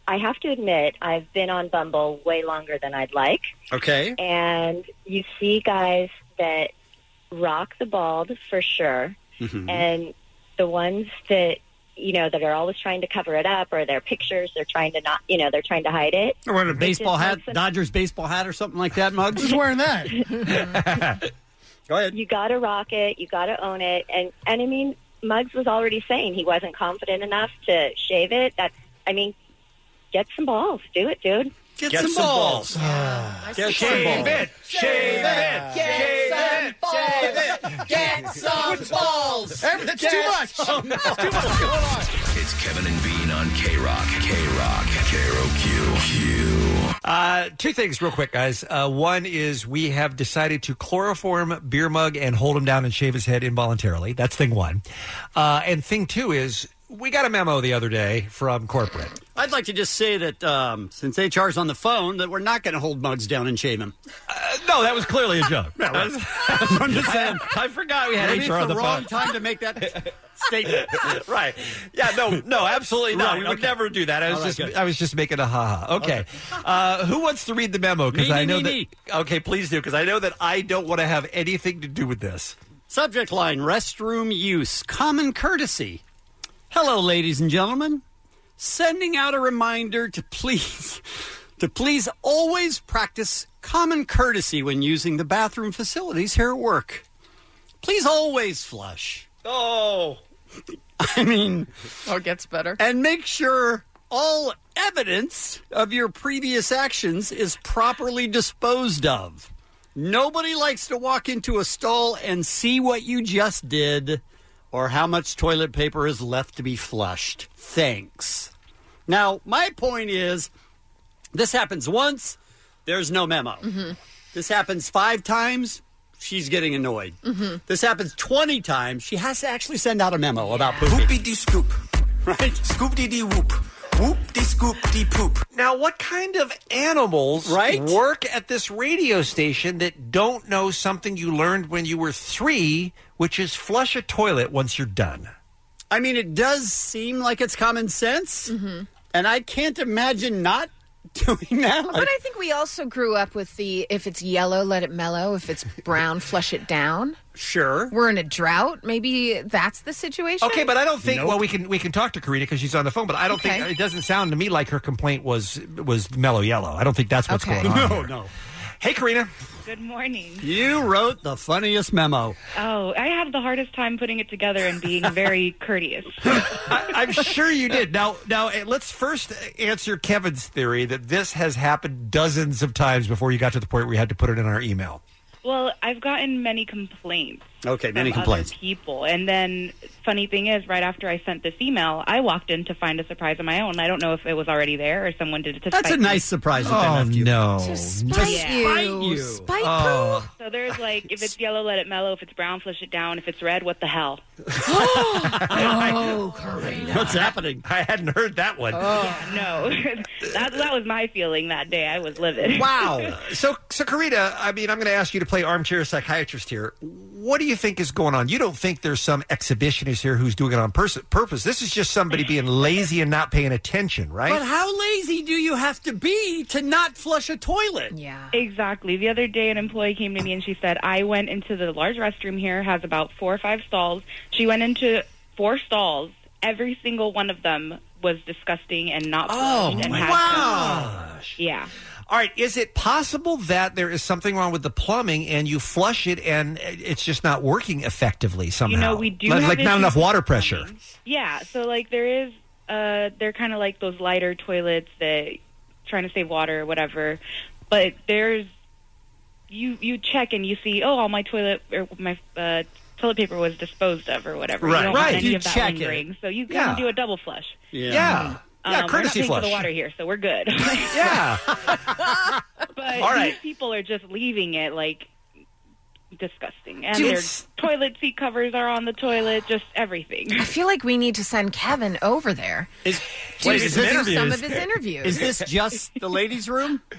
[SPEAKER 31] I have to admit, I've been on Bumble way longer than I'd like.
[SPEAKER 10] Okay.
[SPEAKER 31] And you see guys that rock the bald for sure.
[SPEAKER 8] Mm-hmm.
[SPEAKER 31] And the ones that, you know, that are always trying to cover it up or their pictures, they're trying to not, you know, they're trying to hide it.
[SPEAKER 10] Or wearing a
[SPEAKER 31] It
[SPEAKER 10] baseball
[SPEAKER 31] just
[SPEAKER 10] hat,
[SPEAKER 31] makes them-
[SPEAKER 10] Dodgers baseball hat, or something like that. Muggs.
[SPEAKER 31] Who's wearing that?
[SPEAKER 10] [laughs] Go ahead.
[SPEAKER 31] You got to rock it. You got to own it. And and I mean, Muggs was already saying he wasn't confident enough to shave it. That's I mean, get some balls. Do it, dude.
[SPEAKER 11] Get, some, balls.
[SPEAKER 10] Get
[SPEAKER 11] some balls.
[SPEAKER 30] Shave it! Get some balls! Get some balls!
[SPEAKER 1] That's too much. That's too much going on.
[SPEAKER 13] [laughs] It's Kevin and Bean on K Rock. K Rock. K R O Q.
[SPEAKER 11] Uh, two things, real quick, guys. Uh, one is we have decided to chloroform beer mug and hold him down and shave his head involuntarily. That's thing one. Uh, and thing two is we got a memo the other day from corporate.
[SPEAKER 10] I'd like to just say that um, since HR's on the phone, that we're not going to hold Muggs down and shave him.
[SPEAKER 11] Uh, no, that was clearly a
[SPEAKER 10] [laughs]
[SPEAKER 11] joke.
[SPEAKER 10] I'm just [laughs] saying. I forgot
[SPEAKER 11] we had
[SPEAKER 10] Maybe
[SPEAKER 11] HR
[SPEAKER 10] it's
[SPEAKER 11] on
[SPEAKER 10] the,
[SPEAKER 11] the
[SPEAKER 10] wrong
[SPEAKER 11] phone.
[SPEAKER 10] time to make [laughs] that statement.
[SPEAKER 11] right. Yeah. No. No. Absolutely not.
[SPEAKER 10] Right,
[SPEAKER 11] we would
[SPEAKER 10] okay.
[SPEAKER 11] never do that. I was
[SPEAKER 10] All right,
[SPEAKER 11] just.
[SPEAKER 10] good.
[SPEAKER 11] I was just making a haha. Okay. Uh, who wants to read the memo? Because
[SPEAKER 10] Me,
[SPEAKER 11] I
[SPEAKER 10] me,
[SPEAKER 11] know
[SPEAKER 10] me,
[SPEAKER 11] that.
[SPEAKER 10] me.
[SPEAKER 11] Okay, please do. Because I know that I don't want to have anything to do with this.
[SPEAKER 10] Subject line restroom use, common courtesy. Hello, ladies and gentlemen. Sending out a reminder to please [laughs] to please always practice common courtesy when using the bathroom facilities here at work. Please always flush.
[SPEAKER 11] Oh.
[SPEAKER 10] [laughs] I mean
[SPEAKER 32] Or gets better.
[SPEAKER 10] and make sure all evidence of your previous actions is properly disposed of. Nobody likes to walk into a stall and see what you just did or how much toilet paper is left to be flushed. Thanks. Now, my point is this happens once, there's no memo.
[SPEAKER 32] Mm-hmm.
[SPEAKER 10] This happens five times, she's getting annoyed.
[SPEAKER 30] Mhm.
[SPEAKER 10] This happens 20 times, she has to actually send out a memo about pooping. Poopy scoop. Right? Scoop dee dee whoop. Whoop dee scoop dee poop.
[SPEAKER 11] Now, what kind of animals
[SPEAKER 10] Right?
[SPEAKER 11] work at this radio station that don't know something you learned when you were three, which is flush a toilet once you're done?
[SPEAKER 10] I Mm-hmm. mean, it does seem like it's common sense, and I can't imagine not [laughs]
[SPEAKER 33] doing that.
[SPEAKER 12] But I think we also grew up with the if it's yellow, let it mellow. If it's brown, flush it down.
[SPEAKER 33] Sure.
[SPEAKER 12] We're in a drought. Maybe that's the situation.
[SPEAKER 11] Okay, but I don't think. Well, we can we can talk to Karina because she's on the phone. But I don't think
[SPEAKER 12] Okay.
[SPEAKER 11] it doesn't sound to me like her complaint was was mellow yellow. I don't think that's what's
[SPEAKER 10] Okay.
[SPEAKER 11] going
[SPEAKER 10] [laughs] [laughs]
[SPEAKER 11] on.
[SPEAKER 10] No,
[SPEAKER 11] here. Hey, Karina.
[SPEAKER 26] Good morning.
[SPEAKER 10] You wrote the funniest memo.
[SPEAKER 26] Oh, I have the hardest time putting it together and being
[SPEAKER 12] [laughs]
[SPEAKER 26] very courteous.
[SPEAKER 11] I, I'm sure you did. Now, now eh, let's first answer Kevin's theory that this has happened dozens of times before you got to the point where you had to put it in our email.
[SPEAKER 26] Well, I've gotten many complaints.
[SPEAKER 11] Okay, many
[SPEAKER 26] from
[SPEAKER 11] complaints.
[SPEAKER 26] Other people, and then funny thing is, right after I sent this email, I walked in to find a surprise of my own. I don't know if it was already there or someone did it to.
[SPEAKER 10] That's a
[SPEAKER 26] spite
[SPEAKER 10] nice
[SPEAKER 26] me.
[SPEAKER 10] surprise.
[SPEAKER 11] Oh,
[SPEAKER 10] that they left you.
[SPEAKER 11] no.
[SPEAKER 26] To
[SPEAKER 10] To spite you.
[SPEAKER 11] Oh.
[SPEAKER 26] So there's like, if it's yellow, let it mellow. If it's brown, flush it down. If it's red, what the
[SPEAKER 12] [gasps]
[SPEAKER 26] hell? [laughs]
[SPEAKER 10] [laughs]
[SPEAKER 11] oh, Karina. What's happening? I hadn't heard that one.
[SPEAKER 10] Oh.
[SPEAKER 26] Yeah, no, [laughs] that that was my feeling that day. I was livid. [laughs]
[SPEAKER 11] Wow. So, so Karina, I mean, I'm going to ask you to play armchair psychiatrist here. What do you think is going on? You don't think there's some exhibitionist here who's doing it on pers- purpose? This is just somebody being lazy and not paying attention, right?
[SPEAKER 10] But how lazy do you have to be to not flush a toilet?
[SPEAKER 12] Yeah.
[SPEAKER 26] Exactly. The other day, an employee came to me and she said, I went into the large restroom here, has about four or five stalls. She went into four stalls. Every single one of them was disgusting and not
[SPEAKER 11] Oh,
[SPEAKER 26] flushed and
[SPEAKER 11] my
[SPEAKER 26] had
[SPEAKER 11] gosh.
[SPEAKER 26] Yeah.
[SPEAKER 11] All right. Is it possible that there is something wrong with the plumbing and you flush it and it's just not working effectively somehow?
[SPEAKER 26] know, we do
[SPEAKER 11] like,
[SPEAKER 26] have
[SPEAKER 11] like not
[SPEAKER 26] issues
[SPEAKER 11] enough
[SPEAKER 26] with
[SPEAKER 11] water pressure.
[SPEAKER 26] Yeah. So, like, there is, uh, they're kind of like those lighter toilets that trying to save water or whatever. But there's, you, you check and you see, oh, all my toilet, or my, uh, toilet paper was disposed of or whatever.
[SPEAKER 11] Right.
[SPEAKER 26] You don't
[SPEAKER 11] Right.
[SPEAKER 26] want any
[SPEAKER 11] You
[SPEAKER 26] of that
[SPEAKER 11] check it.
[SPEAKER 26] lingering. So you can
[SPEAKER 11] Yeah.
[SPEAKER 26] do a double flush.
[SPEAKER 11] Yeah. Yeah.
[SPEAKER 26] Um,
[SPEAKER 11] Yeah,
[SPEAKER 26] we're not
[SPEAKER 11] courtesy
[SPEAKER 26] paying for the
[SPEAKER 11] flush.
[SPEAKER 26] water here, so we're good.
[SPEAKER 11] [laughs] yeah.
[SPEAKER 26] [laughs] But
[SPEAKER 11] All right.
[SPEAKER 26] these people are just leaving it like disgusting, and
[SPEAKER 12] Dude,
[SPEAKER 26] their
[SPEAKER 12] it's-
[SPEAKER 26] toilet seat covers are on the toilet, just everything.
[SPEAKER 12] I feel like we need to send Kevin over there.
[SPEAKER 10] Is,
[SPEAKER 12] To Wait, is do this- some interviews? of his interviews.
[SPEAKER 10] Is this just the ladies' room?
[SPEAKER 26] [laughs]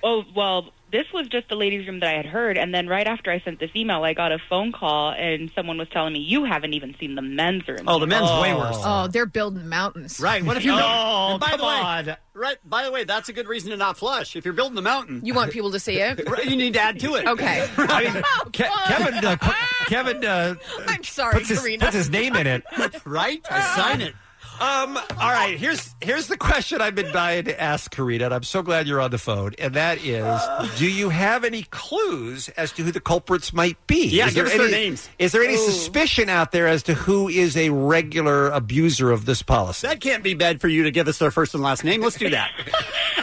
[SPEAKER 26] Oh well, this was just the ladies' room that I had heard, and then right after I sent this email, I got a phone call, and someone was telling me you haven't even seen the men's room.
[SPEAKER 10] Oh, the men's way worse.
[SPEAKER 12] Oh, they're building mountains.
[SPEAKER 10] Right.
[SPEAKER 12] [laughs]
[SPEAKER 10] What if you?
[SPEAKER 12] Oh,
[SPEAKER 10] and by
[SPEAKER 12] come
[SPEAKER 10] the way,
[SPEAKER 12] on.
[SPEAKER 10] Right. By the way, that's a good reason to not flush. If you're building a mountain,
[SPEAKER 12] You want people to see
[SPEAKER 10] [laughs]
[SPEAKER 12] it?
[SPEAKER 10] Right, you need to add to it. [laughs]
[SPEAKER 12] Okay.
[SPEAKER 10] I mean,
[SPEAKER 26] Oh,
[SPEAKER 12] Ke-
[SPEAKER 11] Kevin, uh, Ke-
[SPEAKER 26] [laughs]
[SPEAKER 11] Kevin uh,
[SPEAKER 12] I'm sorry,
[SPEAKER 11] puts his,
[SPEAKER 12] Karina.
[SPEAKER 11] puts his name in [laughs] it.
[SPEAKER 10] right? I sign it.
[SPEAKER 11] Um, all right, here's here's the question I've been dying to ask Karina, and I'm so glad you're on the phone. And that is, do you have any clues as to who the culprits might be?
[SPEAKER 10] Yeah,
[SPEAKER 11] Is there
[SPEAKER 10] give us their
[SPEAKER 11] any-
[SPEAKER 10] names. Oh.
[SPEAKER 11] Is there any
[SPEAKER 10] Ooh.
[SPEAKER 26] Oh.
[SPEAKER 11] suspicion out there as to who is a regular abuser of this policy?
[SPEAKER 10] That can't be bad for you to give us their first and last name. Let's do that.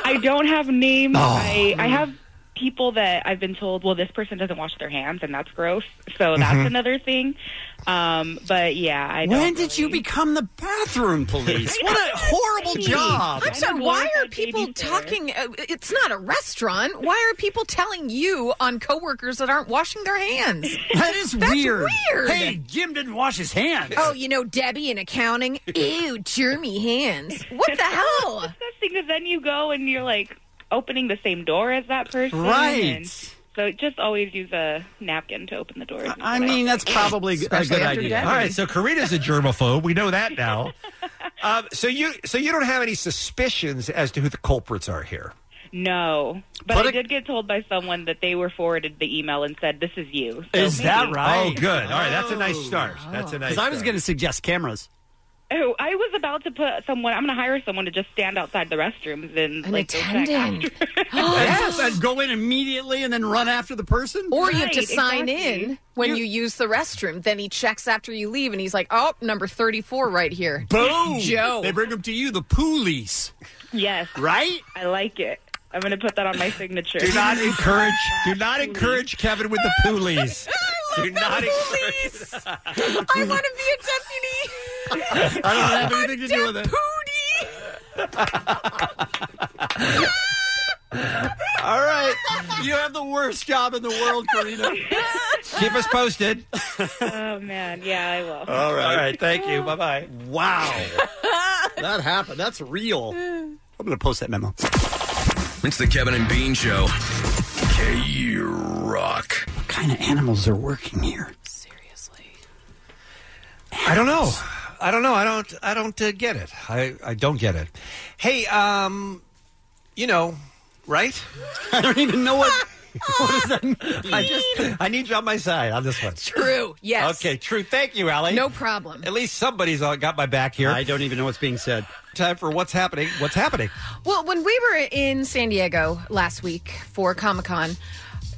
[SPEAKER 26] I don't have names.
[SPEAKER 10] Oh.
[SPEAKER 26] I, I have people that I've been told, well, this person doesn't wash their hands, and that's gross. So that's
[SPEAKER 10] Mhm.
[SPEAKER 26] another thing. Um, but yeah, I don't.
[SPEAKER 10] when did you [laughs] become the bathroom police? What a horrible job!
[SPEAKER 12] I'm sorry. Why are people talking? uh, It's not a restaurant. Why are people telling you on coworkers that aren't washing their hands?
[SPEAKER 10] [laughs] That is
[SPEAKER 12] That's
[SPEAKER 10] weird.
[SPEAKER 12] weird.
[SPEAKER 10] Hey, Jim didn't wash his hands.
[SPEAKER 12] Oh, you know Debbie in accounting. Ew, germy hands.
[SPEAKER 26] [laughs]
[SPEAKER 12] What the hell?
[SPEAKER 26] disgusting because then you go and you're like opening the same door as that person.
[SPEAKER 10] Right.
[SPEAKER 26] and so just always use a napkin to open the door.
[SPEAKER 10] I mean, that's probably a good idea.
[SPEAKER 11] All right, so Karina's a germaphobe. We know that [laughs] now. Um, so you so you don't have any suspicions as to who the culprits are here.
[SPEAKER 26] No, but I did get told by someone that they were forwarded the email and said, "This is you." So
[SPEAKER 10] Is that
[SPEAKER 26] maybe-
[SPEAKER 10] right?
[SPEAKER 11] Oh, good. All right, that's a nice start. That's a nice.
[SPEAKER 10] Because I was
[SPEAKER 11] start.
[SPEAKER 10] going to suggest [gasps] cameras.
[SPEAKER 26] Oh, I was about to put someone. I'm going to hire someone to just stand outside the restrooms and like go check after.
[SPEAKER 10] yes, I'd go in immediately and then run after the person.
[SPEAKER 12] Or you have to sign in when you, use the restroom. Then he checks after you leave, and he's like, "Oh, number thirty-four, right here."
[SPEAKER 10] Boom!
[SPEAKER 12] Joe.
[SPEAKER 10] They bring them to you, the police.
[SPEAKER 26] Yes.
[SPEAKER 10] Right?
[SPEAKER 26] I like it. I'm going to put that on my signature.
[SPEAKER 11] Do
[SPEAKER 10] [laughs]
[SPEAKER 11] not encourage. Do not encourage Kevin with the [laughs] poolies. Do not
[SPEAKER 10] [laughs]
[SPEAKER 12] police. I want to be a deputy.
[SPEAKER 10] I don't have anything to do with it. [laughs] All right. You have the worst job in the world, Karina.
[SPEAKER 11] Keep us posted.
[SPEAKER 26] [laughs] oh man, yeah, I will.
[SPEAKER 11] All right. All right. Thank
[SPEAKER 26] [laughs]
[SPEAKER 11] you. Bye bye.
[SPEAKER 10] Wow. that happened. That's real. I'm going to post that memo.
[SPEAKER 13] It's the Kevin and Bean Show. K Rock.
[SPEAKER 10] What kind of animals are working here?
[SPEAKER 11] I don't know. I don't know. I don't. I don't uh, get it. I, I don't get it. Hey, um,
[SPEAKER 30] you know, right?
[SPEAKER 11] [laughs] I don't even know what. [laughs] what does that mean? I just I need you on my side on this one.
[SPEAKER 12] True. Yes.
[SPEAKER 11] Okay, true. Thank you, Allie.
[SPEAKER 12] No problem.
[SPEAKER 11] At least somebody's uh, got my back here. I don't even know what's being said. Time for what's happening. What's happening?
[SPEAKER 12] Well, when we were in San Diego last week for Comic Con,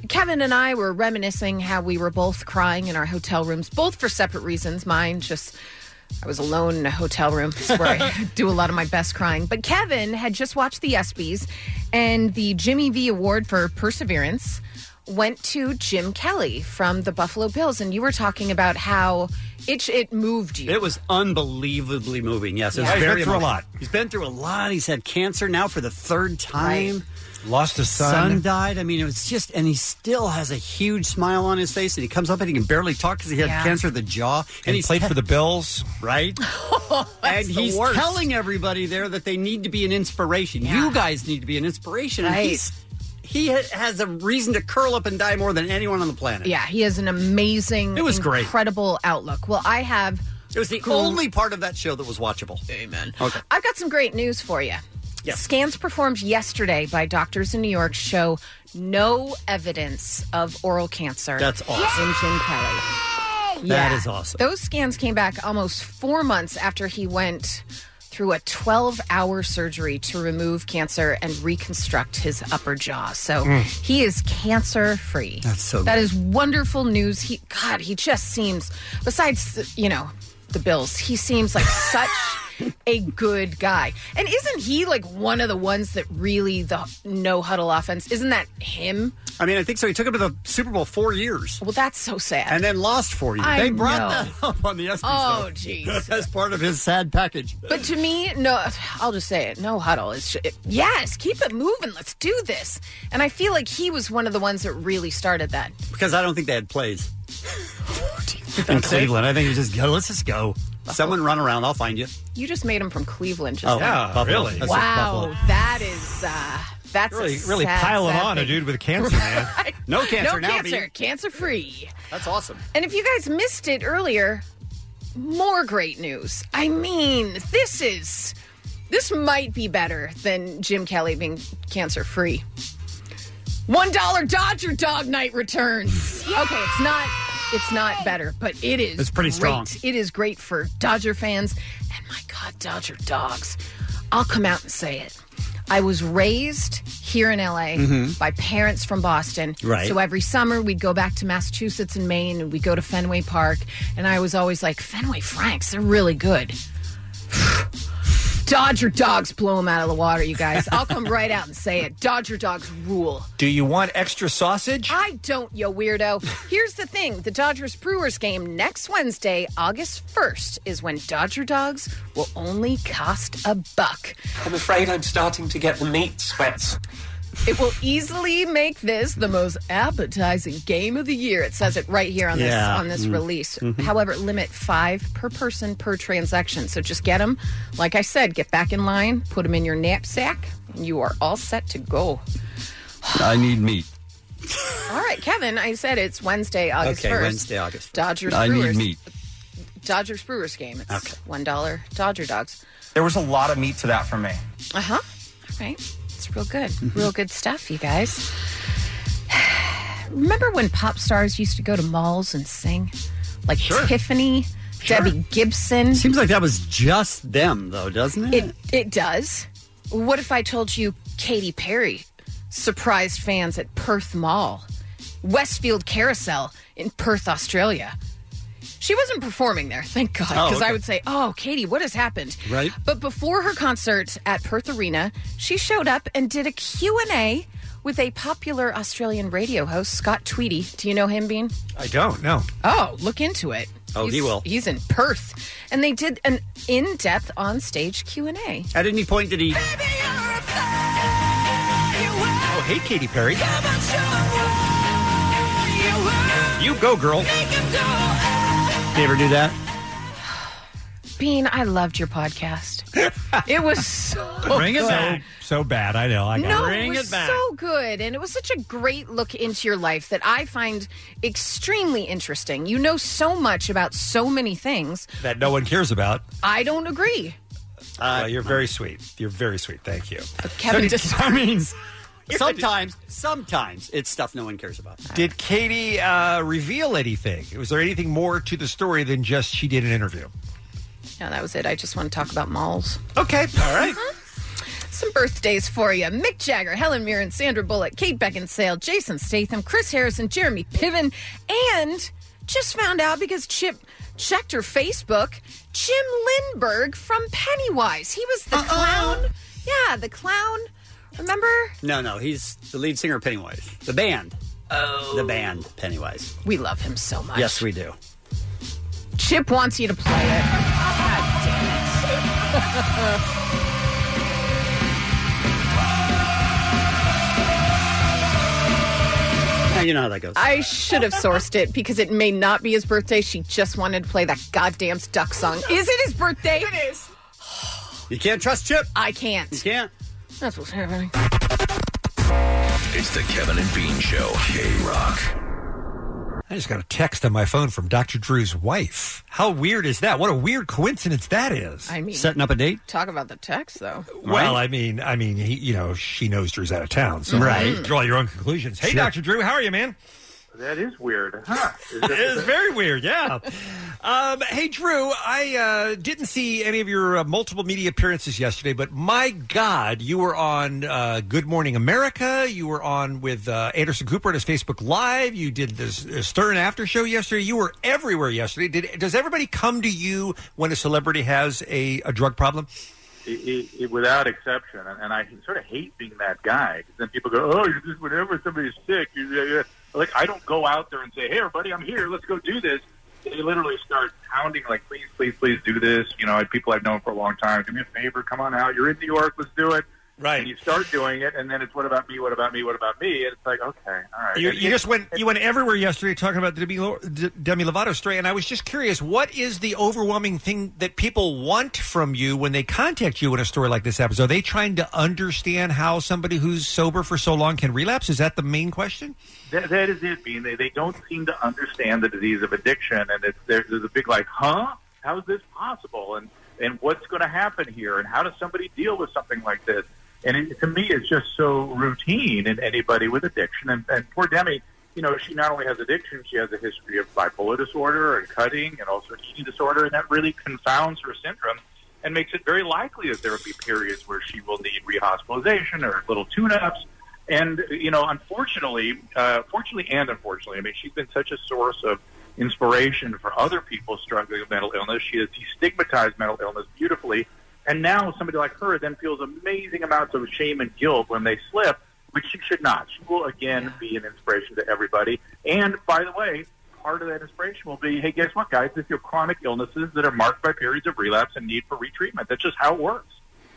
[SPEAKER 12] Kevin and I were reminiscing how we were both crying in our hotel rooms, both for separate reasons. Mine just. I was alone in a hotel room. This is where I do a lot of my best crying. But Kevin had just watched the ESPYs, and the Jimmy V Award for Perseverance went to Jim Kelly from the Buffalo Bills. And you were talking about how it it moved you.
[SPEAKER 10] It was unbelievably moving. Yes, it was
[SPEAKER 11] Yeah, he's been
[SPEAKER 10] very
[SPEAKER 11] through a
[SPEAKER 10] emotional.
[SPEAKER 11] lot.
[SPEAKER 10] He's been through a lot. He's had cancer now for the third time.
[SPEAKER 30] Lost his son.
[SPEAKER 10] Son died. I mean, it was just, and he still has a huge smile on his face. And he comes up and he can barely talk because he had
[SPEAKER 11] Yeah.
[SPEAKER 10] cancer of the jaw.
[SPEAKER 30] And
[SPEAKER 10] he's
[SPEAKER 30] played for the Bills,
[SPEAKER 11] [laughs]
[SPEAKER 10] right? and
[SPEAKER 11] the
[SPEAKER 10] he's
[SPEAKER 11] worst.
[SPEAKER 10] telling everybody there that they need to be an inspiration. You guys need to be an inspiration.
[SPEAKER 12] Right.
[SPEAKER 10] And he's, he ha- has a reason to curl up and die more than anyone on the planet.
[SPEAKER 12] Yeah, he has an amazing,
[SPEAKER 10] It was great.
[SPEAKER 12] incredible outlook. Well, I have.
[SPEAKER 10] It was the
[SPEAKER 12] Cool.
[SPEAKER 10] only part of that show that was watchable. Amen. Okay.
[SPEAKER 12] I've got some great news for you. Scans performed yesterday by doctors in New York show no evidence of oral cancer.
[SPEAKER 10] That's awesome.
[SPEAKER 12] In Jim Kelly.
[SPEAKER 10] That is awesome.
[SPEAKER 12] Those scans came back almost four months after he went through a 12 hour surgery to remove cancer and reconstruct his upper jaw. So
[SPEAKER 10] Mm.
[SPEAKER 12] he is cancer free.
[SPEAKER 10] That's so
[SPEAKER 12] That
[SPEAKER 10] good.
[SPEAKER 12] is wonderful news. He God, he just seems besides you know the Bills, he
[SPEAKER 10] [laughs]
[SPEAKER 12] seems like such a good guy. And isn't he like one of the ones that really the no huddle offense? Isn't that him?
[SPEAKER 10] I mean, I think so. He took him to the Super Bowl four years.
[SPEAKER 12] Well, that's so sad.
[SPEAKER 10] And then lost four years.
[SPEAKER 12] I
[SPEAKER 10] they brought
[SPEAKER 12] know.
[SPEAKER 10] that [laughs] up on the ESPYs.
[SPEAKER 12] Oh,
[SPEAKER 10] though, [laughs]
[SPEAKER 12] jeez.
[SPEAKER 10] As part of his sad package.
[SPEAKER 12] But to me, no, I'll just say it. No huddle is ju- yes. Keep it moving. Let's do this. And I feel like he was one of the ones that really started that.
[SPEAKER 10] Because I don't think they had
[SPEAKER 12] [laughs]
[SPEAKER 10] plays in Cleveland. I think it was just, go, let's just go. Someone run around. I'll find you.
[SPEAKER 12] You just made him from Cleveland. Just
[SPEAKER 10] Oh,
[SPEAKER 12] now.
[SPEAKER 10] Buffalo. really? That's it,
[SPEAKER 12] Wow,
[SPEAKER 10] Buffalo.
[SPEAKER 12] that is uh, that's a
[SPEAKER 10] Really- really
[SPEAKER 12] sad,
[SPEAKER 10] piling
[SPEAKER 12] sad
[SPEAKER 10] on a
[SPEAKER 12] thing.
[SPEAKER 30] dude with cancer, man.
[SPEAKER 10] No cancer now,
[SPEAKER 12] no cancer,
[SPEAKER 10] B.
[SPEAKER 12] cancer free.
[SPEAKER 10] That's awesome.
[SPEAKER 12] And if you guys missed it earlier, more great news. I mean, this is this might be better than Jim Kelly being cancer free. One dollar Dodger Dog Night returns. Okay, it's not it's not better, but it is
[SPEAKER 10] It's pretty strong.
[SPEAKER 12] great. It is great for Dodger fans and my God, Dodger dogs. I'll come out and say it. I was raised here in LA
[SPEAKER 10] Mhm.
[SPEAKER 12] by parents from Boston.
[SPEAKER 10] Right.
[SPEAKER 12] So every summer we'd go back to Massachusetts and Maine and we'd go to Fenway Park. And I was always like, Fenway Franks, they're really good. [sighs] Dodger dogs blow them out of the water, you guys. I'll come right out and say it. Dodger dogs rule.
[SPEAKER 30] Do you want extra sausage?
[SPEAKER 12] I don't, you weirdo. Here's the thing the Dodgers Brewers game next Wednesday, August 1st, is when Dodger dogs will only cost a buck.
[SPEAKER 8] I'm afraid I'm starting to get the meat sweats.
[SPEAKER 12] It will easily make this the most appetizing game of the year. It says it right here on
[SPEAKER 17] Yeah.
[SPEAKER 12] this on this
[SPEAKER 17] Mm.
[SPEAKER 12] release.
[SPEAKER 17] Mhm.
[SPEAKER 12] However, limit five per person per transaction. So just get them. Like I said, get back in line, put them in your knapsack, and you are all set to go.
[SPEAKER 10] [laughs] I need meat.
[SPEAKER 12] All right, Kevin. I said it's Wednesday, August
[SPEAKER 10] okay,
[SPEAKER 12] first.
[SPEAKER 10] Wednesday, August.
[SPEAKER 12] Dodgers
[SPEAKER 10] I
[SPEAKER 12] Brewers.
[SPEAKER 10] need meat.
[SPEAKER 12] Dodgers Brewers game. It's
[SPEAKER 8] Okay.
[SPEAKER 12] one dollar Dodger dogs.
[SPEAKER 8] There was a lot of meat to that for me.
[SPEAKER 12] Uh
[SPEAKER 17] Uh-huh.
[SPEAKER 12] huh. All right. It's real good.
[SPEAKER 17] Mm-hmm.
[SPEAKER 12] Real good stuff, you guys. [sighs] Remember when pop stars used to go to malls and sing? Like Tiffany, Debbie Gibson.
[SPEAKER 10] Seems like that was just them, though, doesn't it?
[SPEAKER 12] Mm-hmm. It it does. What if I told you Katy Perry surprised fans at Perth Mall, Westfield Carousel in Perth, Australia? She wasn't performing there, thank God,
[SPEAKER 17] Oh,
[SPEAKER 12] because
[SPEAKER 17] okay.
[SPEAKER 12] I would say, "Oh, Katy, what has happened?"
[SPEAKER 17] Right.
[SPEAKER 12] But before her concert at Perth Arena, she showed up and did a Q&A with a popular Australian radio host, Scott Tweedy. Do you know him, Bean?
[SPEAKER 30] I don't know.
[SPEAKER 12] Oh, look into it.
[SPEAKER 10] Oh, he
[SPEAKER 12] He's-
[SPEAKER 10] will.
[SPEAKER 12] He's in Perth, and they did an in-depth on-stage Q&A.
[SPEAKER 10] At any point did he?
[SPEAKER 30] Oh, hey, Katy Perry. You go, girl.
[SPEAKER 10] They ever do that?
[SPEAKER 12] Bean, I loved your podcast. it was so
[SPEAKER 30] Bring it
[SPEAKER 12] good.
[SPEAKER 30] back. So bad, I know. I got
[SPEAKER 12] Oh, no,
[SPEAKER 30] it.
[SPEAKER 12] it was so good, and it was such a great look into your life that I find extremely interesting. You know so much about so many things.
[SPEAKER 30] that no one cares about.
[SPEAKER 12] I don't agree.
[SPEAKER 6] Well, you're very sweet. You're very sweet. Thank you.
[SPEAKER 26] Kevin [laughs] I
[SPEAKER 12] [laughs]
[SPEAKER 26] mean, sometimes, sometimes it's stuff no one cares about.
[SPEAKER 11] Did Katie uh, reveal anything? Was there anything more to the story than just she did an interview?
[SPEAKER 12] No, that was it. I just want to talk about malls.
[SPEAKER 11] Okay. All right.
[SPEAKER 12] Some birthdays for you. Mick Jagger, Helen Mirren, Sandra Bullock, Kate Beckinsale, Jason Statham, Chris Harrison, Jeremy Piven, and just found out because Chip checked her Facebook, Jim Lindberg from Pennywise. He was the clown. Yeah, the clown. Remember?
[SPEAKER 26] No, no, he's the lead singer of Pennywise. The band. Oh. The band Pennywise.
[SPEAKER 12] We love him so much.
[SPEAKER 26] Yes, we do.
[SPEAKER 12] Chip wants you to play it. God [laughs] damn it.
[SPEAKER 26] Now you know how that goes.
[SPEAKER 12] I should have sourced it because it may not be his birthday. She just wanted to play that goddamn duck song. Is it his birthday? It is.
[SPEAKER 26] You can't trust Chip.
[SPEAKER 12] I can't.
[SPEAKER 26] You can't.
[SPEAKER 12] That's what's happening.
[SPEAKER 13] It's the Kevin and Bean Show. K Rock.
[SPEAKER 11] I just got a text on my phone from Dr. Drew's wife. How weird is that? What a weird coincidence that is.
[SPEAKER 12] I mean-
[SPEAKER 11] setting up a date.
[SPEAKER 12] Talk about the text, though.
[SPEAKER 11] Well, I mean, I mean, he, you know, she knows Drew's out of town, so
[SPEAKER 26] Right.
[SPEAKER 11] you Draw your own conclusions. Hey,
[SPEAKER 26] Sure.
[SPEAKER 11] Doctor Drew, how are you, man?
[SPEAKER 19] That is weird,
[SPEAKER 11] [laughs]
[SPEAKER 19] huh?
[SPEAKER 11] it is very weird. Yeah. um, hey, Drew, I uh, didn't see any of your uh, multiple media appearances yesterday, but my God, you were on uh, Good Morning America. You were on with uh, Anderson Cooper on his Facebook Live. You did this uh, Stern After Show yesterday. You were everywhere yesterday. Did does everybody come to you when a celebrity has a, a drug problem?
[SPEAKER 19] It, it, it, without exception, and, and I sort of hate being that guy. 'cause then people go, "Oh, you're just whenever somebody's sick." You're, you're, you're-" Like I don't go out there and say, "Hey, everybody, I'm here. Let's go do this." They literally start pounding, like, "Please, please, please do this." You know, people I've known for a long time. Do me a favor. Come on out. You're in New York. Let's do it.
[SPEAKER 11] Right.
[SPEAKER 19] And you start doing it, and then it's what about me? What about me? What about me? And it's like, okay, all right.
[SPEAKER 11] You,
[SPEAKER 19] And
[SPEAKER 11] you
[SPEAKER 19] it-
[SPEAKER 11] just went you went everywhere yesterday talking about the Demi, Lo- D- Demi Lovato story, and I was just curious, what is the overwhelming thing that people want from you when they contact you when a story like this happens? Are they trying to understand how somebody who's sober for so long can relapse? Is that the main question?
[SPEAKER 19] That, that is it, Bean. They, they don't seem to understand the disease of addiction, and it's, there, there's a big like, huh? How is this possible? And and what's going to happen here? And how does somebody deal with something like this? And it, to me, it's just so routine in anybody with addiction. And, and poor Demi, you know, she not only has addiction, she has a history of bipolar disorder and cutting, and also an eating disorder, and that really confounds her syndrome and makes it very likely that there will be periods where she will need rehospitalization or little tune-ups. And you know, unfortunately, uh, fortunately and unfortunately, I mean, she's been such a source of inspiration for other people struggling with mental illness. She has destigmatized mental illness beautifully, and now somebody like her then feels amazing amounts of shame and guilt when they slip, which she should not. She will again be an inspiration to everybody. And by the way, part of that inspiration will be, hey, guess what, guys? This is your chronic illnesses that are marked by periods of relapse and need for retreatment. That's just how it works.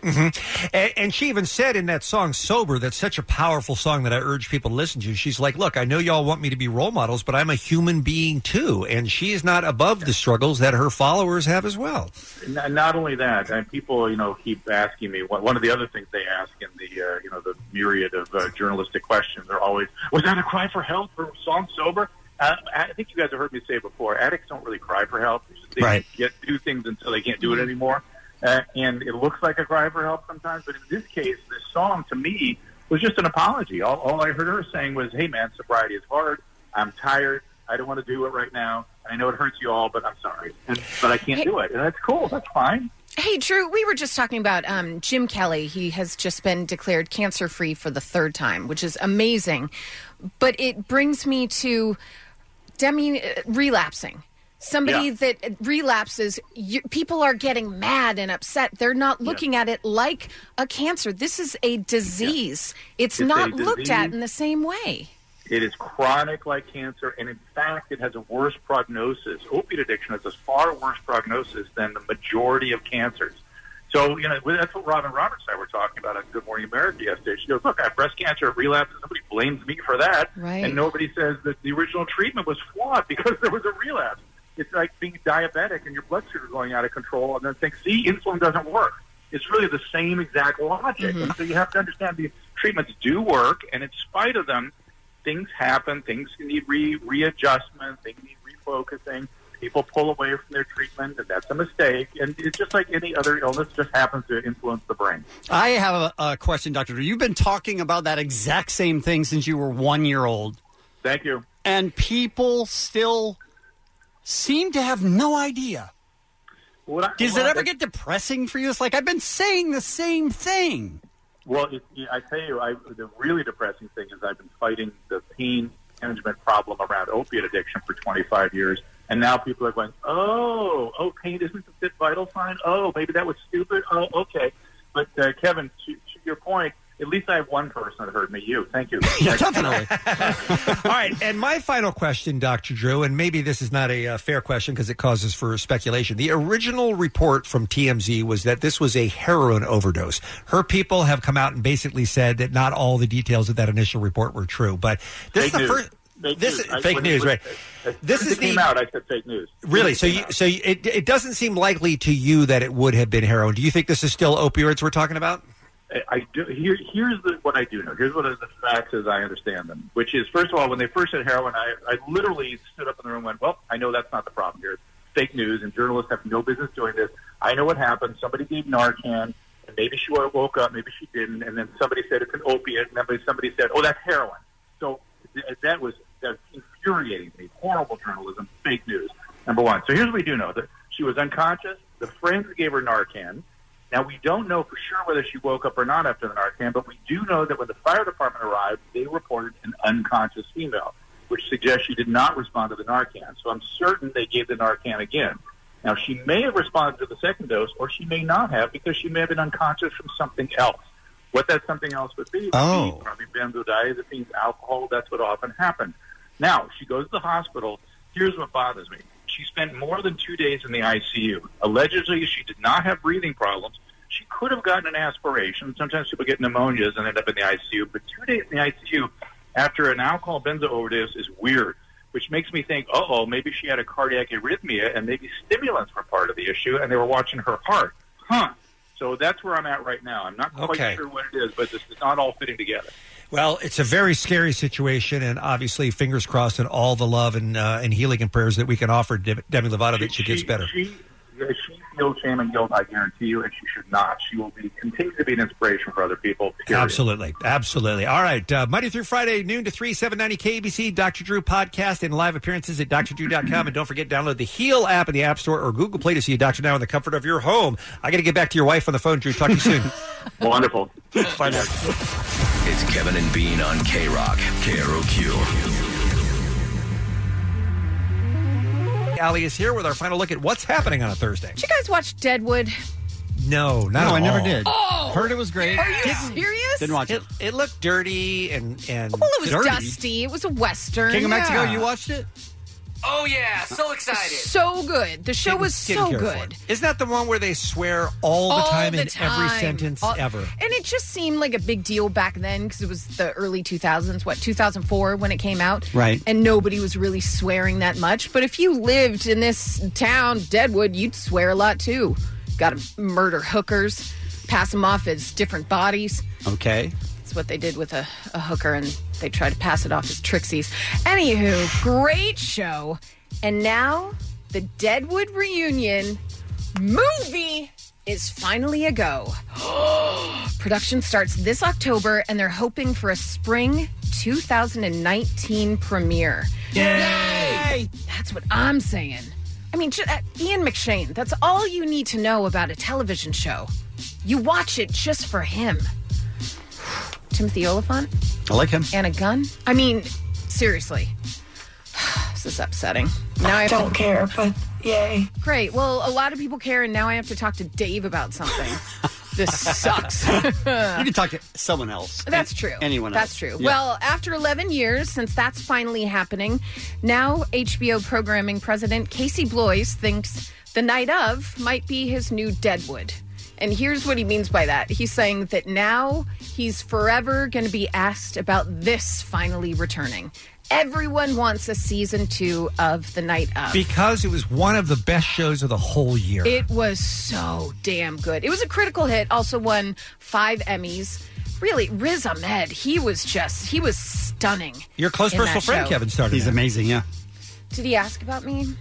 [SPEAKER 11] hmm And, and she even said in that song "Sober" that's such a powerful song that I urge people to listen to. She's like, "Look, I know y'all want me to be role models, but I'm a human being too, and she is not above the struggles that her followers have as well."
[SPEAKER 19] N- not only that, and people, you know, keep asking me. One one of the other things they ask in the, uh, you know, the myriad of uh, journalistic questions are always, "Was that a cry for help for song sober?" Uh, I think you guys have heard me say it before. Addicts don't really cry for help. They
[SPEAKER 20] Right.
[SPEAKER 19] get do things until they can't do it anymore, uh, and it looks like a cry for help sometimes. But in this case, this song to me was just an apology. All, all I heard her saying was, "Hey, man, sobriety is hard. I'm tired. I don't want to do it right now. I know it hurts you all, but I'm sorry, and, but I can't do it." And that's cool. That's fine.
[SPEAKER 12] Hey, Drew, we were just talking about um, Jim Kelly. He has just been declared cancer free for the third time, which is amazing. But it brings me to Demi uh, relapsing. Somebody
[SPEAKER 20] Yeah.
[SPEAKER 12] that uh, relapses, you, people are getting mad and upset. They're not looking at it like a cancer. This is a disease.
[SPEAKER 19] It's
[SPEAKER 12] It's,
[SPEAKER 19] a
[SPEAKER 12] not looked at
[SPEAKER 19] disease.
[SPEAKER 12] in the same way.
[SPEAKER 19] It is chronic like cancer, and in fact, it has a worse prognosis. Opiate addiction has a far worse prognosis than the majority of cancers. So, you know, that's what Robin Roberts and I were talking about on Good Morning America yesterday. She goes, Look, I have breast cancer, it relapsed, and somebody blames me for that.
[SPEAKER 12] Right.
[SPEAKER 19] And nobody says that the original treatment was flawed [laughs] because there was a relapse. It's like being diabetic and your blood sugar going out of control, and then think, See, insulin doesn't work. It's really the same exact logic.
[SPEAKER 20] Mhm.
[SPEAKER 19] And so you have to understand these treatments do work, and in spite of them, things happen. Things need re- readjustment. Things need refocusing. people pull away from their treatment, and that's a mistake. And it's just like any other illness, just happens to influence the brain.
[SPEAKER 26] I have
[SPEAKER 19] a,
[SPEAKER 26] a question, Doctor. You've been talking about that exact same thing since you were one year old.
[SPEAKER 19] Thank you.
[SPEAKER 26] And people still seem to have no idea.
[SPEAKER 19] What I-
[SPEAKER 26] Does
[SPEAKER 19] well,
[SPEAKER 26] it ever
[SPEAKER 19] it-
[SPEAKER 26] get depressing for you? It's like I've been saying the same thing.
[SPEAKER 19] Well, it, I tell you, I, the really depressing thing is I've been fighting the pain management problem around opiate addiction for 25 years, and now people are going, "Oh, oh, pain isn't the fifth vital sign. Oh, maybe that was stupid. Oh, okay." But uh, Kevin, to, to your point, at least I have one person that heard me. You,
[SPEAKER 11] [laughs]
[SPEAKER 19] thank you.
[SPEAKER 26] definitely.
[SPEAKER 11] All right, and my final question, Dr. Drew, and maybe this is not a uh, fair question because it causes for speculation. The original report from TMZ was that this was a heroin overdose. Her people have come out and basically said that not all the details of that initial report were true, but this is
[SPEAKER 19] Fake
[SPEAKER 11] the
[SPEAKER 19] news.
[SPEAKER 11] first.
[SPEAKER 19] Fake
[SPEAKER 11] this
[SPEAKER 19] news.
[SPEAKER 11] is
[SPEAKER 19] I-
[SPEAKER 11] fake
[SPEAKER 19] when it
[SPEAKER 11] news,
[SPEAKER 19] was-
[SPEAKER 11] right?
[SPEAKER 19] as soon
[SPEAKER 11] This
[SPEAKER 19] as
[SPEAKER 11] is
[SPEAKER 19] it came
[SPEAKER 11] the-
[SPEAKER 19] out. I said fake news.
[SPEAKER 11] Really? So, you, so you, it it doesn't seem likely to you that it would have been heroin. Do you think this is still opioids we're talking about?
[SPEAKER 19] I- I do. Here, here's the, what I do know. Here's what are the facts as I understand them. Which is, first of all, when they first said heroin, I, I literally stood up in the room and went, "Well, I know that's not the problem here. It's fake news, and journalists have no business doing this. I know what happened. Somebody gave Narcan, and maybe she woke up, maybe she didn't, and then somebody said it's an opiate, and then somebody said, oh, that's heroin. So th- that was that's infuriating me. Horrible journalism, fake news. Number one. So here's what we do know: that she was unconscious. The friends gave her Narcan. Now we don't know for sure whether she woke up or not after the Narcan, but we do know that when the fire department arrived, they reported an unconscious female, which suggests she did not respond to the Narcan. So I'm certain they gave the Narcan again. Now she may have responded to the second dose, or she may not have because she may have been unconscious from something else. What that something else would be? would be
[SPEAKER 7] Oh.
[SPEAKER 19] probably benzodiazepines, alcohol. That's what often happens. Now she goes to the hospital. Here's what bothers me. She spent more than two days in the ICU. Allegedly, she did not have breathing problems. She could have gotten an aspiration. Sometimes people get pneumonias and end up in the ICU. But two days in the ICU after an alcohol benzo overdose is weird, which makes me think, uh oh, maybe she had a cardiac arrhythmia and maybe stimulants were part of the issue and they were watching her heart. Huh. So that's where I'm at right now. I'm not quite
[SPEAKER 11] Okay.
[SPEAKER 19] sure what it is, but this is not all fitting together.
[SPEAKER 11] Well, it's a very scary situation, and obviously, fingers crossed, and all the love and uh, and healing and prayers that we can offer Dem- Demi Lovato that she gets better.
[SPEAKER 19] She, she feels shame and guilt, I guarantee you, and she should not. She will be continue to be an inspiration for other people. period.
[SPEAKER 11] Absolutely, absolutely. All right, uh, Monday through Friday, noon to three, seven ninety KBC. Dr. Drew podcast and live appearances at drdrew.com, and don't forget download the Heal app in the App Store or Google Play to see a doctor now in the comfort of your home. I got to get back to your wife on the phone, Drew. Talk to you
[SPEAKER 26] [laughs]
[SPEAKER 11] soon.
[SPEAKER 19] Wonderful.
[SPEAKER 11] Find out.
[SPEAKER 13] It's Kevin and Bean on K Rock, KROQ.
[SPEAKER 11] Allie is here with our final look at what's happening on a Thursday.
[SPEAKER 12] Did you guys watch Deadwood?
[SPEAKER 11] No, not
[SPEAKER 26] No,
[SPEAKER 11] at
[SPEAKER 26] I never
[SPEAKER 11] all.
[SPEAKER 26] did.
[SPEAKER 12] Oh!
[SPEAKER 26] Heard it was great.
[SPEAKER 12] Are you serious?
[SPEAKER 11] it. It looked dirty and and
[SPEAKER 12] Well, it was
[SPEAKER 11] dirty.
[SPEAKER 12] dusty. It was a western.
[SPEAKER 26] King of Mexico, you watched
[SPEAKER 12] watched.
[SPEAKER 26] it?
[SPEAKER 12] Oh yeah, so excited. So good. The show was
[SPEAKER 11] Didn't
[SPEAKER 12] so
[SPEAKER 11] care for
[SPEAKER 12] good.
[SPEAKER 11] it. Isn't that the one where they swear all the time in every sentence
[SPEAKER 12] All-
[SPEAKER 11] ever?
[SPEAKER 12] And it just seemed like a big deal back then because it was the early 2000s, what, 2004 when it came out?
[SPEAKER 26] Right.
[SPEAKER 12] And nobody was really swearing that much. But if you lived in this town, Deadwood, you'd swear a lot too. Got to murder hookers, pass them off as different bodies.
[SPEAKER 26] Okay.
[SPEAKER 12] That's what they did with a, a hooker, and they tried to pass it off as Trixie's. Anywho, great show. And now the Deadwood reunion movie is finally a go. [gasps] Production starts this October, and they're hoping for a spring 2019 premiere. Yay! That's what I'm saying. I mean, ju- uh, Ian McShane, that's all you need to know about a television show. You watch it just for him. [sighs] Timothy Oliphant?
[SPEAKER 26] I like him.
[SPEAKER 12] And a gun? I mean, seriously. [sighs] this is upsetting. Now I have
[SPEAKER 26] Don't care,
[SPEAKER 12] but yay. Great. Well, a lot of people care, and now I have to talk to Dave about something. this
[SPEAKER 10] [laughs]
[SPEAKER 12] sucks. [laughs] you
[SPEAKER 26] can talk to someone else.
[SPEAKER 12] That's true.
[SPEAKER 26] Anyone
[SPEAKER 12] That's
[SPEAKER 26] else.
[SPEAKER 12] true.
[SPEAKER 26] Yeah.
[SPEAKER 12] Well, after 11 years since that's finally happening, now HBO programming president Casey Bloys thinks The Night of might be his new Deadwood. And here's what he means by that. He's saying that now he's forever going to be asked about this finally returning. Everyone wants a season two of The Night of.
[SPEAKER 11] Because it was one of the best shows of the whole year.
[SPEAKER 12] It was so damn good. It was a critical hit. Also won five Emmys. Really, Riz Ahmed. He was just he was stunning.
[SPEAKER 11] Your close
[SPEAKER 12] in
[SPEAKER 11] personal
[SPEAKER 12] that
[SPEAKER 11] friend
[SPEAKER 12] show.
[SPEAKER 11] Kevin started.
[SPEAKER 26] He's amazing, yeah.
[SPEAKER 12] Did he ask about me?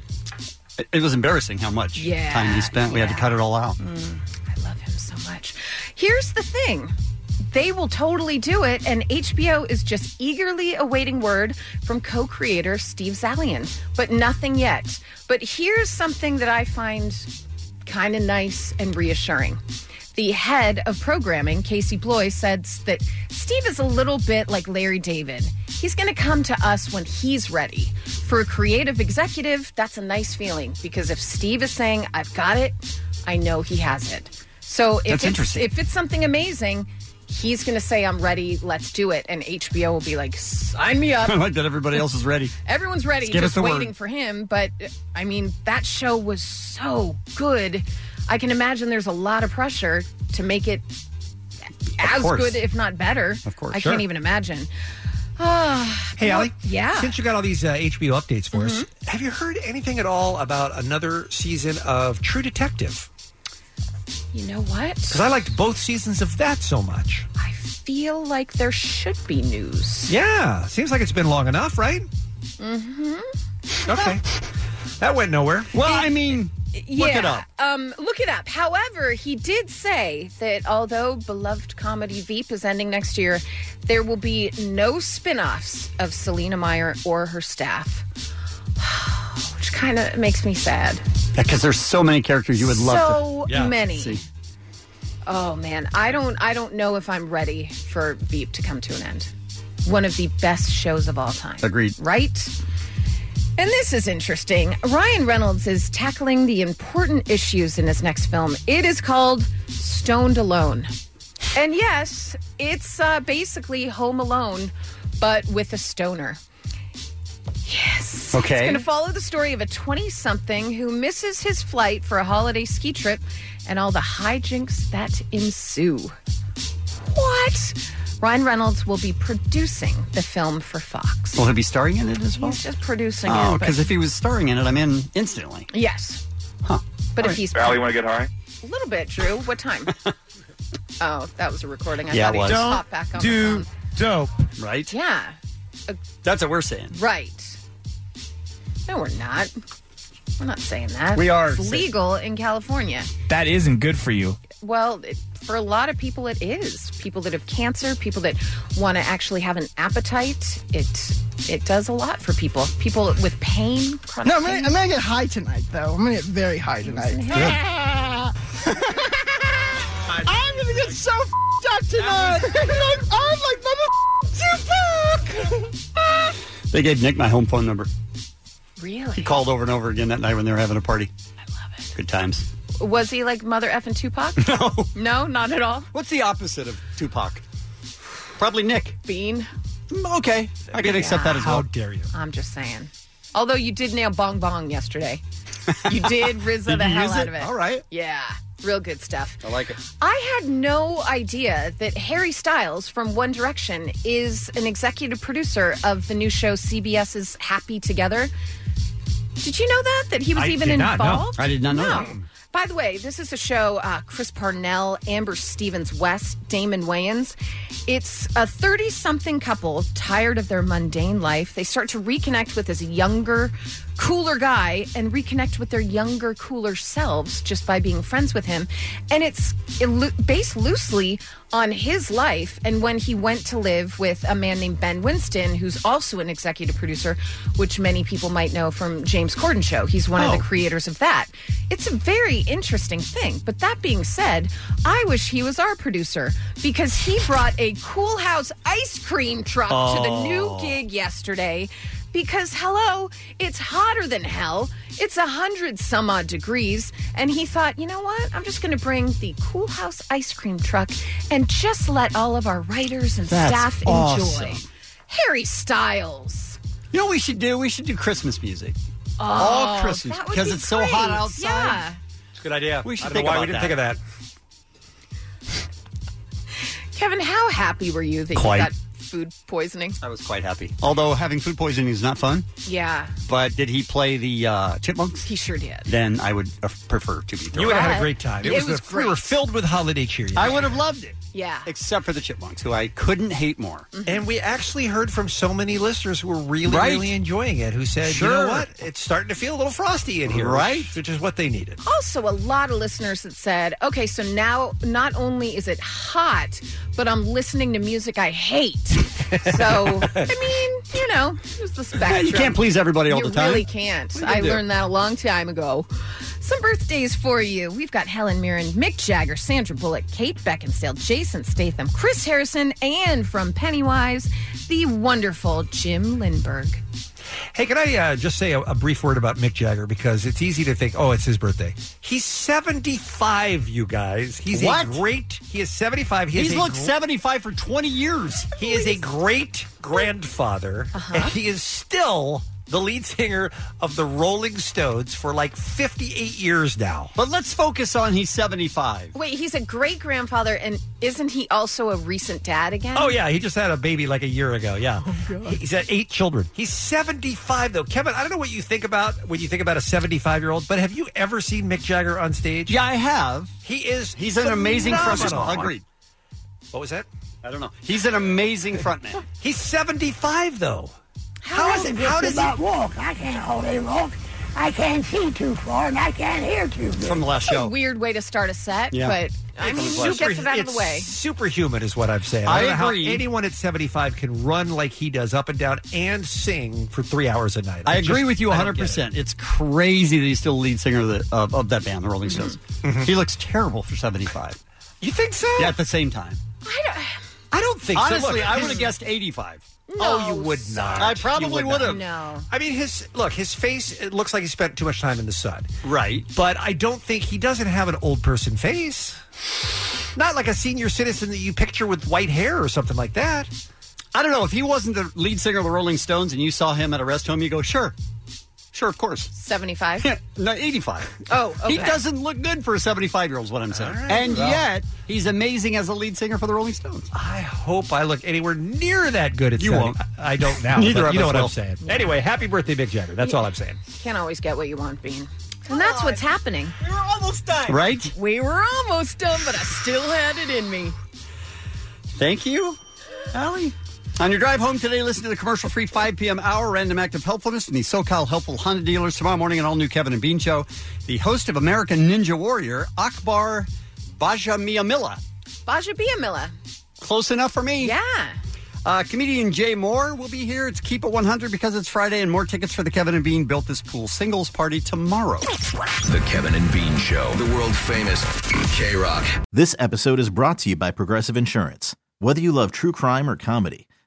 [SPEAKER 10] It, it was embarrassing how much
[SPEAKER 12] Yeah,
[SPEAKER 10] time he spent. We had to cut it all out.
[SPEAKER 12] I love him so much. Here's the thing. They will totally do it, and HBO is just eagerly awaiting word from co creator Steve Zalian, but nothing yet. But here's something that I find kind of nice and reassuring. The head of programming, Casey Bloy, said that Steve is a little bit like Larry David. He's going to come to us when he's ready. For a creative executive, that's a nice feeling because if Steve is saying, I've got it, I know he has it. So if,
[SPEAKER 10] That's
[SPEAKER 12] it's,
[SPEAKER 10] interesting.
[SPEAKER 12] if it's something amazing, he's going to say, I'm ready, let's do it. And HBO will be like, sign me
[SPEAKER 11] [laughs]
[SPEAKER 10] [laughs]
[SPEAKER 12] up.
[SPEAKER 10] I like that everybody else is ready.
[SPEAKER 12] Everyone's ready,
[SPEAKER 10] Just give us
[SPEAKER 12] just
[SPEAKER 10] the word.
[SPEAKER 12] waiting for him. But uh, I mean, that show was so good. I can imagine there's a lot of pressure to make it as
[SPEAKER 11] course.
[SPEAKER 12] good, if not better.
[SPEAKER 11] Of course,
[SPEAKER 12] I
[SPEAKER 11] sure.
[SPEAKER 12] can't even imagine. Ah,
[SPEAKER 11] Hey,
[SPEAKER 12] you know-
[SPEAKER 11] Ali.
[SPEAKER 12] Yeah.
[SPEAKER 11] Since you got all these uh, HBO updates for us, have you heard anything at all about another season of True Detective?
[SPEAKER 12] You know what?
[SPEAKER 11] Because I liked both seasons of that so much.
[SPEAKER 12] Feel like there should be news.
[SPEAKER 11] Yeah, seems like it's been long enough, right?
[SPEAKER 12] Mm-hmm.
[SPEAKER 11] Okay, that went nowhere.
[SPEAKER 10] Well, I mean,
[SPEAKER 12] Yeah. Um, look it up. However, he did say that although beloved comedy Veep is ending next year, there will be no spin offs of Selena Meyer or her staff, [sighs] which kind of makes me sad.
[SPEAKER 10] Because there's so many characters you would love
[SPEAKER 12] So
[SPEAKER 10] to.
[SPEAKER 12] many.
[SPEAKER 10] See.
[SPEAKER 12] Oh man, I don't I don't know if I'm ready for Veep to come to an end. One of the best shows of all time.
[SPEAKER 10] Agreed.
[SPEAKER 12] Right? And this is interesting. Ryan Reynolds is tackling the important issues in his next film. It is called Stoned Alone. And yes, it's uh, basically Home Alone, but with a stoner. Yes.
[SPEAKER 2] Okay.
[SPEAKER 12] It's going to follow the story of a 20 something who misses his flight for a holiday ski trip and all the hijinks that ensue. What? Ryan Reynolds will be producing the film for Fox.
[SPEAKER 10] Will he be starring in it as well?
[SPEAKER 12] He's just producing
[SPEAKER 10] Oh,
[SPEAKER 12] it. but-
[SPEAKER 10] because if he was starring in it, I'm in instantly.
[SPEAKER 12] Yes. But if he's.
[SPEAKER 10] Valley, want to get high?
[SPEAKER 12] A little bit, Drew.
[SPEAKER 10] [laughs]
[SPEAKER 12] What time? oh, that was a recording. I
[SPEAKER 10] Yeah,
[SPEAKER 12] thought
[SPEAKER 10] it
[SPEAKER 12] he
[SPEAKER 10] was.
[SPEAKER 12] just
[SPEAKER 10] Don't
[SPEAKER 12] popped back on.
[SPEAKER 10] do-
[SPEAKER 12] my phone.
[SPEAKER 10] Dope. Right?
[SPEAKER 12] Yeah.
[SPEAKER 10] That's what we're saying.
[SPEAKER 12] Right. No, we're not. We're not saying that.
[SPEAKER 7] We are
[SPEAKER 12] It's
[SPEAKER 7] saying-
[SPEAKER 12] legal in California.
[SPEAKER 7] That isn't good for you.
[SPEAKER 12] Well, it, for a lot of people, it is. People that have cancer, people that want to actually have an appetite. It it does a lot for people. People with pain. Chronic
[SPEAKER 7] No, I'm
[SPEAKER 12] pain.
[SPEAKER 7] gonna, I'm gonna get high tonight, though. I'm gonna get very high tonight. I'm gonna get so f***ed up tonight. I'm, [laughs] I'm like mother Tupac.
[SPEAKER 10] They gave Nick my home phone number.
[SPEAKER 12] Really?
[SPEAKER 10] He called over and over again that night when they were having a party. I love it. Good times.
[SPEAKER 12] Was he like Mother F and Tupac?
[SPEAKER 10] [laughs] No.
[SPEAKER 12] No, not at all.
[SPEAKER 10] What's the opposite of Tupac? Probably Nick. Mm,
[SPEAKER 12] Bean.
[SPEAKER 10] Okay. I can accept that as well.
[SPEAKER 12] How dare you? I'm just saying. Although you did nail Bong Bong yesterday.
[SPEAKER 10] [laughs]
[SPEAKER 12] You did RZA
[SPEAKER 10] Did
[SPEAKER 12] the
[SPEAKER 10] you
[SPEAKER 12] hell
[SPEAKER 10] use
[SPEAKER 12] out
[SPEAKER 10] it?
[SPEAKER 12] of it.
[SPEAKER 10] All right.
[SPEAKER 12] Yeah. Real good stuff.
[SPEAKER 10] I like it.
[SPEAKER 12] I had no idea that Harry Styles from One Direction is an executive producer of the new show CBS's Happy Together. Did you know that? That he was
[SPEAKER 10] I
[SPEAKER 12] even
[SPEAKER 10] did not know.
[SPEAKER 12] involved?
[SPEAKER 10] I did not know
[SPEAKER 12] No.
[SPEAKER 10] that.
[SPEAKER 12] By the way, this is a show uh, Chris Parnell, Amber Stevens West, Damon Wayans. It's a 30 something couple tired of their mundane life. They start to reconnect with this younger, cooler guy and reconnect with their younger, cooler selves just by being friends with him. And it's illu- based loosely on his life and when he went to live with a man named Ben Winston, who's also an executive producer, which many people might know from James Corden show. He's one of
[SPEAKER 8] Oh.
[SPEAKER 12] the creators of that. It's a very interesting thing. But that being said, I wish he was our producer because he brought a Cool House ice cream truck to the new
[SPEAKER 8] Oh.
[SPEAKER 12] gig yesterday. Because hello, it's hotter than hell. It's a hundred some odd degrees, and he thought, you know what? I'm just going to bring the Cool House ice cream truck and just let all of our writers and
[SPEAKER 10] That's
[SPEAKER 12] staff enjoy.
[SPEAKER 10] awesome.
[SPEAKER 12] Harry Styles.
[SPEAKER 10] You know what we should do? We should do Christmas music.
[SPEAKER 12] Oh,
[SPEAKER 10] All Christmas.
[SPEAKER 12] that would
[SPEAKER 10] Because
[SPEAKER 12] be
[SPEAKER 10] it's so hot
[SPEAKER 12] great.
[SPEAKER 10] outside.
[SPEAKER 12] Yeah.
[SPEAKER 11] It's a good idea.
[SPEAKER 10] We should
[SPEAKER 11] I don't
[SPEAKER 10] think
[SPEAKER 11] know why
[SPEAKER 10] about
[SPEAKER 11] we didn't
[SPEAKER 10] that.
[SPEAKER 11] think of that.
[SPEAKER 12] Kevin, how happy were you that
[SPEAKER 10] Quite.
[SPEAKER 12] you got food poisoning.
[SPEAKER 10] I was quite happy. Although having food poisoning is not fun,
[SPEAKER 12] Yeah,
[SPEAKER 10] but did he play the uh, chipmunks?
[SPEAKER 12] he sure did.
[SPEAKER 10] Then I would uh, prefer to be.
[SPEAKER 12] You would have had a great time. It was
[SPEAKER 10] we were filled with holiday cheer. I would have loved it,
[SPEAKER 12] Yeah.
[SPEAKER 10] except for the chipmunks, who I couldn't hate more.
[SPEAKER 11] And we actually heard from so many listeners who were really,
[SPEAKER 10] Right.
[SPEAKER 11] really enjoying it who said, you
[SPEAKER 10] Sure.
[SPEAKER 11] know what? It's starting to feel a little frosty in here.
[SPEAKER 10] Right.
[SPEAKER 11] Which is what they needed.
[SPEAKER 12] Also, a lot of listeners that said, okay, so now not only is it hot, but I'm listening to music I hate.
[SPEAKER 10] [laughs]
[SPEAKER 12] So, I mean, you know, there's the spectrum.
[SPEAKER 10] You can't please everybody all
[SPEAKER 12] You
[SPEAKER 10] the time.
[SPEAKER 12] really can't.
[SPEAKER 10] What are you
[SPEAKER 12] I
[SPEAKER 10] gonna do?
[SPEAKER 12] learned that a long time ago. Some birthdays for you. We've got Helen Mirren, Mick Jagger, Sandra Bullock, Kate Beckinsale, Jason Statham, Chris Harrison, and from Pennywise, the wonderful Jim Lindberg.
[SPEAKER 11] Hey, can I uh, just say a, a brief word about Mick Jagger? Because it's easy to think, oh, it's his birthday. He's 75, you guys. He's
[SPEAKER 10] What?
[SPEAKER 11] a great, he is 75. He
[SPEAKER 10] [laughs] He's
[SPEAKER 11] is a
[SPEAKER 10] looked
[SPEAKER 11] gr-
[SPEAKER 10] 75 for 20 years. Uh-huh.
[SPEAKER 11] He is a great grandfather, and he is still the lead singer of the Rolling Stones for like 58 years now.
[SPEAKER 10] But let's focus on he's 75.
[SPEAKER 12] Wait, he's a great grandfather, and isn't he also a recent dad again?
[SPEAKER 11] Oh yeah, he just had a baby like a year ago. Yeah, he's had eight children. He's seventy-five though, Kevin. I don't know what you think about when you think about a seventy-five-year-old, but have you ever seen Mick Jagger on stage?
[SPEAKER 10] Yeah, I have.
[SPEAKER 11] He is.
[SPEAKER 10] He's an amazing
[SPEAKER 11] phenomenal.
[SPEAKER 10] frontman. Agreed.
[SPEAKER 11] What was that?
[SPEAKER 10] I don't know. He's an amazing frontman.
[SPEAKER 11] He's 75 though.
[SPEAKER 8] How is it? How does
[SPEAKER 10] that
[SPEAKER 8] that walk? I can't hold a walk. I can't see too far, and I can't hear too good.
[SPEAKER 10] From the last
[SPEAKER 12] That's a weird way to start a set,
[SPEAKER 11] Yeah.
[SPEAKER 12] but I mean, who gets it out of the
[SPEAKER 11] it's
[SPEAKER 12] way?
[SPEAKER 11] Superhuman is what I'm saying.
[SPEAKER 10] I
[SPEAKER 11] don't know how
[SPEAKER 10] agree.
[SPEAKER 11] anyone at 75 can run like he does up and down and sing for three hours a night.
[SPEAKER 10] I agree
[SPEAKER 11] just-
[SPEAKER 10] with you
[SPEAKER 11] I don't
[SPEAKER 10] 100.
[SPEAKER 11] get it.
[SPEAKER 10] percent It's crazy that he's still the lead singer of, the, of, of that band, the Rolling Stones. He looks terrible for 75.
[SPEAKER 11] Mm-hmm. You think so?
[SPEAKER 10] Yeah, at the same time.
[SPEAKER 11] I don't think so.
[SPEAKER 10] Honestly,
[SPEAKER 11] Look,
[SPEAKER 10] I
[SPEAKER 11] his-
[SPEAKER 10] would have guessed 85.
[SPEAKER 11] oh, you would not.
[SPEAKER 10] I probably
[SPEAKER 11] You
[SPEAKER 10] would have.
[SPEAKER 12] No.
[SPEAKER 11] I mean, his look, his face, it looks like he spent too much time in the sun.
[SPEAKER 10] Right.
[SPEAKER 11] But I don't think he doesn't have an old person face. Not like a senior citizen that you picture with white hair or something like that.
[SPEAKER 10] I don't know. If he wasn't the lead singer of the Rolling Stones and you saw him at a rest home, you go, sure. Sure, of course.
[SPEAKER 12] 75?
[SPEAKER 10] [laughs] No, 85.
[SPEAKER 12] Oh, okay.
[SPEAKER 10] He doesn't look good for a 75 year old, is what I'm saying.
[SPEAKER 11] right,
[SPEAKER 10] and
[SPEAKER 11] well.
[SPEAKER 10] yet, he's amazing as a lead singer for the Rolling Stones.
[SPEAKER 11] I hope I look anywhere near that good at
[SPEAKER 10] You
[SPEAKER 11] 70.
[SPEAKER 10] won't.
[SPEAKER 11] I, I don't now.
[SPEAKER 10] [laughs] Neither
[SPEAKER 11] but
[SPEAKER 10] of
[SPEAKER 11] You know
[SPEAKER 10] us
[SPEAKER 11] what
[SPEAKER 10] will.
[SPEAKER 11] I'm saying. Anyway, happy birthday, Big Jagger. That's all I'm saying.
[SPEAKER 12] Can't always get what you want, Bean. And that's what's happening. We were almost done.
[SPEAKER 10] Right?
[SPEAKER 12] We were almost done, but I still had it in me.
[SPEAKER 10] Thank you, Allie. On your drive home today, listen to the commercial free 5 p.m. hour random act of helpfulness and the SoCal helpful Honda dealers tomorrow morning an all new Kevin and Bean show. The host of American Ninja Warrior, Akbar Bajamiamila.
[SPEAKER 12] Baja Biamilla.
[SPEAKER 10] Close enough for me.
[SPEAKER 12] Yeah.
[SPEAKER 10] Uh, comedian Jay Moore will be here. It's Keep It 100 because it's Friday, and more tickets for the Kevin and Bean Built This Pool singles party tomorrow.
[SPEAKER 13] The Kevin and Bean Show, the world famous K Rock.
[SPEAKER 9] This episode is brought to you by Progressive Insurance. Whether you love true crime or comedy,